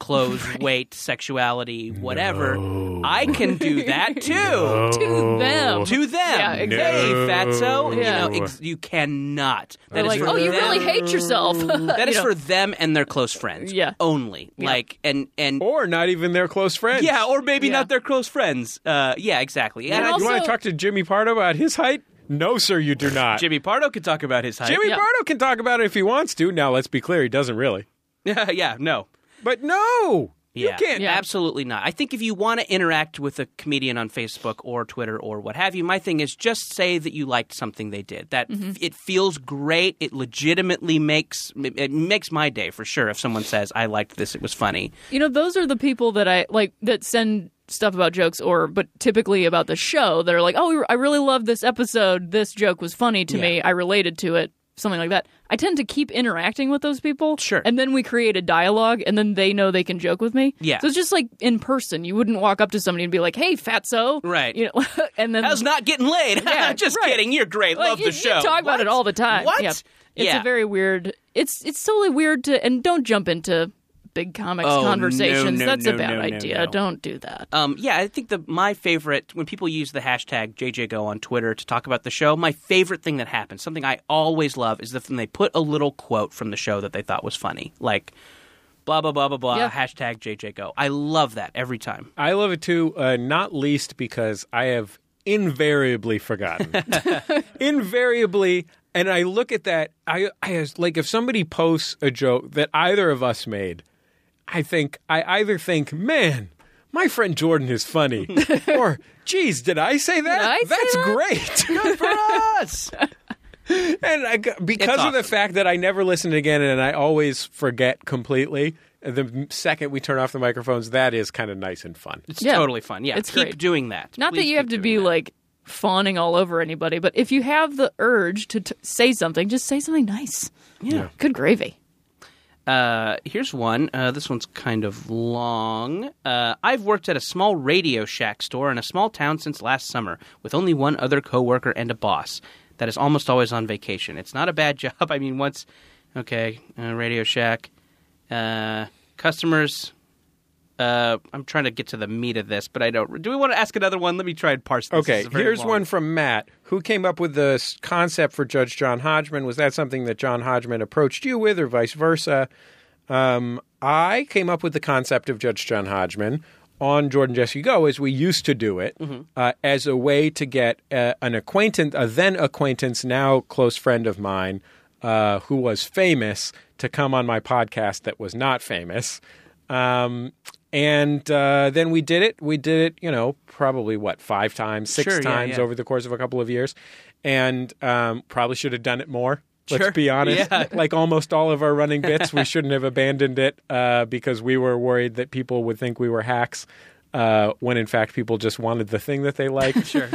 Speaker 3: clothes, weight, sexuality, whatever. I can do that too.
Speaker 4: To them.
Speaker 3: To them,
Speaker 4: Yeah,
Speaker 3: hey
Speaker 4: exactly.
Speaker 3: fatso,
Speaker 4: Yeah.
Speaker 3: you know ex- you cannot. That
Speaker 4: They're
Speaker 3: is
Speaker 4: like,
Speaker 3: for
Speaker 4: oh, you
Speaker 3: them-
Speaker 4: really hate yourself.
Speaker 3: That is for them and their close friends.
Speaker 4: Yeah.
Speaker 3: only like and and
Speaker 2: Or not even their close friends.
Speaker 3: yeah, or maybe
Speaker 4: Yeah.
Speaker 3: not their close friends. Uh, yeah, exactly. And
Speaker 4: And
Speaker 3: I-
Speaker 4: also-
Speaker 2: you want to talk to Jimmy Pardo about his height? No, sir, you do not.
Speaker 3: Jimmy Pardo could talk about his height.
Speaker 2: Jimmy
Speaker 4: Yeah.
Speaker 2: Pardo can talk about it if he wants to. Now, let's be clear, he doesn't really.
Speaker 3: yeah, yeah, no.
Speaker 2: But no,
Speaker 3: Yeah,
Speaker 2: you can't.
Speaker 4: Yeah.
Speaker 3: absolutely not. I think if you want to interact with a comedian on Facebook or Twitter or what have you, my thing is just say that you liked something they did. That
Speaker 4: Mm-hmm.
Speaker 3: it feels great. It legitimately makes it makes my day for sure. If someone says I liked this, it was funny.
Speaker 4: You know, those are the people that I like that send stuff about jokes or but typically about the show that are like, "Oh, I really love this episode. This joke was funny to me. I related to it." Something like that. I tend to keep interacting with those people.
Speaker 3: Sure.
Speaker 4: And then we create a dialogue and then they know they can joke with me.
Speaker 3: Yeah.
Speaker 4: So it's just like in person. You wouldn't walk up to somebody and be like, "Hey, fatso."
Speaker 3: Right.
Speaker 4: You know, and then
Speaker 3: How's not getting laid?
Speaker 4: Mm. Yeah,
Speaker 3: just
Speaker 4: right.
Speaker 3: kidding. You're great.
Speaker 4: Like,
Speaker 3: Love
Speaker 4: you,
Speaker 3: the show.
Speaker 4: You talk about it
Speaker 3: What?
Speaker 4: all the time.
Speaker 3: What?
Speaker 4: Yeah. It's
Speaker 3: yeah.
Speaker 4: a very weird. It's it's totally weird to and don't jump into big comics
Speaker 3: Oh,
Speaker 4: conversations.
Speaker 3: no, no,
Speaker 4: That's a
Speaker 3: no,
Speaker 4: bad
Speaker 3: no, no,
Speaker 4: idea.
Speaker 3: no.
Speaker 4: Don't do that.
Speaker 3: Um, yeah, I think the my favorite when people use the hashtag JJGo on Twitter to talk about the show, my favorite thing that happens, something I always love, is if when they put a little quote from the show that they thought was funny, like blah blah blah blah blah
Speaker 4: Yeah.
Speaker 3: hashtag JJGo. I love that every time.
Speaker 2: I love it too, uh, not least because I have invariably forgotten. invariably. And I look at that. I, I like if somebody posts a joke that either of us made, I think I either think, man, my friend Jordan is funny, or geez, did I say that?
Speaker 4: I say
Speaker 2: That's
Speaker 4: that?"
Speaker 2: great.
Speaker 3: Good for us.
Speaker 2: And I, g- because
Speaker 3: It's
Speaker 2: of the
Speaker 3: awesome.
Speaker 2: fact that I never listen again and I always forget completely, the second we turn off the microphones, that is kind of nice and fun.
Speaker 3: It's
Speaker 4: Yeah.
Speaker 3: totally fun. Yeah,
Speaker 4: It's
Speaker 3: keep
Speaker 4: great.
Speaker 3: doing that.
Speaker 4: Not that
Speaker 3: Please
Speaker 4: you have
Speaker 3: keep
Speaker 4: to
Speaker 3: doing
Speaker 4: be
Speaker 3: that.
Speaker 4: like fawning all over anybody, but if you have the urge to t- say something, just say something nice.
Speaker 2: Yeah.
Speaker 4: Good gravy.
Speaker 3: Uh, here's one. Uh, this one's kind of long. Uh, I've worked at a small Radio Shack store in a small town since last summer, with only one other coworker and a boss that is almost always on vacation. It's not a bad job. I mean, once, okay, uh, Radio Shack, uh, customers. Uh, I'm trying to get to the meat of this, but I don't. Do we want to ask another one? Let me try and parse this. This
Speaker 2: Okay,
Speaker 3: is very
Speaker 2: here's
Speaker 3: long.
Speaker 2: one from Matt. Who came up with the s- concept for Judge John Hodgman? Was that something that John Hodgman approached you with, or vice versa? Um, I came up with the concept of Judge John Hodgman on Jordan Jesse Go, as we used to do it,
Speaker 3: Mm-hmm.
Speaker 2: uh, as a way to get uh, an acquaintance, a then acquaintance, now close friend of mine, uh, who was famous, to come on my podcast that was not famous. Um, and uh, then we did it. We did it, you know, probably what, five times, six
Speaker 3: Sure, yeah,
Speaker 2: times
Speaker 3: yeah.
Speaker 2: over the course of a couple of years. And um, probably should have done it more. Let's
Speaker 3: Sure.
Speaker 2: be honest.
Speaker 3: Yeah.
Speaker 2: Like almost all of our running bits, we shouldn't have abandoned it uh, because we were worried that people would think we were hacks uh, when in fact people just wanted the thing that they liked. sure.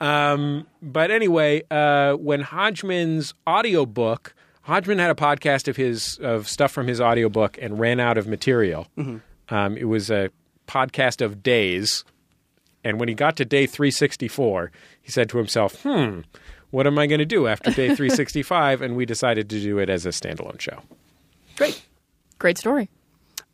Speaker 2: Um, but anyway, uh, when Hodgman's audiobook, Hodgman had a podcast of his of stuff from his audiobook and ran out of material.
Speaker 3: Mm-hmm.
Speaker 2: Um, it was a podcast of days, and when he got to day 364, he said to himself, "Hmm, what am I going to do after day 365?" and we decided to do it as a standalone show.
Speaker 4: Great. Great story.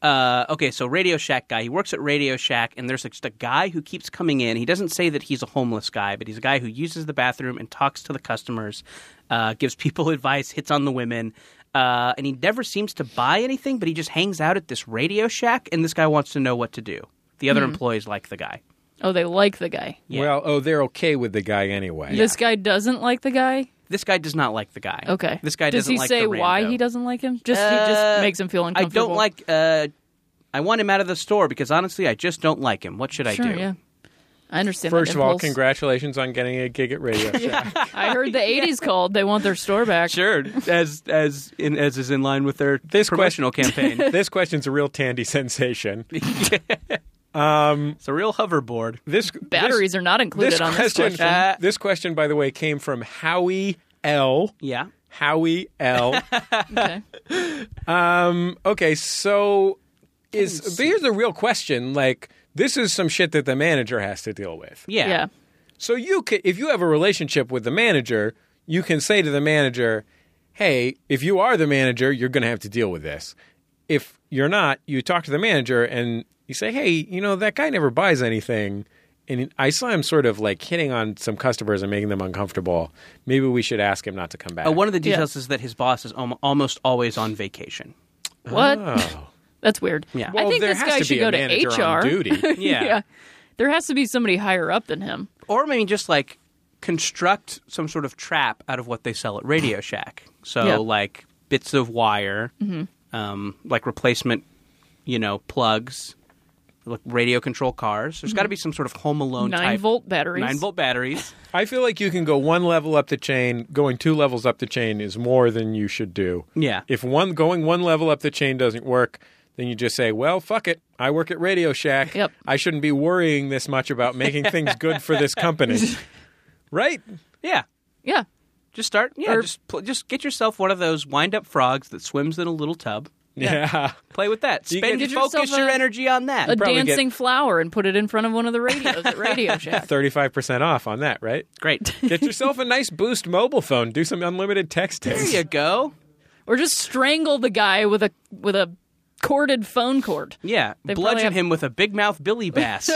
Speaker 3: uh, okay, so Radio Shack guy. He works at Radio Shack, and there's just a guy who keeps coming in. He doesn't say that he's a homeless guy, but he's a guy who uses the bathroom and talks to the customers, uh, gives people advice, hits on the women, uh, and he never seems to buy anything. But he just hangs out at this Radio Shack, and this guy wants to know what to do. The other
Speaker 4: Hmm.
Speaker 3: employees like the guy.
Speaker 4: Oh, they like the guy.
Speaker 2: Well, oh, they're okay with the guy anyway.
Speaker 4: This guy doesn't like the guy.
Speaker 3: This guy does not like the guy.
Speaker 4: Okay.
Speaker 3: This guy
Speaker 4: does
Speaker 3: doesn't
Speaker 4: he
Speaker 3: like
Speaker 4: say
Speaker 3: the
Speaker 4: why
Speaker 3: rando.
Speaker 4: he doesn't like him? Just he
Speaker 3: Uh,
Speaker 4: just makes him feel
Speaker 3: I
Speaker 4: uncomfortable.
Speaker 3: don't like. Uh, I want him out of the store because honestly, I just don't like him. What should I
Speaker 4: Sure,
Speaker 3: do?
Speaker 4: yeah. I understand. that
Speaker 2: First of all,
Speaker 4: impulse.
Speaker 2: congratulations on getting a gig at Radio Shack.
Speaker 4: I heard the '80s called. They want their store back.
Speaker 3: Sure, as as in, as is in line with their
Speaker 2: This
Speaker 3: promotional campaign.
Speaker 2: This question's a real Tandy sensation.
Speaker 3: It's a real hoverboard.
Speaker 2: This
Speaker 4: Batteries
Speaker 2: this,
Speaker 4: are not included
Speaker 2: this
Speaker 4: on this
Speaker 2: question.
Speaker 4: question.
Speaker 3: Uh,
Speaker 2: this question, by the way, came from Howie L.
Speaker 3: Yeah,
Speaker 2: Howie L.
Speaker 4: Okay.
Speaker 2: Um, okay, so is here's the real question. Like, this is some shit that the manager has to deal with.
Speaker 3: yeah,
Speaker 4: yeah.
Speaker 2: So you can, if you have a relationship with the manager, you can say to the manager, "Hey, if you are the manager, you're going to have to deal with this. If you're not, you talk to the manager and you say, "Hey, you know that guy never buys anything." And I saw him sort of like hitting on some customers and making them uncomfortable. Maybe we should ask him not to come back.
Speaker 3: Uh, one of the
Speaker 4: Yeah.
Speaker 3: details is that his boss is almo almost always on vacation.
Speaker 4: What?
Speaker 2: Oh.
Speaker 4: That's weird.
Speaker 3: Yeah.
Speaker 2: Well,
Speaker 4: I think
Speaker 2: there
Speaker 4: this
Speaker 2: has
Speaker 4: guy
Speaker 2: to
Speaker 4: should
Speaker 2: be
Speaker 4: go
Speaker 2: a
Speaker 4: to
Speaker 2: manager
Speaker 4: HR.
Speaker 2: on duty.
Speaker 3: Yeah.
Speaker 4: There has to be somebody higher up than him.
Speaker 3: or maybe just like construct some sort of trap out of what they sell at Radio Shack. So
Speaker 4: Yeah. Mm-hmm.
Speaker 3: like bits of wire, um, like replacement, you know, plugs, like radio control cars. There's got to be some sort of Home Alone
Speaker 4: Mm-hmm. Nine
Speaker 3: type
Speaker 4: volt batteries.
Speaker 3: nine volt batteries.
Speaker 2: I feel like you can go one level up the chain. Going two levels up the chain is more than you should do.
Speaker 3: Yeah.
Speaker 2: If one going one level up the chain doesn't work, then you just say, "Well, fuck it. I work at Radio Shack.
Speaker 4: Yep.
Speaker 2: I shouldn't be worrying this much about making things good for this company." right?
Speaker 3: yeah,
Speaker 4: Yeah.
Speaker 3: just start. Yeah,
Speaker 4: Or-
Speaker 3: just pl- just get yourself one of those wind up frogs that swims in a little tub.
Speaker 2: Yeah.
Speaker 3: Play with that.
Speaker 2: You
Speaker 3: Spend
Speaker 2: get-
Speaker 4: Get
Speaker 3: focus
Speaker 4: yourself a-
Speaker 3: your energy on that.
Speaker 4: A
Speaker 2: probably get-
Speaker 4: dancing flower and put it in front of one of the radios at Radio Shack.
Speaker 2: Thirty-five percent off on that, right?
Speaker 3: Great.
Speaker 2: Get yourself a nice Boost mobile phone. Do some unlimited texting.
Speaker 3: There you go.
Speaker 4: Or just strangle the guy with a with a corded phone cord.
Speaker 3: Yeah,
Speaker 4: They probably
Speaker 3: bludgeon
Speaker 4: have-
Speaker 3: him with a big mouth Billy Bass.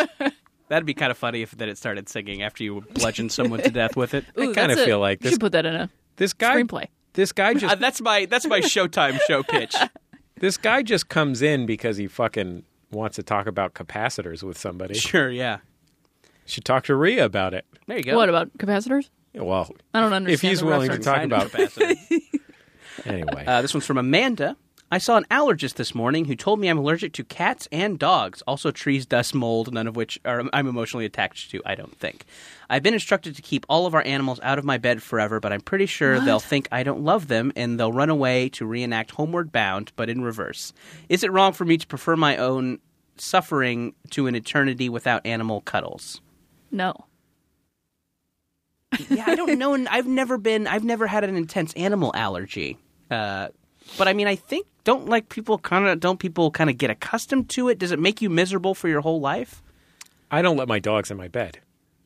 Speaker 3: That'd be kind of funny if then it started singing after you bludgeon someone to death with it.
Speaker 4: Ooh,
Speaker 2: kinda
Speaker 4: that's a-
Speaker 2: feel like
Speaker 4: you
Speaker 2: this-
Speaker 4: should put that in a
Speaker 2: This guy.
Speaker 4: Screenplay.
Speaker 2: This guy just
Speaker 3: Uh, that's my that's my Showtime show pitch.
Speaker 2: this guy just comes in because he fucking wants to talk about capacitors with somebody.
Speaker 3: Sure, yeah.
Speaker 2: Should talk to Rhea about it.
Speaker 3: There you go.
Speaker 4: What about capacitors?
Speaker 2: Yeah, Well,
Speaker 4: I don't understand.
Speaker 2: if he's
Speaker 4: the
Speaker 2: willing to
Speaker 4: reference.
Speaker 2: talk
Speaker 3: Kind
Speaker 2: about
Speaker 3: of capacity.
Speaker 2: anyway.
Speaker 3: uh, this one's from Amanda. I saw an allergist this morning who told me I'm allergic to cats and dogs, also trees, dust, mold, none of which are, I'm emotionally attached to. I don't think. I've been instructed to keep all of our animals out of my bed forever, but I'm pretty sure they'll think I don't love them and they'll run away to reenact Homeward Bound, but in reverse. Is it wrong for me to prefer my own suffering to an eternity without animal cuddles?
Speaker 4: No.
Speaker 3: yeah, I don't know. and I've never been. I've never had an intense animal allergy. Uh, but I mean, I think don't like people kind of don't people kind of get accustomed to it? Does it make you miserable for your whole life?
Speaker 2: I don't let my dogs in my bed.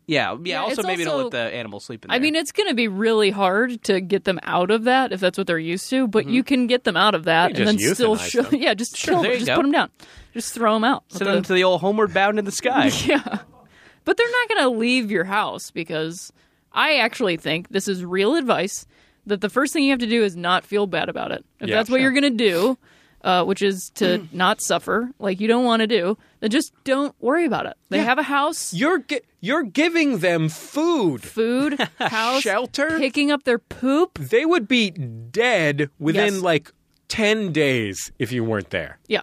Speaker 3: Yeah, yeah.
Speaker 4: Yeah,
Speaker 3: also,
Speaker 4: it's
Speaker 3: maybe
Speaker 4: also-
Speaker 3: don't let the animal sleep in there.
Speaker 4: I mean, it's going to be really hard to get them out of that if that's what they're used to, but you can get them out of that
Speaker 2: Mm-hmm. You
Speaker 4: and then
Speaker 2: just
Speaker 4: still
Speaker 2: euthanize
Speaker 4: show.
Speaker 2: them.
Speaker 4: Yeah, just kill
Speaker 3: there
Speaker 4: them.
Speaker 3: you
Speaker 4: Just
Speaker 3: go.
Speaker 4: put them down. Just throw them out.
Speaker 3: send
Speaker 4: Let
Speaker 3: them
Speaker 4: the-
Speaker 3: to the old homeward bound in the sky.
Speaker 4: yeah. But they're not going to leave your house because I actually think this is real advice that the first thing you have to do is not feel bad about it. If
Speaker 2: Yeah,
Speaker 4: that's what
Speaker 2: sure. Mm.
Speaker 4: you're going to do, uh, which is to not suffer like you don't want to do, then just don't worry about it. They have a house.
Speaker 2: You're gi- you're giving them food.
Speaker 4: Food, house,
Speaker 2: Shelter?
Speaker 4: picking up their poop.
Speaker 2: They would be dead within
Speaker 4: Yes.
Speaker 2: like 10 days if you weren't there.
Speaker 4: Yeah.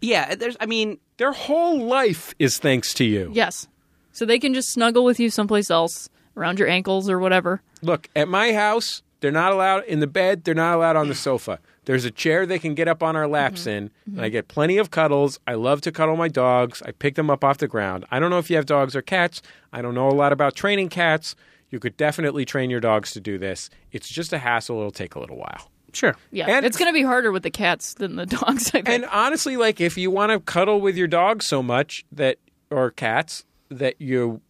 Speaker 3: yeah, there's. I mean,
Speaker 2: Their whole life is thanks to you.
Speaker 4: Yes. So they can just snuggle with you someplace else, around your ankles or whatever.
Speaker 2: Look, at my house, they're not allowed in the bed, they're not allowed on the sofa. There's a chair they can get up on our laps in, and I get plenty of cuddles. I love to cuddle my dogs. I pick them up off the ground. I don't know if you have dogs or cats. I don't know a lot about training cats. You could definitely train your dogs to do this. It's just a hassle, it'll take a little while.
Speaker 3: sure.
Speaker 4: Yeah.
Speaker 2: And-
Speaker 4: it's going to be harder with the cats than the dogs, I think.
Speaker 2: And honestly, like if you want to cuddle with your dog so much that or cats that you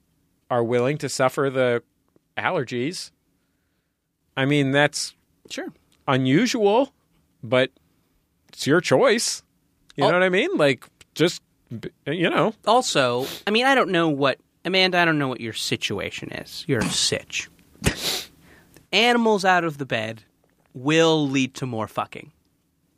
Speaker 2: are willing to suffer the allergies, I mean that's
Speaker 3: Sure.
Speaker 2: unusual, but it's your choice. You
Speaker 3: Oh.
Speaker 2: know what I mean? Like just b- you know,
Speaker 3: Also, I mean, I don't know what Amanda. I don't know what your situation is. You're a sitch. Animals out of the bed will lead to more fucking.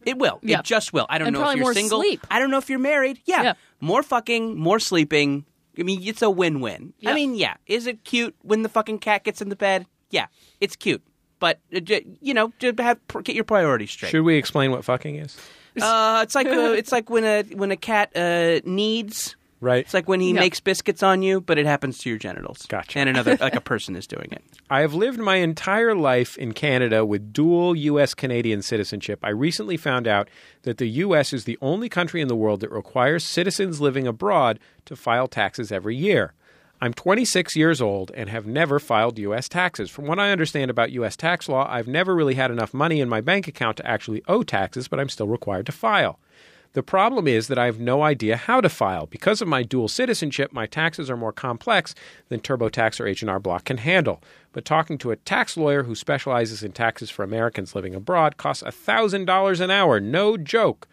Speaker 3: It will.
Speaker 4: Yeah.
Speaker 3: It just will. I don't
Speaker 4: And
Speaker 3: know if
Speaker 4: probably
Speaker 3: you're
Speaker 4: more
Speaker 3: single.
Speaker 4: sleep.
Speaker 3: I don't know if you're married. Yeah.
Speaker 4: Yeah.
Speaker 3: More fucking, more sleeping. I mean, it's a win-win. I
Speaker 4: Yeah.
Speaker 3: mean, yeah. Is it cute when the fucking cat gets in the bed? Yeah, it's cute. But uh, ju- you know, to have get your priorities straight.
Speaker 2: should we explain what fucking is?
Speaker 3: Uh, it's like uh it's like when a when a cat uh, needs
Speaker 2: right?
Speaker 3: It's like when he
Speaker 4: Yeah.
Speaker 3: makes biscuits on you, but it happens to your genitals.
Speaker 2: Gotcha.
Speaker 3: And another like a person is doing it.
Speaker 2: I have lived my entire life in Canada with dual U.S. Canadian citizenship. I recently found out that the U.S. is the only country in the world that requires citizens living abroad to file taxes every year. I'm 26 years old and have never filed U.S. taxes. From what I understand about U.S. tax law, I've never really had enough money in my bank account to actually owe taxes, but I'm still required to file. The problem is that I have no idea how to file. Because of my dual citizenship, my taxes are more complex than TurboTax or H&R Block can handle. But talking to a tax lawyer who specializes in taxes for Americans living abroad costs $1,000 an hour, no joke.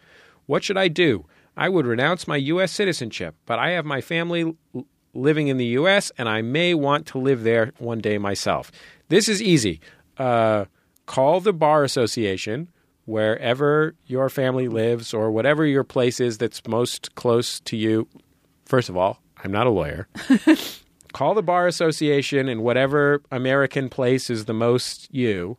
Speaker 2: What should I do? I would renounce my US citizenship, but I have my family l- living in the US and I may want to live there one day myself. This is easy. Uh, call the bar association wherever your family lives or whatever your place is that's most close to you. First of all, I'm not a lawyer. Call the bar association in whatever American place is the most you.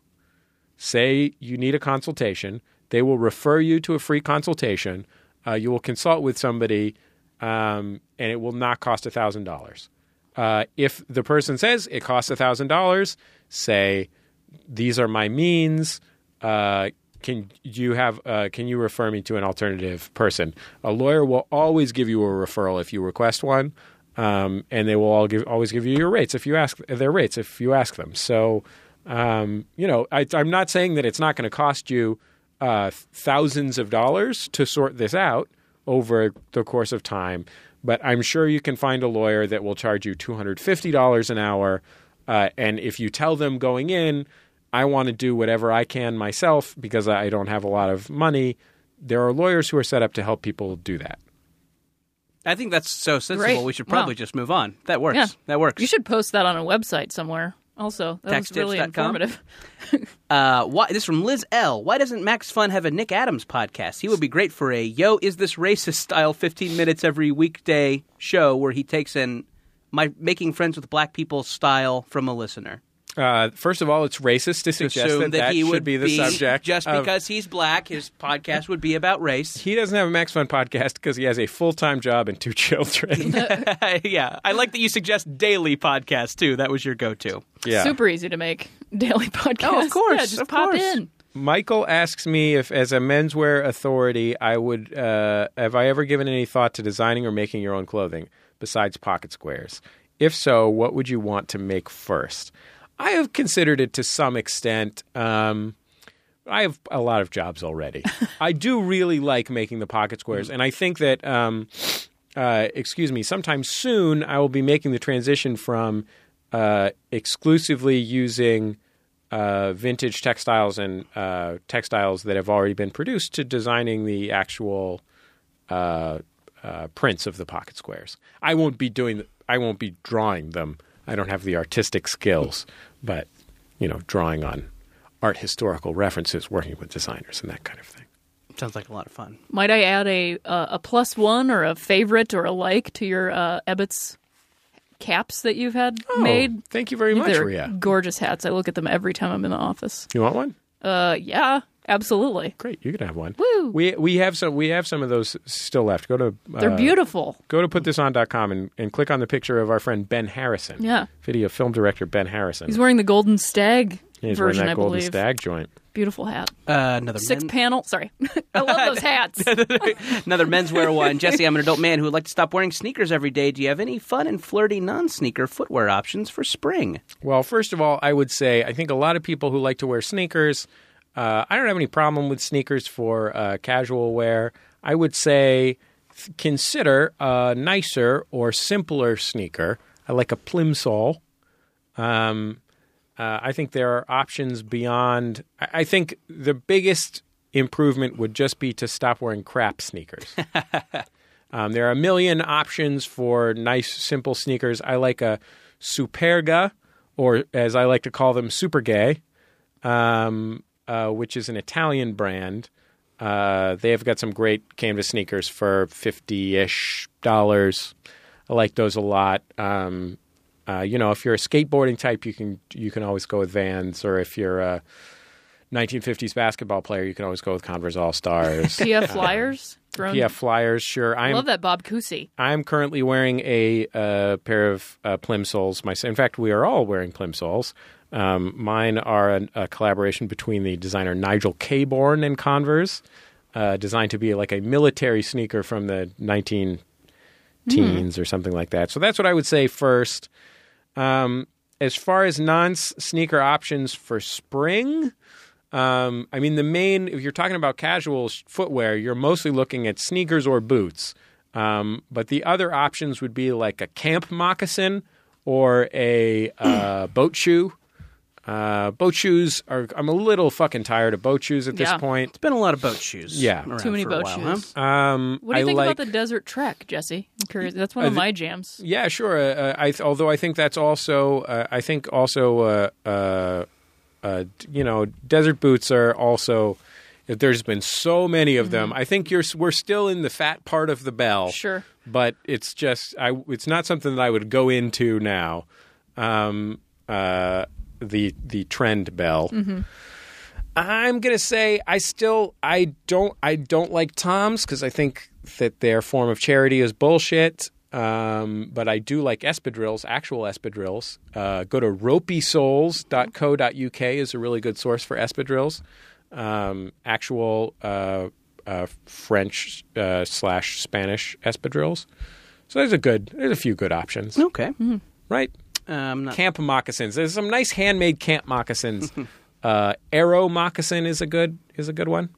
Speaker 2: Say you need a consultation. They will refer you to a free consultation. Uh, you will consult with somebody, um, and it will not cost thousand dollars. Uh, if the person says it costs thousand dollars, say these are my means. Uh, can you have? Uh, can you refer me to an alternative person? A lawyer will always give you a referral if you request one, um, and they will all give, always give you your rates if you ask their rates if you ask them. So, um, you know, I, I'm not saying that it's not going to cost you uh, thousands of dollars to sort this out over the course of time. But I'm sure you can find a lawyer that will charge you $250 an hour. Uh, and if you tell them going in, I want to do whatever I can myself because I don't have a lot of money, there are lawyers who are set up to help people do that.
Speaker 3: I think that's so sensible.
Speaker 4: Great.
Speaker 3: We should probably
Speaker 4: Wow.
Speaker 3: just move on. That works.
Speaker 4: Yeah.
Speaker 3: That works.
Speaker 4: You should post that on a website somewhere. Also, that was really
Speaker 3: Taxtips.com?
Speaker 4: informative.
Speaker 3: Uh, why, this is from Liz L. Why doesn't Max Fun have a Nick Adams podcast? He would be great for a Yo, is this racist style 15 minutes every weekday show where he takes in my making friends with black people style from a listener.
Speaker 2: Uh, first of all, it's racist to suggest
Speaker 3: Assume
Speaker 2: that that,
Speaker 3: he
Speaker 2: should
Speaker 3: would
Speaker 2: be the subject.
Speaker 3: Just
Speaker 2: of-
Speaker 3: because he's black, his podcast would be about race.
Speaker 2: he doesn't have a Max Fun podcast because he has a full time job and two children.
Speaker 3: yeah. I like that you suggest daily podcast too. That was your go to.
Speaker 2: yeah.
Speaker 4: Super easy to make daily podcast.
Speaker 3: Oh, of course,
Speaker 4: yeah, just
Speaker 3: of
Speaker 4: pop
Speaker 3: course.
Speaker 4: in.
Speaker 2: Michael asks me if, as a menswear authority, I would uh, have I ever given any thought to designing or making your own clothing besides pocket squares. If so, what would you want to make first? I have considered it to some extent. Um, I have a lot of jobs already. I do really like making the pocket squares, and I think that, um, uh, excuse me, sometime soon I will be making the transition from uh, exclusively using uh, vintage textiles and uh, textiles that have already been produced to designing the actual uh, uh, prints of the pocket squares. I won't be doing. I won't be drawing them. I don't have the artistic skills, but you know, drawing on art historical references, working with designers, and that kind of thing.
Speaker 3: Sounds like a lot of fun.
Speaker 4: Might I add a uh, a plus one or a favorite or a like to your uh, Ebbets caps that you've had
Speaker 3: Oh,
Speaker 4: made?
Speaker 2: Thank you very much,
Speaker 4: They're
Speaker 2: Ria.
Speaker 4: gorgeous hats. I look at them every time I'm in the office.
Speaker 2: You want one?
Speaker 4: Uh, yeah, absolutely.
Speaker 2: Great, you can have one.
Speaker 4: Woo.
Speaker 2: We we have some we have some of those still left. Go to uh,
Speaker 4: They're beautiful.
Speaker 2: go to putthison.com and, and click on the picture of our friend Ben Harrison.
Speaker 4: Yeah.
Speaker 2: Video film director Ben Harrison.
Speaker 4: He's wearing the golden stag
Speaker 2: He's wearing
Speaker 4: version,
Speaker 2: that
Speaker 4: I
Speaker 2: golden
Speaker 4: believe.
Speaker 2: stag joint.
Speaker 4: Beautiful hat.
Speaker 3: Uh, another
Speaker 4: Six
Speaker 3: men-
Speaker 4: panel. Sorry, I love those hats.
Speaker 3: Another menswear one. Jesse, I'm an adult man who would like to stop wearing sneakers every day. Do you have any fun and flirty non sneaker footwear options for spring?
Speaker 2: Well, first of all, I would say I think a lot of people who like to wear sneakers. Uh, I don't have any problem with sneakers for uh, casual wear. I would say th- consider a nicer or simpler sneaker. I like a plimsoll. Um, uh, I think there are options beyond. I, I think the biggest improvement would just be to stop wearing crap sneakers. Um, there are a million options for nice, simple sneakers. I like a Superga, or as I like to call them, Super Gay, um, uh, which is an Italian brand. Uh, they have got some great canvas sneakers for 50 ish dollars. I like those a lot. Um, uh, you know, if you're a skateboarding type, you can you can always go with Vans, or if you're a 1950s basketball player, you can always go with Converse All Stars.
Speaker 4: PF Flyers. Thrown.
Speaker 2: PF Flyers, sure. I am
Speaker 4: Love that Bob Cousy.
Speaker 2: I'm currently wearing a uh, pair of uh, plimsolls myself. In fact, we are all wearing plimsolls. Um, mine are an, a collaboration between the designer Nigel Caborn and Converse, uh, designed to be like a military sneaker from the 19 teens or something like that. So that's what I would say first. Um, as far as non sneaker options for spring, um, I mean, the main, if you're talking about casual sh- footwear, you're mostly looking at sneakers or boots. Um, but the other options would be like a camp moccasin or a uh, boat shoe. Uh, boat shoes are, I'm a little fucking tired of boat shoes at this
Speaker 4: Yeah.
Speaker 2: point.
Speaker 3: It's been a lot of boat shoes.
Speaker 2: Yeah.
Speaker 3: around
Speaker 4: Too many
Speaker 3: for a
Speaker 4: boat
Speaker 3: while, huh?
Speaker 4: shoes.
Speaker 2: Um,
Speaker 4: What do you
Speaker 2: I
Speaker 4: think
Speaker 2: like,
Speaker 4: about the desert trek, Jesse? I'm curious. That's one of my jams.
Speaker 2: Yeah, sure. Uh, Uh, I th- although I think that's also uh, I think also uh, uh, uh, d- you know desert boots are also if there's been so many of them. I think you're s- we're still in the fat part of the bell.
Speaker 4: Sure.
Speaker 2: but it's just I it's not something that I would go into now. Um, uh, the the trend bell. I'm gonna say I still I don't I don't like Toms because I think that their form of charity is bullshit. Um, but I do like espadrilles, actual espadrilles. Uh, go to ropeysoles.co.uk is a really good source for espadrilles. Um, actual uh, uh, French uh, slash Spanish espadrilles. So there's a good, there's a few good options,
Speaker 3: Okay.
Speaker 4: Mm-hmm.
Speaker 2: right?
Speaker 3: Um, not,
Speaker 2: camp moccasins. There's some nice handmade camp moccasins. uh, arrow moccasin is a good is a good one.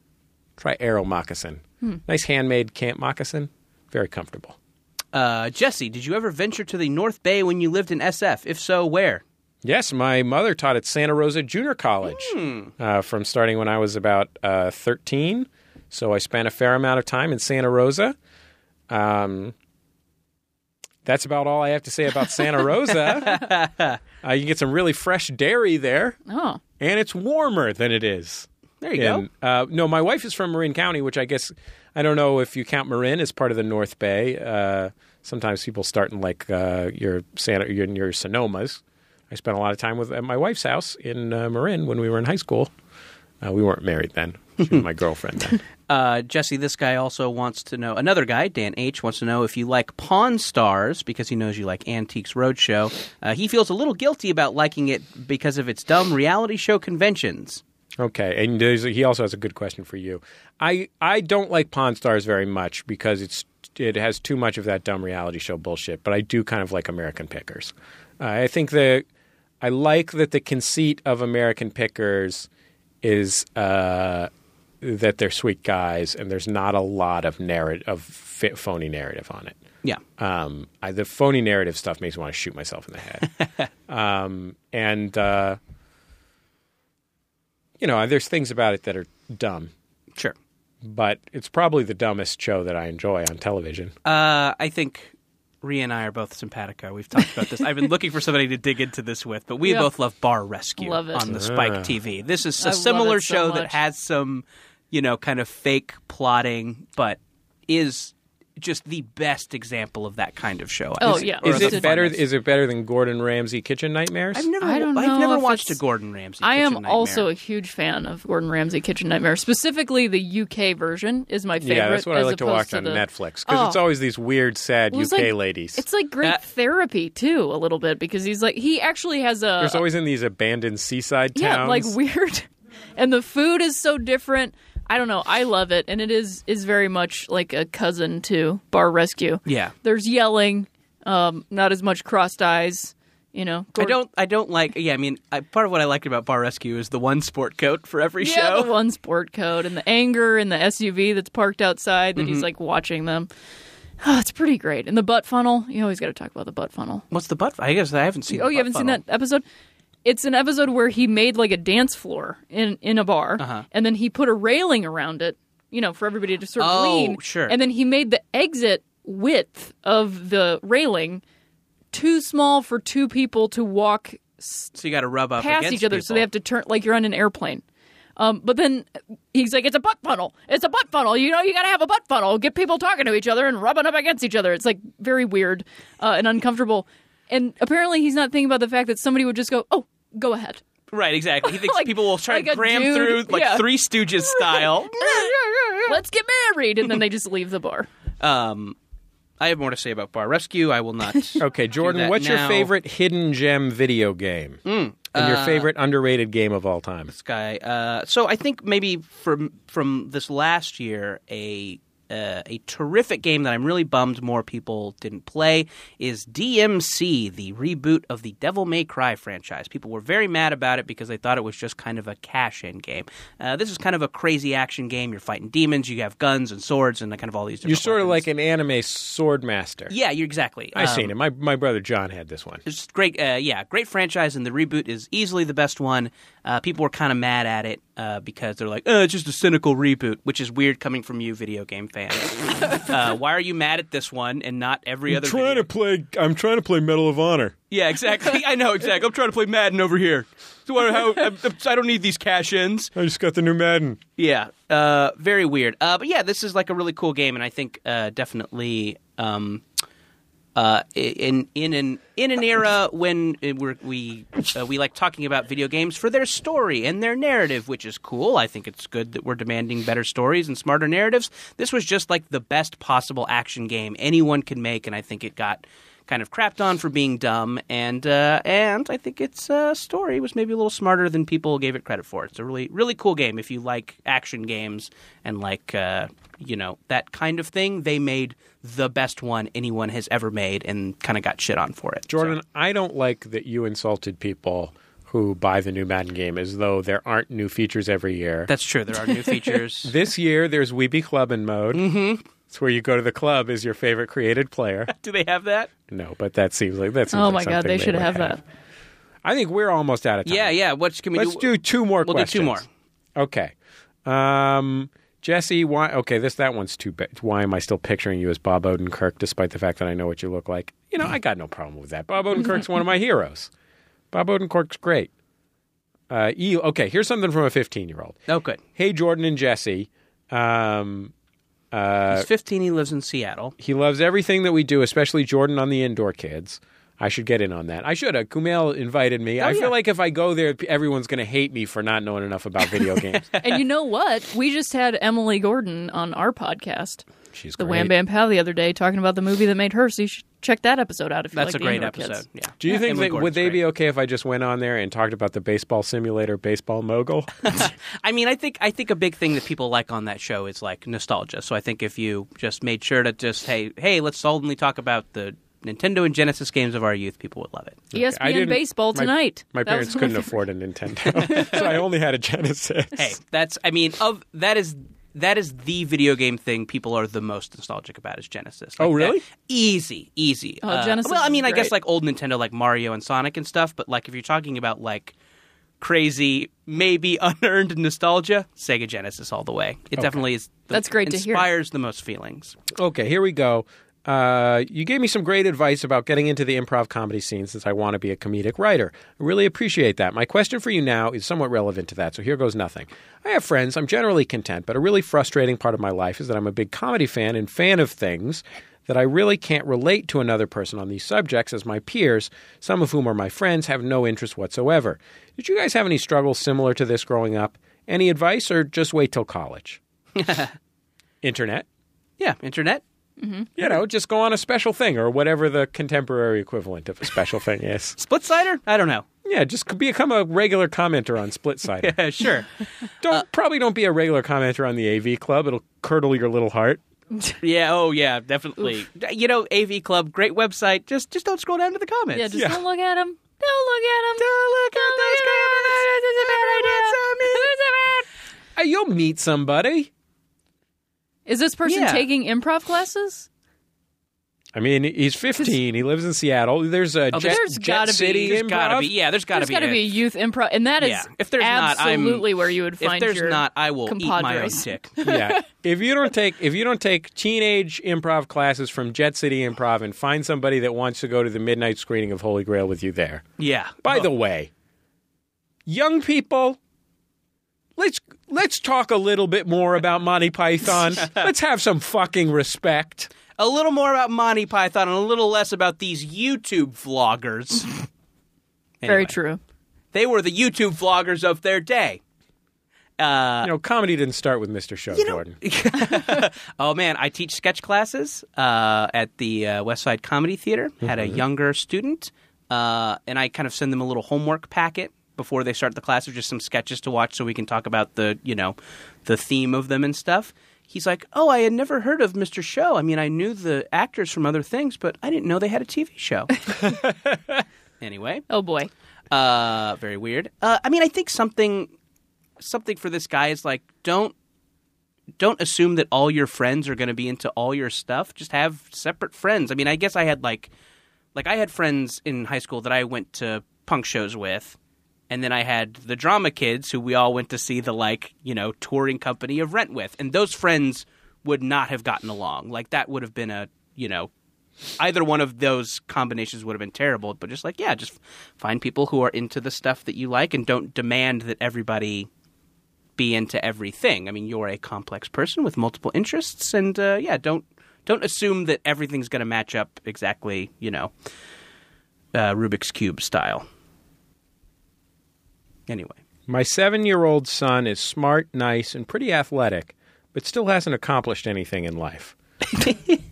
Speaker 2: Try arrow moccasin. Nice handmade camp moccasin. Very comfortable.
Speaker 3: uh, Jesse, did you ever venture to the North Bay when you lived in SF? If so, where?
Speaker 2: Yes, my mother taught at Santa Rosa Junior College uh, from starting when I was about uh, 13. So I spent a fair amount of time in Santa Rosa. Um, that's about all I have to say about Santa Rosa. uh, you can get some really fresh dairy there.
Speaker 4: Oh,
Speaker 2: and it's warmer than it is.
Speaker 3: There you
Speaker 2: in- Uh, no, my wife is from Marin County, which I guess I don't know if you count Marin as part of the North Bay. Uh, sometimes people start in like uh, your Santa, your, your Sonomas. I spent a lot of time with at my wife's house in uh, Marin when we were in high school. Uh, we weren't married then. She was my girlfriend then.
Speaker 3: Uh, Jesse, this guy also wants to know. Another guy, Dan H, wants to know if you like Pawn Stars because he knows you like Antiques Roadshow. Uh, he feels a little guilty about liking it because of its dumb reality show conventions.
Speaker 2: Okay, and there's, he also has a good question for you. I I don't like Pawn Stars very much because it's it has too much of that dumb reality show bullshit. But I do kind of like American Pickers. Uh, I think the I like that the conceit of American Pickers is uh, that they're sweet guys and there's not a lot of narrative of fi- phony narrative on it.
Speaker 3: Yeah,
Speaker 2: Um, I, the phony narrative stuff makes me want to shoot myself in the head. um, and uh, you know, there's things about it that are dumb,
Speaker 3: sure.
Speaker 2: but it's probably the dumbest show that I enjoy on television.
Speaker 3: Uh, I think Rhea and I are both simpatico. We've talked about this. I've been looking for somebody to dig into this with, but we
Speaker 4: Yeah.
Speaker 3: both love Bar Rescue
Speaker 4: Love it.
Speaker 3: on the Spike TV. This is
Speaker 4: I
Speaker 3: a
Speaker 4: love
Speaker 3: similar
Speaker 4: it so
Speaker 3: show that
Speaker 4: much.
Speaker 3: has some, you know, kind of fake plotting, but is just the best example of that kind of show.
Speaker 4: Oh,
Speaker 3: Is-
Speaker 4: yeah.
Speaker 3: or
Speaker 2: is
Speaker 4: the
Speaker 3: the
Speaker 2: it better?
Speaker 3: funnest.
Speaker 2: Is it better than Gordon Ramsay Kitchen Nightmares?
Speaker 3: I've never,
Speaker 4: I don't
Speaker 3: I've
Speaker 4: know
Speaker 3: never
Speaker 4: if
Speaker 3: watched a
Speaker 4: it's-
Speaker 3: Gordon Ramsay.
Speaker 4: I am
Speaker 3: Kitchen Nightmare.
Speaker 4: also a huge fan of Gordon Ramsay Kitchen Nightmare. Specifically, the UK version is my favorite.
Speaker 2: yeah, that's what I
Speaker 4: as
Speaker 2: like to
Speaker 4: opposed
Speaker 2: watch on
Speaker 4: the-
Speaker 2: Netflix because it's
Speaker 4: Oh.
Speaker 2: always these weird, sad
Speaker 4: Well,
Speaker 2: UK
Speaker 4: it's like-
Speaker 2: ladies.
Speaker 4: It's like great
Speaker 3: Uh,
Speaker 4: therapy too, a little bit, because he's like he actually has a
Speaker 2: There's always in these abandoned seaside towns.
Speaker 4: yeah, like weird, and the food is so different. I don't know. I love it, and it is is very much like a cousin to Bar Rescue.
Speaker 3: Yeah.
Speaker 4: there's yelling, um, not as much crossed eyes. You know,
Speaker 3: I don't. I don't like. Yeah, I mean, I, part of what I liked about Bar Rescue is the one sport coat for every
Speaker 4: Yeah,
Speaker 3: show.
Speaker 4: the one sport coat and the anger and the SUV that's parked outside that
Speaker 3: Mm-hmm.
Speaker 4: he's like watching them. Oh, it's pretty great. And the butt funnel. You always got to talk about the butt funnel.
Speaker 3: What's the butt? I guess I haven't seen.
Speaker 4: Oh,
Speaker 3: the
Speaker 4: you
Speaker 3: butt
Speaker 4: haven't
Speaker 3: funnel.
Speaker 4: seen that episode? It's an episode where he made like a dance floor in in a bar,
Speaker 3: Uh-huh.
Speaker 4: and then he put a railing around it, you know, for everybody to sort of
Speaker 3: Oh,
Speaker 4: lean.
Speaker 3: sure.
Speaker 4: And then he made the exit width of the railing too small for two people to walk
Speaker 3: So you got to rub up
Speaker 4: past
Speaker 3: against
Speaker 4: each other, so
Speaker 3: people.
Speaker 4: they have to turn like you're on an airplane. Um, but then he's like, "It's a butt funnel. It's a butt funnel. You know, you gotta have a butt funnel. Get people talking to each other and rubbing up against each other. It's like very weird uh, and uncomfortable. And apparently, he's not thinking about the fact that somebody would just go, "Oh, go ahead."
Speaker 3: Right, exactly. He thinks
Speaker 4: Like-
Speaker 3: people will try
Speaker 4: like
Speaker 3: to
Speaker 4: a
Speaker 3: cram
Speaker 4: dude-
Speaker 3: through like
Speaker 4: yeah.
Speaker 3: Three Stooges style.
Speaker 4: Let's get married, and then they just leave the bar.
Speaker 3: um, I have more to say about Bar Rescue. I will not.
Speaker 2: Okay, Jordan,
Speaker 3: that
Speaker 2: what's your
Speaker 3: now. Hmm, uh,
Speaker 2: favorite hidden gem video game? and your favorite underrated game of all time?
Speaker 3: this guy. Uh, so I think maybe from from this last year, a uh, a terrific game that I'm really bummed more people didn't play is DMC, the reboot of the Devil May Cry franchise. People were very mad about it because they thought it was just kind of a cash-in game. Uh, this is kind of a crazy action game. You're fighting demons. You have guns and swords and kind of all these. Different
Speaker 2: You're sort of
Speaker 3: weapons.
Speaker 2: like an anime sword master.
Speaker 3: yeah. You're exactly.
Speaker 2: I
Speaker 3: Um,
Speaker 2: seen it. My my brother John had this one.
Speaker 3: it's great. Uh, yeah, great franchise, and the reboot is easily the best one. Uh, people were kind of mad at it uh, because they're like, "Oh, it's just a cynical reboot," which is weird coming from you, video game fans. uh, why are you mad at this one and not every other? video-
Speaker 2: play. I'm trying to play Medal of Honor.
Speaker 3: yeah, exactly. I know exactly. I'm trying to play Madden over here. So what- how, I'm- I'm- I don't need these cash ins.
Speaker 2: I just got the new Madden.
Speaker 3: Yeah, uh, very weird. Uh, but yeah, this is like a really cool game, and I think uh, definitely um, uh, in in an in an era when we're, we uh, we like talking about video games for their story and their narrative, which is cool. I think it's good that we're demanding better stories and smarter narratives. This was just like the best possible action game anyone could make, and I think it got. Kind of crapped on for being dumb, and uh, and I think its uh, story was maybe a little smarter than people gave it credit for. It's a really really cool game if you like action games and like uh, you know that kind of thing. They made the best one anyone has ever made and kind of got shit on for it.
Speaker 2: Jordan, I don't like that you insulted people who buy the new Madden game as though there aren't new features every year.
Speaker 3: That's true. There are new features.
Speaker 2: this year, there's Weeby Clubbing mode. Mm-hmm. It's where you go to the club as your favorite created player.
Speaker 3: Do they have that?
Speaker 2: no, but that seems like that seems
Speaker 4: Oh
Speaker 2: like
Speaker 4: my god,
Speaker 2: something
Speaker 4: they should
Speaker 2: would
Speaker 4: have that.
Speaker 2: I think we're almost out of time.
Speaker 3: Yeah, yeah. What can we
Speaker 2: Let's do
Speaker 3: do?
Speaker 2: two more
Speaker 3: We'll do
Speaker 2: questions.
Speaker 3: two more.
Speaker 2: Okay. Um, Jesse, why? Okay, this that one's too bad. Why am I still picturing you as Bob Odenkirk, despite the fact that I know what you look like? You know, I got no problem with that. Bob Odenkirk's one of my heroes. Bob Odenkirk's great. Uh, you, okay, here's something from a 15 year old.
Speaker 3: Oh, good.
Speaker 2: Hey, Jordan and Jesse. Um, Uh,
Speaker 3: He's 15. He lives in Seattle.
Speaker 2: he loves everything that we do, especially Jordan on the indoor kids. I should get in on that. I should have. Kumail invited me. I
Speaker 3: Oh, yeah.
Speaker 2: feel like if I go there, everyone's going to hate me for not knowing enough about video games.
Speaker 4: And you know what? We just had Emily Gordon on our podcast,
Speaker 2: She's
Speaker 4: the
Speaker 2: great.
Speaker 4: Wham Bam Pow, the other day, talking about the movie that made her. So you should check that episode out if you
Speaker 3: That's
Speaker 4: like
Speaker 3: a
Speaker 4: the
Speaker 3: great
Speaker 4: indoor
Speaker 3: episode.
Speaker 4: kids.
Speaker 3: Yeah.
Speaker 2: Do you
Speaker 3: Yeah,
Speaker 2: think
Speaker 3: Emily
Speaker 2: that would
Speaker 3: Gordon's
Speaker 2: they be
Speaker 3: great.
Speaker 2: okay if I just went on there and talked about the baseball simulator, baseball mogul?
Speaker 3: I mean, I think I think a big thing that people like on that show is like nostalgia. So I think if you just made sure to just hey hey, let's solemnly talk about the Nintendo and Genesis games of our youth, people would love it.
Speaker 2: I
Speaker 4: ESPN
Speaker 2: didn't-
Speaker 4: baseball
Speaker 2: my-
Speaker 4: tonight.
Speaker 2: My,
Speaker 4: That
Speaker 2: parents
Speaker 4: was
Speaker 2: couldn't afford a Nintendo, so I only had a Genesis.
Speaker 3: Hey, that's I mean, of that is that is the video game thing people are the most nostalgic about is Genesis. Like
Speaker 2: Oh, really?
Speaker 3: that- easy, easy. Uh,
Speaker 4: Oh, Genesis
Speaker 3: Well, I
Speaker 4: is
Speaker 3: mean, I guess
Speaker 4: great.
Speaker 3: like old Nintendo, like Mario and Sonic and stuff. But like, if you're talking about like crazy, maybe unearned nostalgia, Sega Genesis all the way. It definitely is. The,
Speaker 4: That's great to hear.
Speaker 3: Inspires the most feelings.
Speaker 2: Okay, here we go. Uh, you gave me some great advice about getting into the improv comedy scene since I want to be a comedic writer. I really appreciate that. My question for you now is somewhat relevant to that, so here goes nothing. I have friends. I'm generally content, but a really frustrating part of my life is that I'm a big comedy fan and fan of things that I really can't relate to another person on these subjects as my peers, some of whom are my friends, have no interest whatsoever. Did you guys have any struggles similar to this growing up? Any advice or just wait till college? Internet
Speaker 3: Yeah, internet.
Speaker 2: you know, just go on a special thing or whatever the contemporary equivalent of a special thing is.
Speaker 3: Split Sider? I don't know.
Speaker 2: Yeah, just become a regular commenter on Split Side.
Speaker 3: Yeah, sure.
Speaker 2: Don't probably don't be a regular commenter on the AV Club. It'll curdle your little heart.
Speaker 3: yeah, oh yeah, definitely. Uh, You know, AV Club, great website. Just just don't scroll down to the comments.
Speaker 4: Yeah, just
Speaker 2: Yeah.
Speaker 4: don't look at him. Don't look at him.
Speaker 3: Don't look at those comments.
Speaker 4: It's a bad idea.
Speaker 2: Uh, you'll meet somebody.
Speaker 4: Is this person
Speaker 3: Yeah.
Speaker 4: taking improv classes?
Speaker 2: I mean, he's 15. He lives in Seattle. There's a
Speaker 3: Oh,
Speaker 2: Jet,
Speaker 4: there's
Speaker 2: Jet
Speaker 4: gotta be-
Speaker 2: City
Speaker 3: There's
Speaker 2: improv.
Speaker 3: gotta be. Yeah, there's gotta
Speaker 4: There's
Speaker 3: be.
Speaker 4: got to
Speaker 3: a-
Speaker 4: be a youth improv, and that is
Speaker 3: Yeah. If there's not, I'm-
Speaker 4: absolutely where you would find
Speaker 3: if there's
Speaker 4: your
Speaker 3: not, I will eat my own
Speaker 4: compadres.
Speaker 3: dick.
Speaker 2: yeah. If you don't take if you don't take teenage improv classes from Jet City Improv and find somebody that wants to go to the midnight screening of Holy Grail with you there.
Speaker 3: Yeah.
Speaker 2: By the way, young people, let's let's talk a little bit more about Monty Python. let's have some fucking respect.
Speaker 3: a little more about Monty Python and a little less about these YouTube vloggers.
Speaker 4: Very
Speaker 3: Anyway,
Speaker 4: true.
Speaker 3: They were the YouTube vloggers of their day. Uh,
Speaker 2: you know, comedy didn't start with Mr. Show Jordan.
Speaker 3: Oh man, I teach sketch classes uh, at the uh, Westside Comedy Theater. Had a younger student, uh, and I kind of send them a little homework packet before they start the class of just some sketches to watch, so we can talk about the you know the theme of them and stuff. He's like, "Oh, I had never heard of Mr. Show. I mean, I knew the actors from other things, but I didn't know they had a TV show." anyway,
Speaker 4: Oh boy.
Speaker 3: uh, very weird. Uh, I mean, I think something something for this guy is like don't don't assume that all your friends are going to be into all your stuff. Just have separate friends. I mean, I guess I had like like I had friends in high school that I went to punk shows with. And then I had the drama kids who we all went to see the like, you know, touring company of Rent with. And those friends would not have gotten along. Like that would have been a, you know, either one of those combinations would have been terrible, but just like, yeah, just find people who are into the stuff that you like and don't demand that everybody be into everything. I mean, you're a complex person with multiple interests, and uh, yeah, don't don't assume that everything's going to match up exactly, you know, uh, Rubik's cube style. Anyway,
Speaker 2: My seven year old son is smart, nice, and pretty athletic, but still hasn't accomplished anything in life.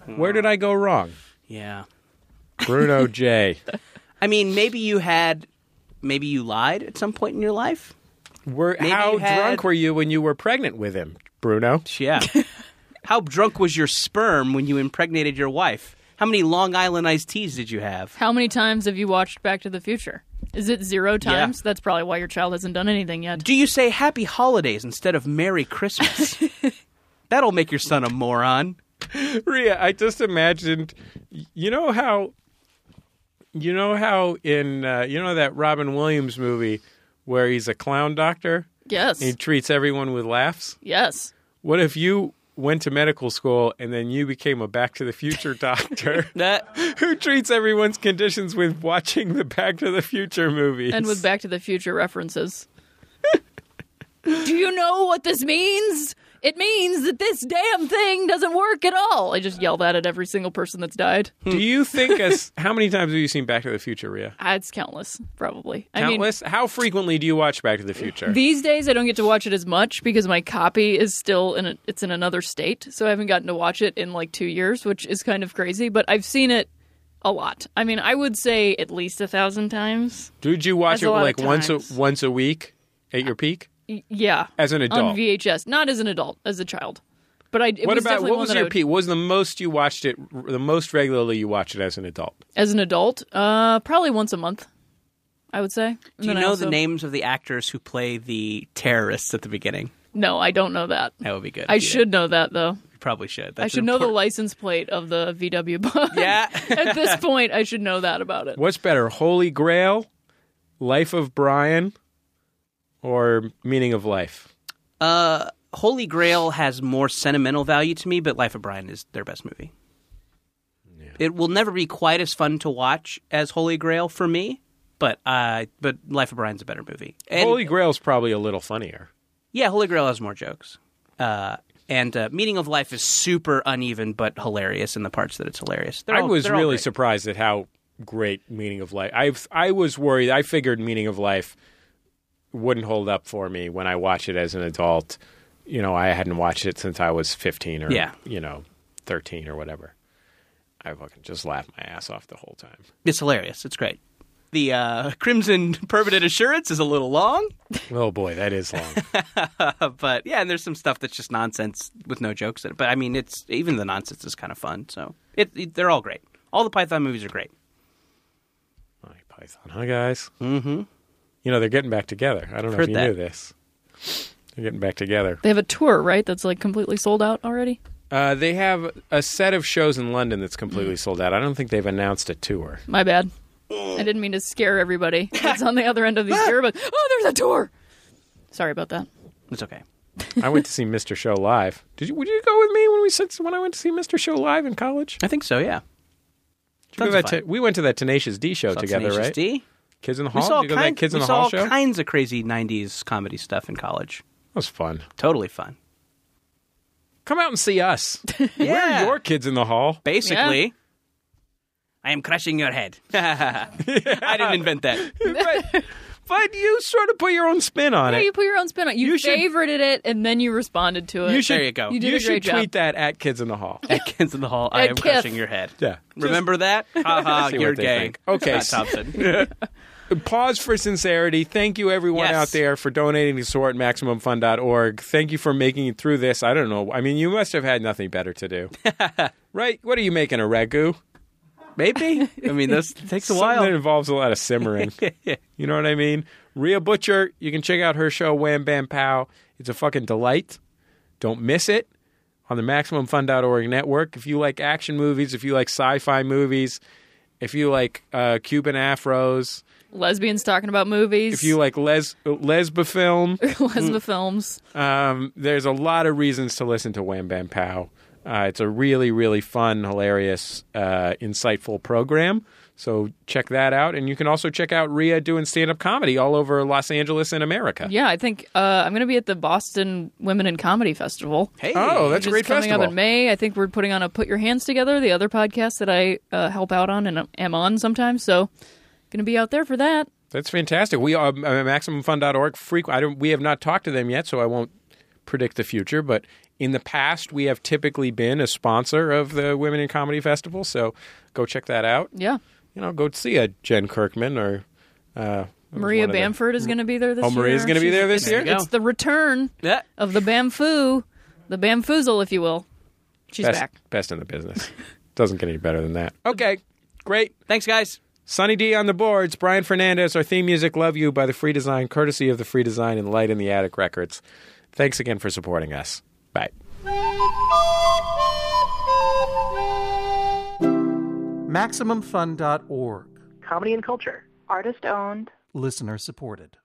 Speaker 2: Where did I go wrong?
Speaker 3: yeah.
Speaker 2: Bruno J.
Speaker 3: I mean, maybe you had, maybe you lied at some point in your life.
Speaker 2: Were,
Speaker 3: Maybe
Speaker 2: how
Speaker 3: you had-
Speaker 2: drunk were you when you were pregnant with him, Bruno?
Speaker 3: Yeah. How drunk was your sperm when you impregnated your wife? How many Long Island iced teas did you have?
Speaker 4: How many times have you watched Back to the Future? Is it zero times? That's probably why your child hasn't done anything yet.
Speaker 3: Do you say Happy Holidays instead of Merry Christmas? That'll make your son a moron.
Speaker 2: Rhea, I just imagined. You know how, you know how in uh, you know that Robin Williams movie where he's a clown doctor
Speaker 4: Yes.
Speaker 2: and he treats everyone with laughs.
Speaker 4: Yes.
Speaker 2: What if you went to medical school and then you became a Back to the Future doctor
Speaker 3: That-
Speaker 2: who treats everyone's conditions with watching the Back to the Future movies
Speaker 4: And with Back to the Future references. Do you know what this means? It means that this damn thing doesn't work at all. I just yell that at every single person that's died.
Speaker 2: Do you think as how many times have you seen Back to the Future, Rhea?
Speaker 4: Ah, It's countless, probably. I mean,
Speaker 2: Countless. how frequently do you watch Back to the Future?
Speaker 4: These days, I don't get to watch it as much because my copy is still in a, it's in another state, so I haven't gotten to watch it in like two years, which is kind of crazy. But I've seen it a lot. I mean, I would say at least a thousand times.
Speaker 2: Did you watch
Speaker 4: That's
Speaker 2: it
Speaker 4: a lot of
Speaker 2: like once a,
Speaker 4: times.
Speaker 2: once a week at your peak
Speaker 4: Y- yeah,
Speaker 2: as an adult?
Speaker 4: on VHS, not as an adult, as a child. But I. It
Speaker 2: what
Speaker 4: was
Speaker 2: about
Speaker 4: definitely
Speaker 2: what
Speaker 4: one
Speaker 2: was
Speaker 4: that I
Speaker 2: your
Speaker 4: would-
Speaker 2: peak? What was the most you watched it? The most regularly you watched it as an adult?
Speaker 4: as an adult? Uh, probably once a month. I would say. And
Speaker 3: Do you
Speaker 4: then I
Speaker 3: know
Speaker 4: also-
Speaker 3: the names of the actors who play the terrorists at the beginning?
Speaker 4: No, I don't know that.
Speaker 3: That would be good.
Speaker 4: I
Speaker 3: You
Speaker 4: should know that though.
Speaker 3: probably should.
Speaker 4: I
Speaker 3: That's
Speaker 4: should
Speaker 3: an
Speaker 4: know the
Speaker 3: important-
Speaker 4: license plate of the VW bus.
Speaker 3: Yeah.
Speaker 4: At this point, I should know that about it.
Speaker 2: What's better, Holy Grail, Life of Brian, or Meaning of Life?
Speaker 3: uh, Holy Grail has more sentimental value to me, but Life of Brian is their best movie. It will never be quite as fun to watch as Holy Grail for me, but uh, but Life of Brian's a better movie. And-
Speaker 2: Holy Grail's probably a little funnier.
Speaker 3: Yeah, Holy Grail has more jokes. Uh, and uh, Meaning of Life is super uneven but hilarious in the parts that it's hilarious. They're
Speaker 2: I
Speaker 3: all-
Speaker 2: was
Speaker 3: they're all
Speaker 2: really
Speaker 3: great.
Speaker 2: surprised at how great Meaning of Life. I I was worried. I figured Meaning of Life wouldn't hold up for me when I watch it as an adult. You know, I hadn't watched it since I was 15 or
Speaker 3: Yeah.
Speaker 2: you know, 13 or whatever. I fucking just laughed my ass off the whole time.
Speaker 3: It's hilarious. It's great. The uh, Crimson Permanent Assurance is a little long,
Speaker 2: Oh boy, that is long.
Speaker 3: but yeah, and there's some stuff that's just nonsense with no jokes in it. But I mean, it's even the nonsense is kind of fun. So it, it- they're all great. All the Python movies are great.
Speaker 2: Monty Python, huh, guys? Mm-hmm. You know, they're getting back together. I don't know if
Speaker 3: Heard
Speaker 2: you
Speaker 3: that.
Speaker 2: knew this. They're getting back together.
Speaker 4: They have a tour, right? That's like completely sold out already.
Speaker 2: Uh, they have a set of shows in London that's completely sold out. I don't think they've announced a tour.
Speaker 4: My bad. I didn't mean to scare everybody. It's on the other end of these tour, but oh, there's a tour. Sorry about that.
Speaker 3: It's okay.
Speaker 2: I went to see Mr. Show live. Did you? Would you go with me when we said when I went to see Mr. Show live in college?
Speaker 3: I think so. Yeah.
Speaker 2: Did you go
Speaker 3: Sounds
Speaker 2: that
Speaker 3: fun.
Speaker 2: te- we went to that Tenacious D show
Speaker 3: Saw
Speaker 2: together,
Speaker 3: Tenacious
Speaker 2: right?
Speaker 3: D.
Speaker 2: Kids in the
Speaker 3: We
Speaker 2: Hall.
Speaker 3: saw,
Speaker 2: Did you go to
Speaker 3: kind-
Speaker 2: that Kids in
Speaker 3: we
Speaker 2: the
Speaker 3: saw
Speaker 2: Hall
Speaker 3: all
Speaker 2: show. that
Speaker 3: kinds of crazy '90s comedy stuff in college.
Speaker 2: was fun.
Speaker 3: Totally fun.
Speaker 2: Come out and see us.
Speaker 3: Yeah.
Speaker 2: We're your kids in the hall.
Speaker 3: basically. I am crushing your head. I didn't invent that.
Speaker 2: But but you sort of put your own spin on
Speaker 4: Yeah,
Speaker 2: it.
Speaker 4: you put your own spin on it. You,
Speaker 2: You should-
Speaker 4: favorited it and then you responded to it.
Speaker 2: You should-
Speaker 3: there you go.
Speaker 4: You did
Speaker 2: You
Speaker 4: a
Speaker 2: should
Speaker 4: great
Speaker 2: tweet that
Speaker 4: job.
Speaker 2: at Kids in the Hall.
Speaker 3: Kids in the hall. I
Speaker 4: At
Speaker 3: am
Speaker 4: Kif.
Speaker 3: crushing your head.
Speaker 2: Yeah.
Speaker 3: Remember that? Ha ha.
Speaker 2: See what
Speaker 3: You're
Speaker 2: they
Speaker 3: gay.
Speaker 2: think. Okay.
Speaker 3: Scott Thompson.
Speaker 2: Pause for sincerity. Thank you, everyone
Speaker 3: Yes.
Speaker 2: out there, for donating to support MaximumFun.org. Thank you for making it through this. I don't know. I mean, you must have had nothing better to do. right? What are you making? A ragu?
Speaker 3: Maybe. I mean, this takes a
Speaker 2: Something that
Speaker 3: while.
Speaker 2: involves a lot of simmering. you know what I mean? Rhea Butcher, you can check out her show, Wham Bam Pow. It's a fucking delight. Don't miss it on the MaximumFun.org network. If you like action movies, if you like sci fi movies, if you like uh, Cuban afros,
Speaker 4: Lesbians talking about movies.
Speaker 2: if you like les- lesba film,
Speaker 4: lesbian films.
Speaker 2: um, there's a lot of reasons to listen to Wham Bam Pow. Uh, it's a really, really fun, hilarious, uh, insightful program. So check that out. And you can also check out Rhea doing stand up comedy all over Los Angeles and America.
Speaker 4: Yeah, I think uh, I'm going to be at the Boston Women in Comedy Festival.
Speaker 3: Hey.
Speaker 2: Oh, that's
Speaker 4: Which
Speaker 2: a
Speaker 4: is
Speaker 2: great
Speaker 4: coming
Speaker 2: festival.
Speaker 4: up in May. I think we're putting on a Put Your Hands Together, the other podcast that I uh, help out on and am on sometimes. So, going to be out there for that.
Speaker 2: That's fantastic. We are uh, MaximumFun.org. Frequ- I don't, we have not talked to them yet, so I won't predict the future. But in the past, we have typically been a sponsor of the Women in Comedy Festival. So go check that out.
Speaker 4: Yeah,
Speaker 2: You know, go see a Jen Kirkman or uh,
Speaker 4: Maria
Speaker 2: one of the-
Speaker 4: Bamford is going to be there this
Speaker 2: Oh,
Speaker 4: year.
Speaker 2: Maria's going to be
Speaker 4: She's-
Speaker 2: there this
Speaker 4: it's-
Speaker 2: year.
Speaker 3: There you go.
Speaker 4: It's the return
Speaker 3: Yeah.
Speaker 4: of the Bamfoo, the Bamfoozle, if you will. She's
Speaker 2: best,
Speaker 4: back.
Speaker 2: best in the business. Doesn't get any better than that. Okay, great.
Speaker 3: Thanks, guys.
Speaker 2: Oh, Sonny D on the boards. Brian Fernandez. Our theme music, "Love You" by the Free Design, courtesy of the Free Design and Light in the Attic Records. Thanks again for supporting us. Bye.
Speaker 5: MaximumFun.org.
Speaker 6: comedy and culture.
Speaker 7: Artist owned.
Speaker 5: Listener supported.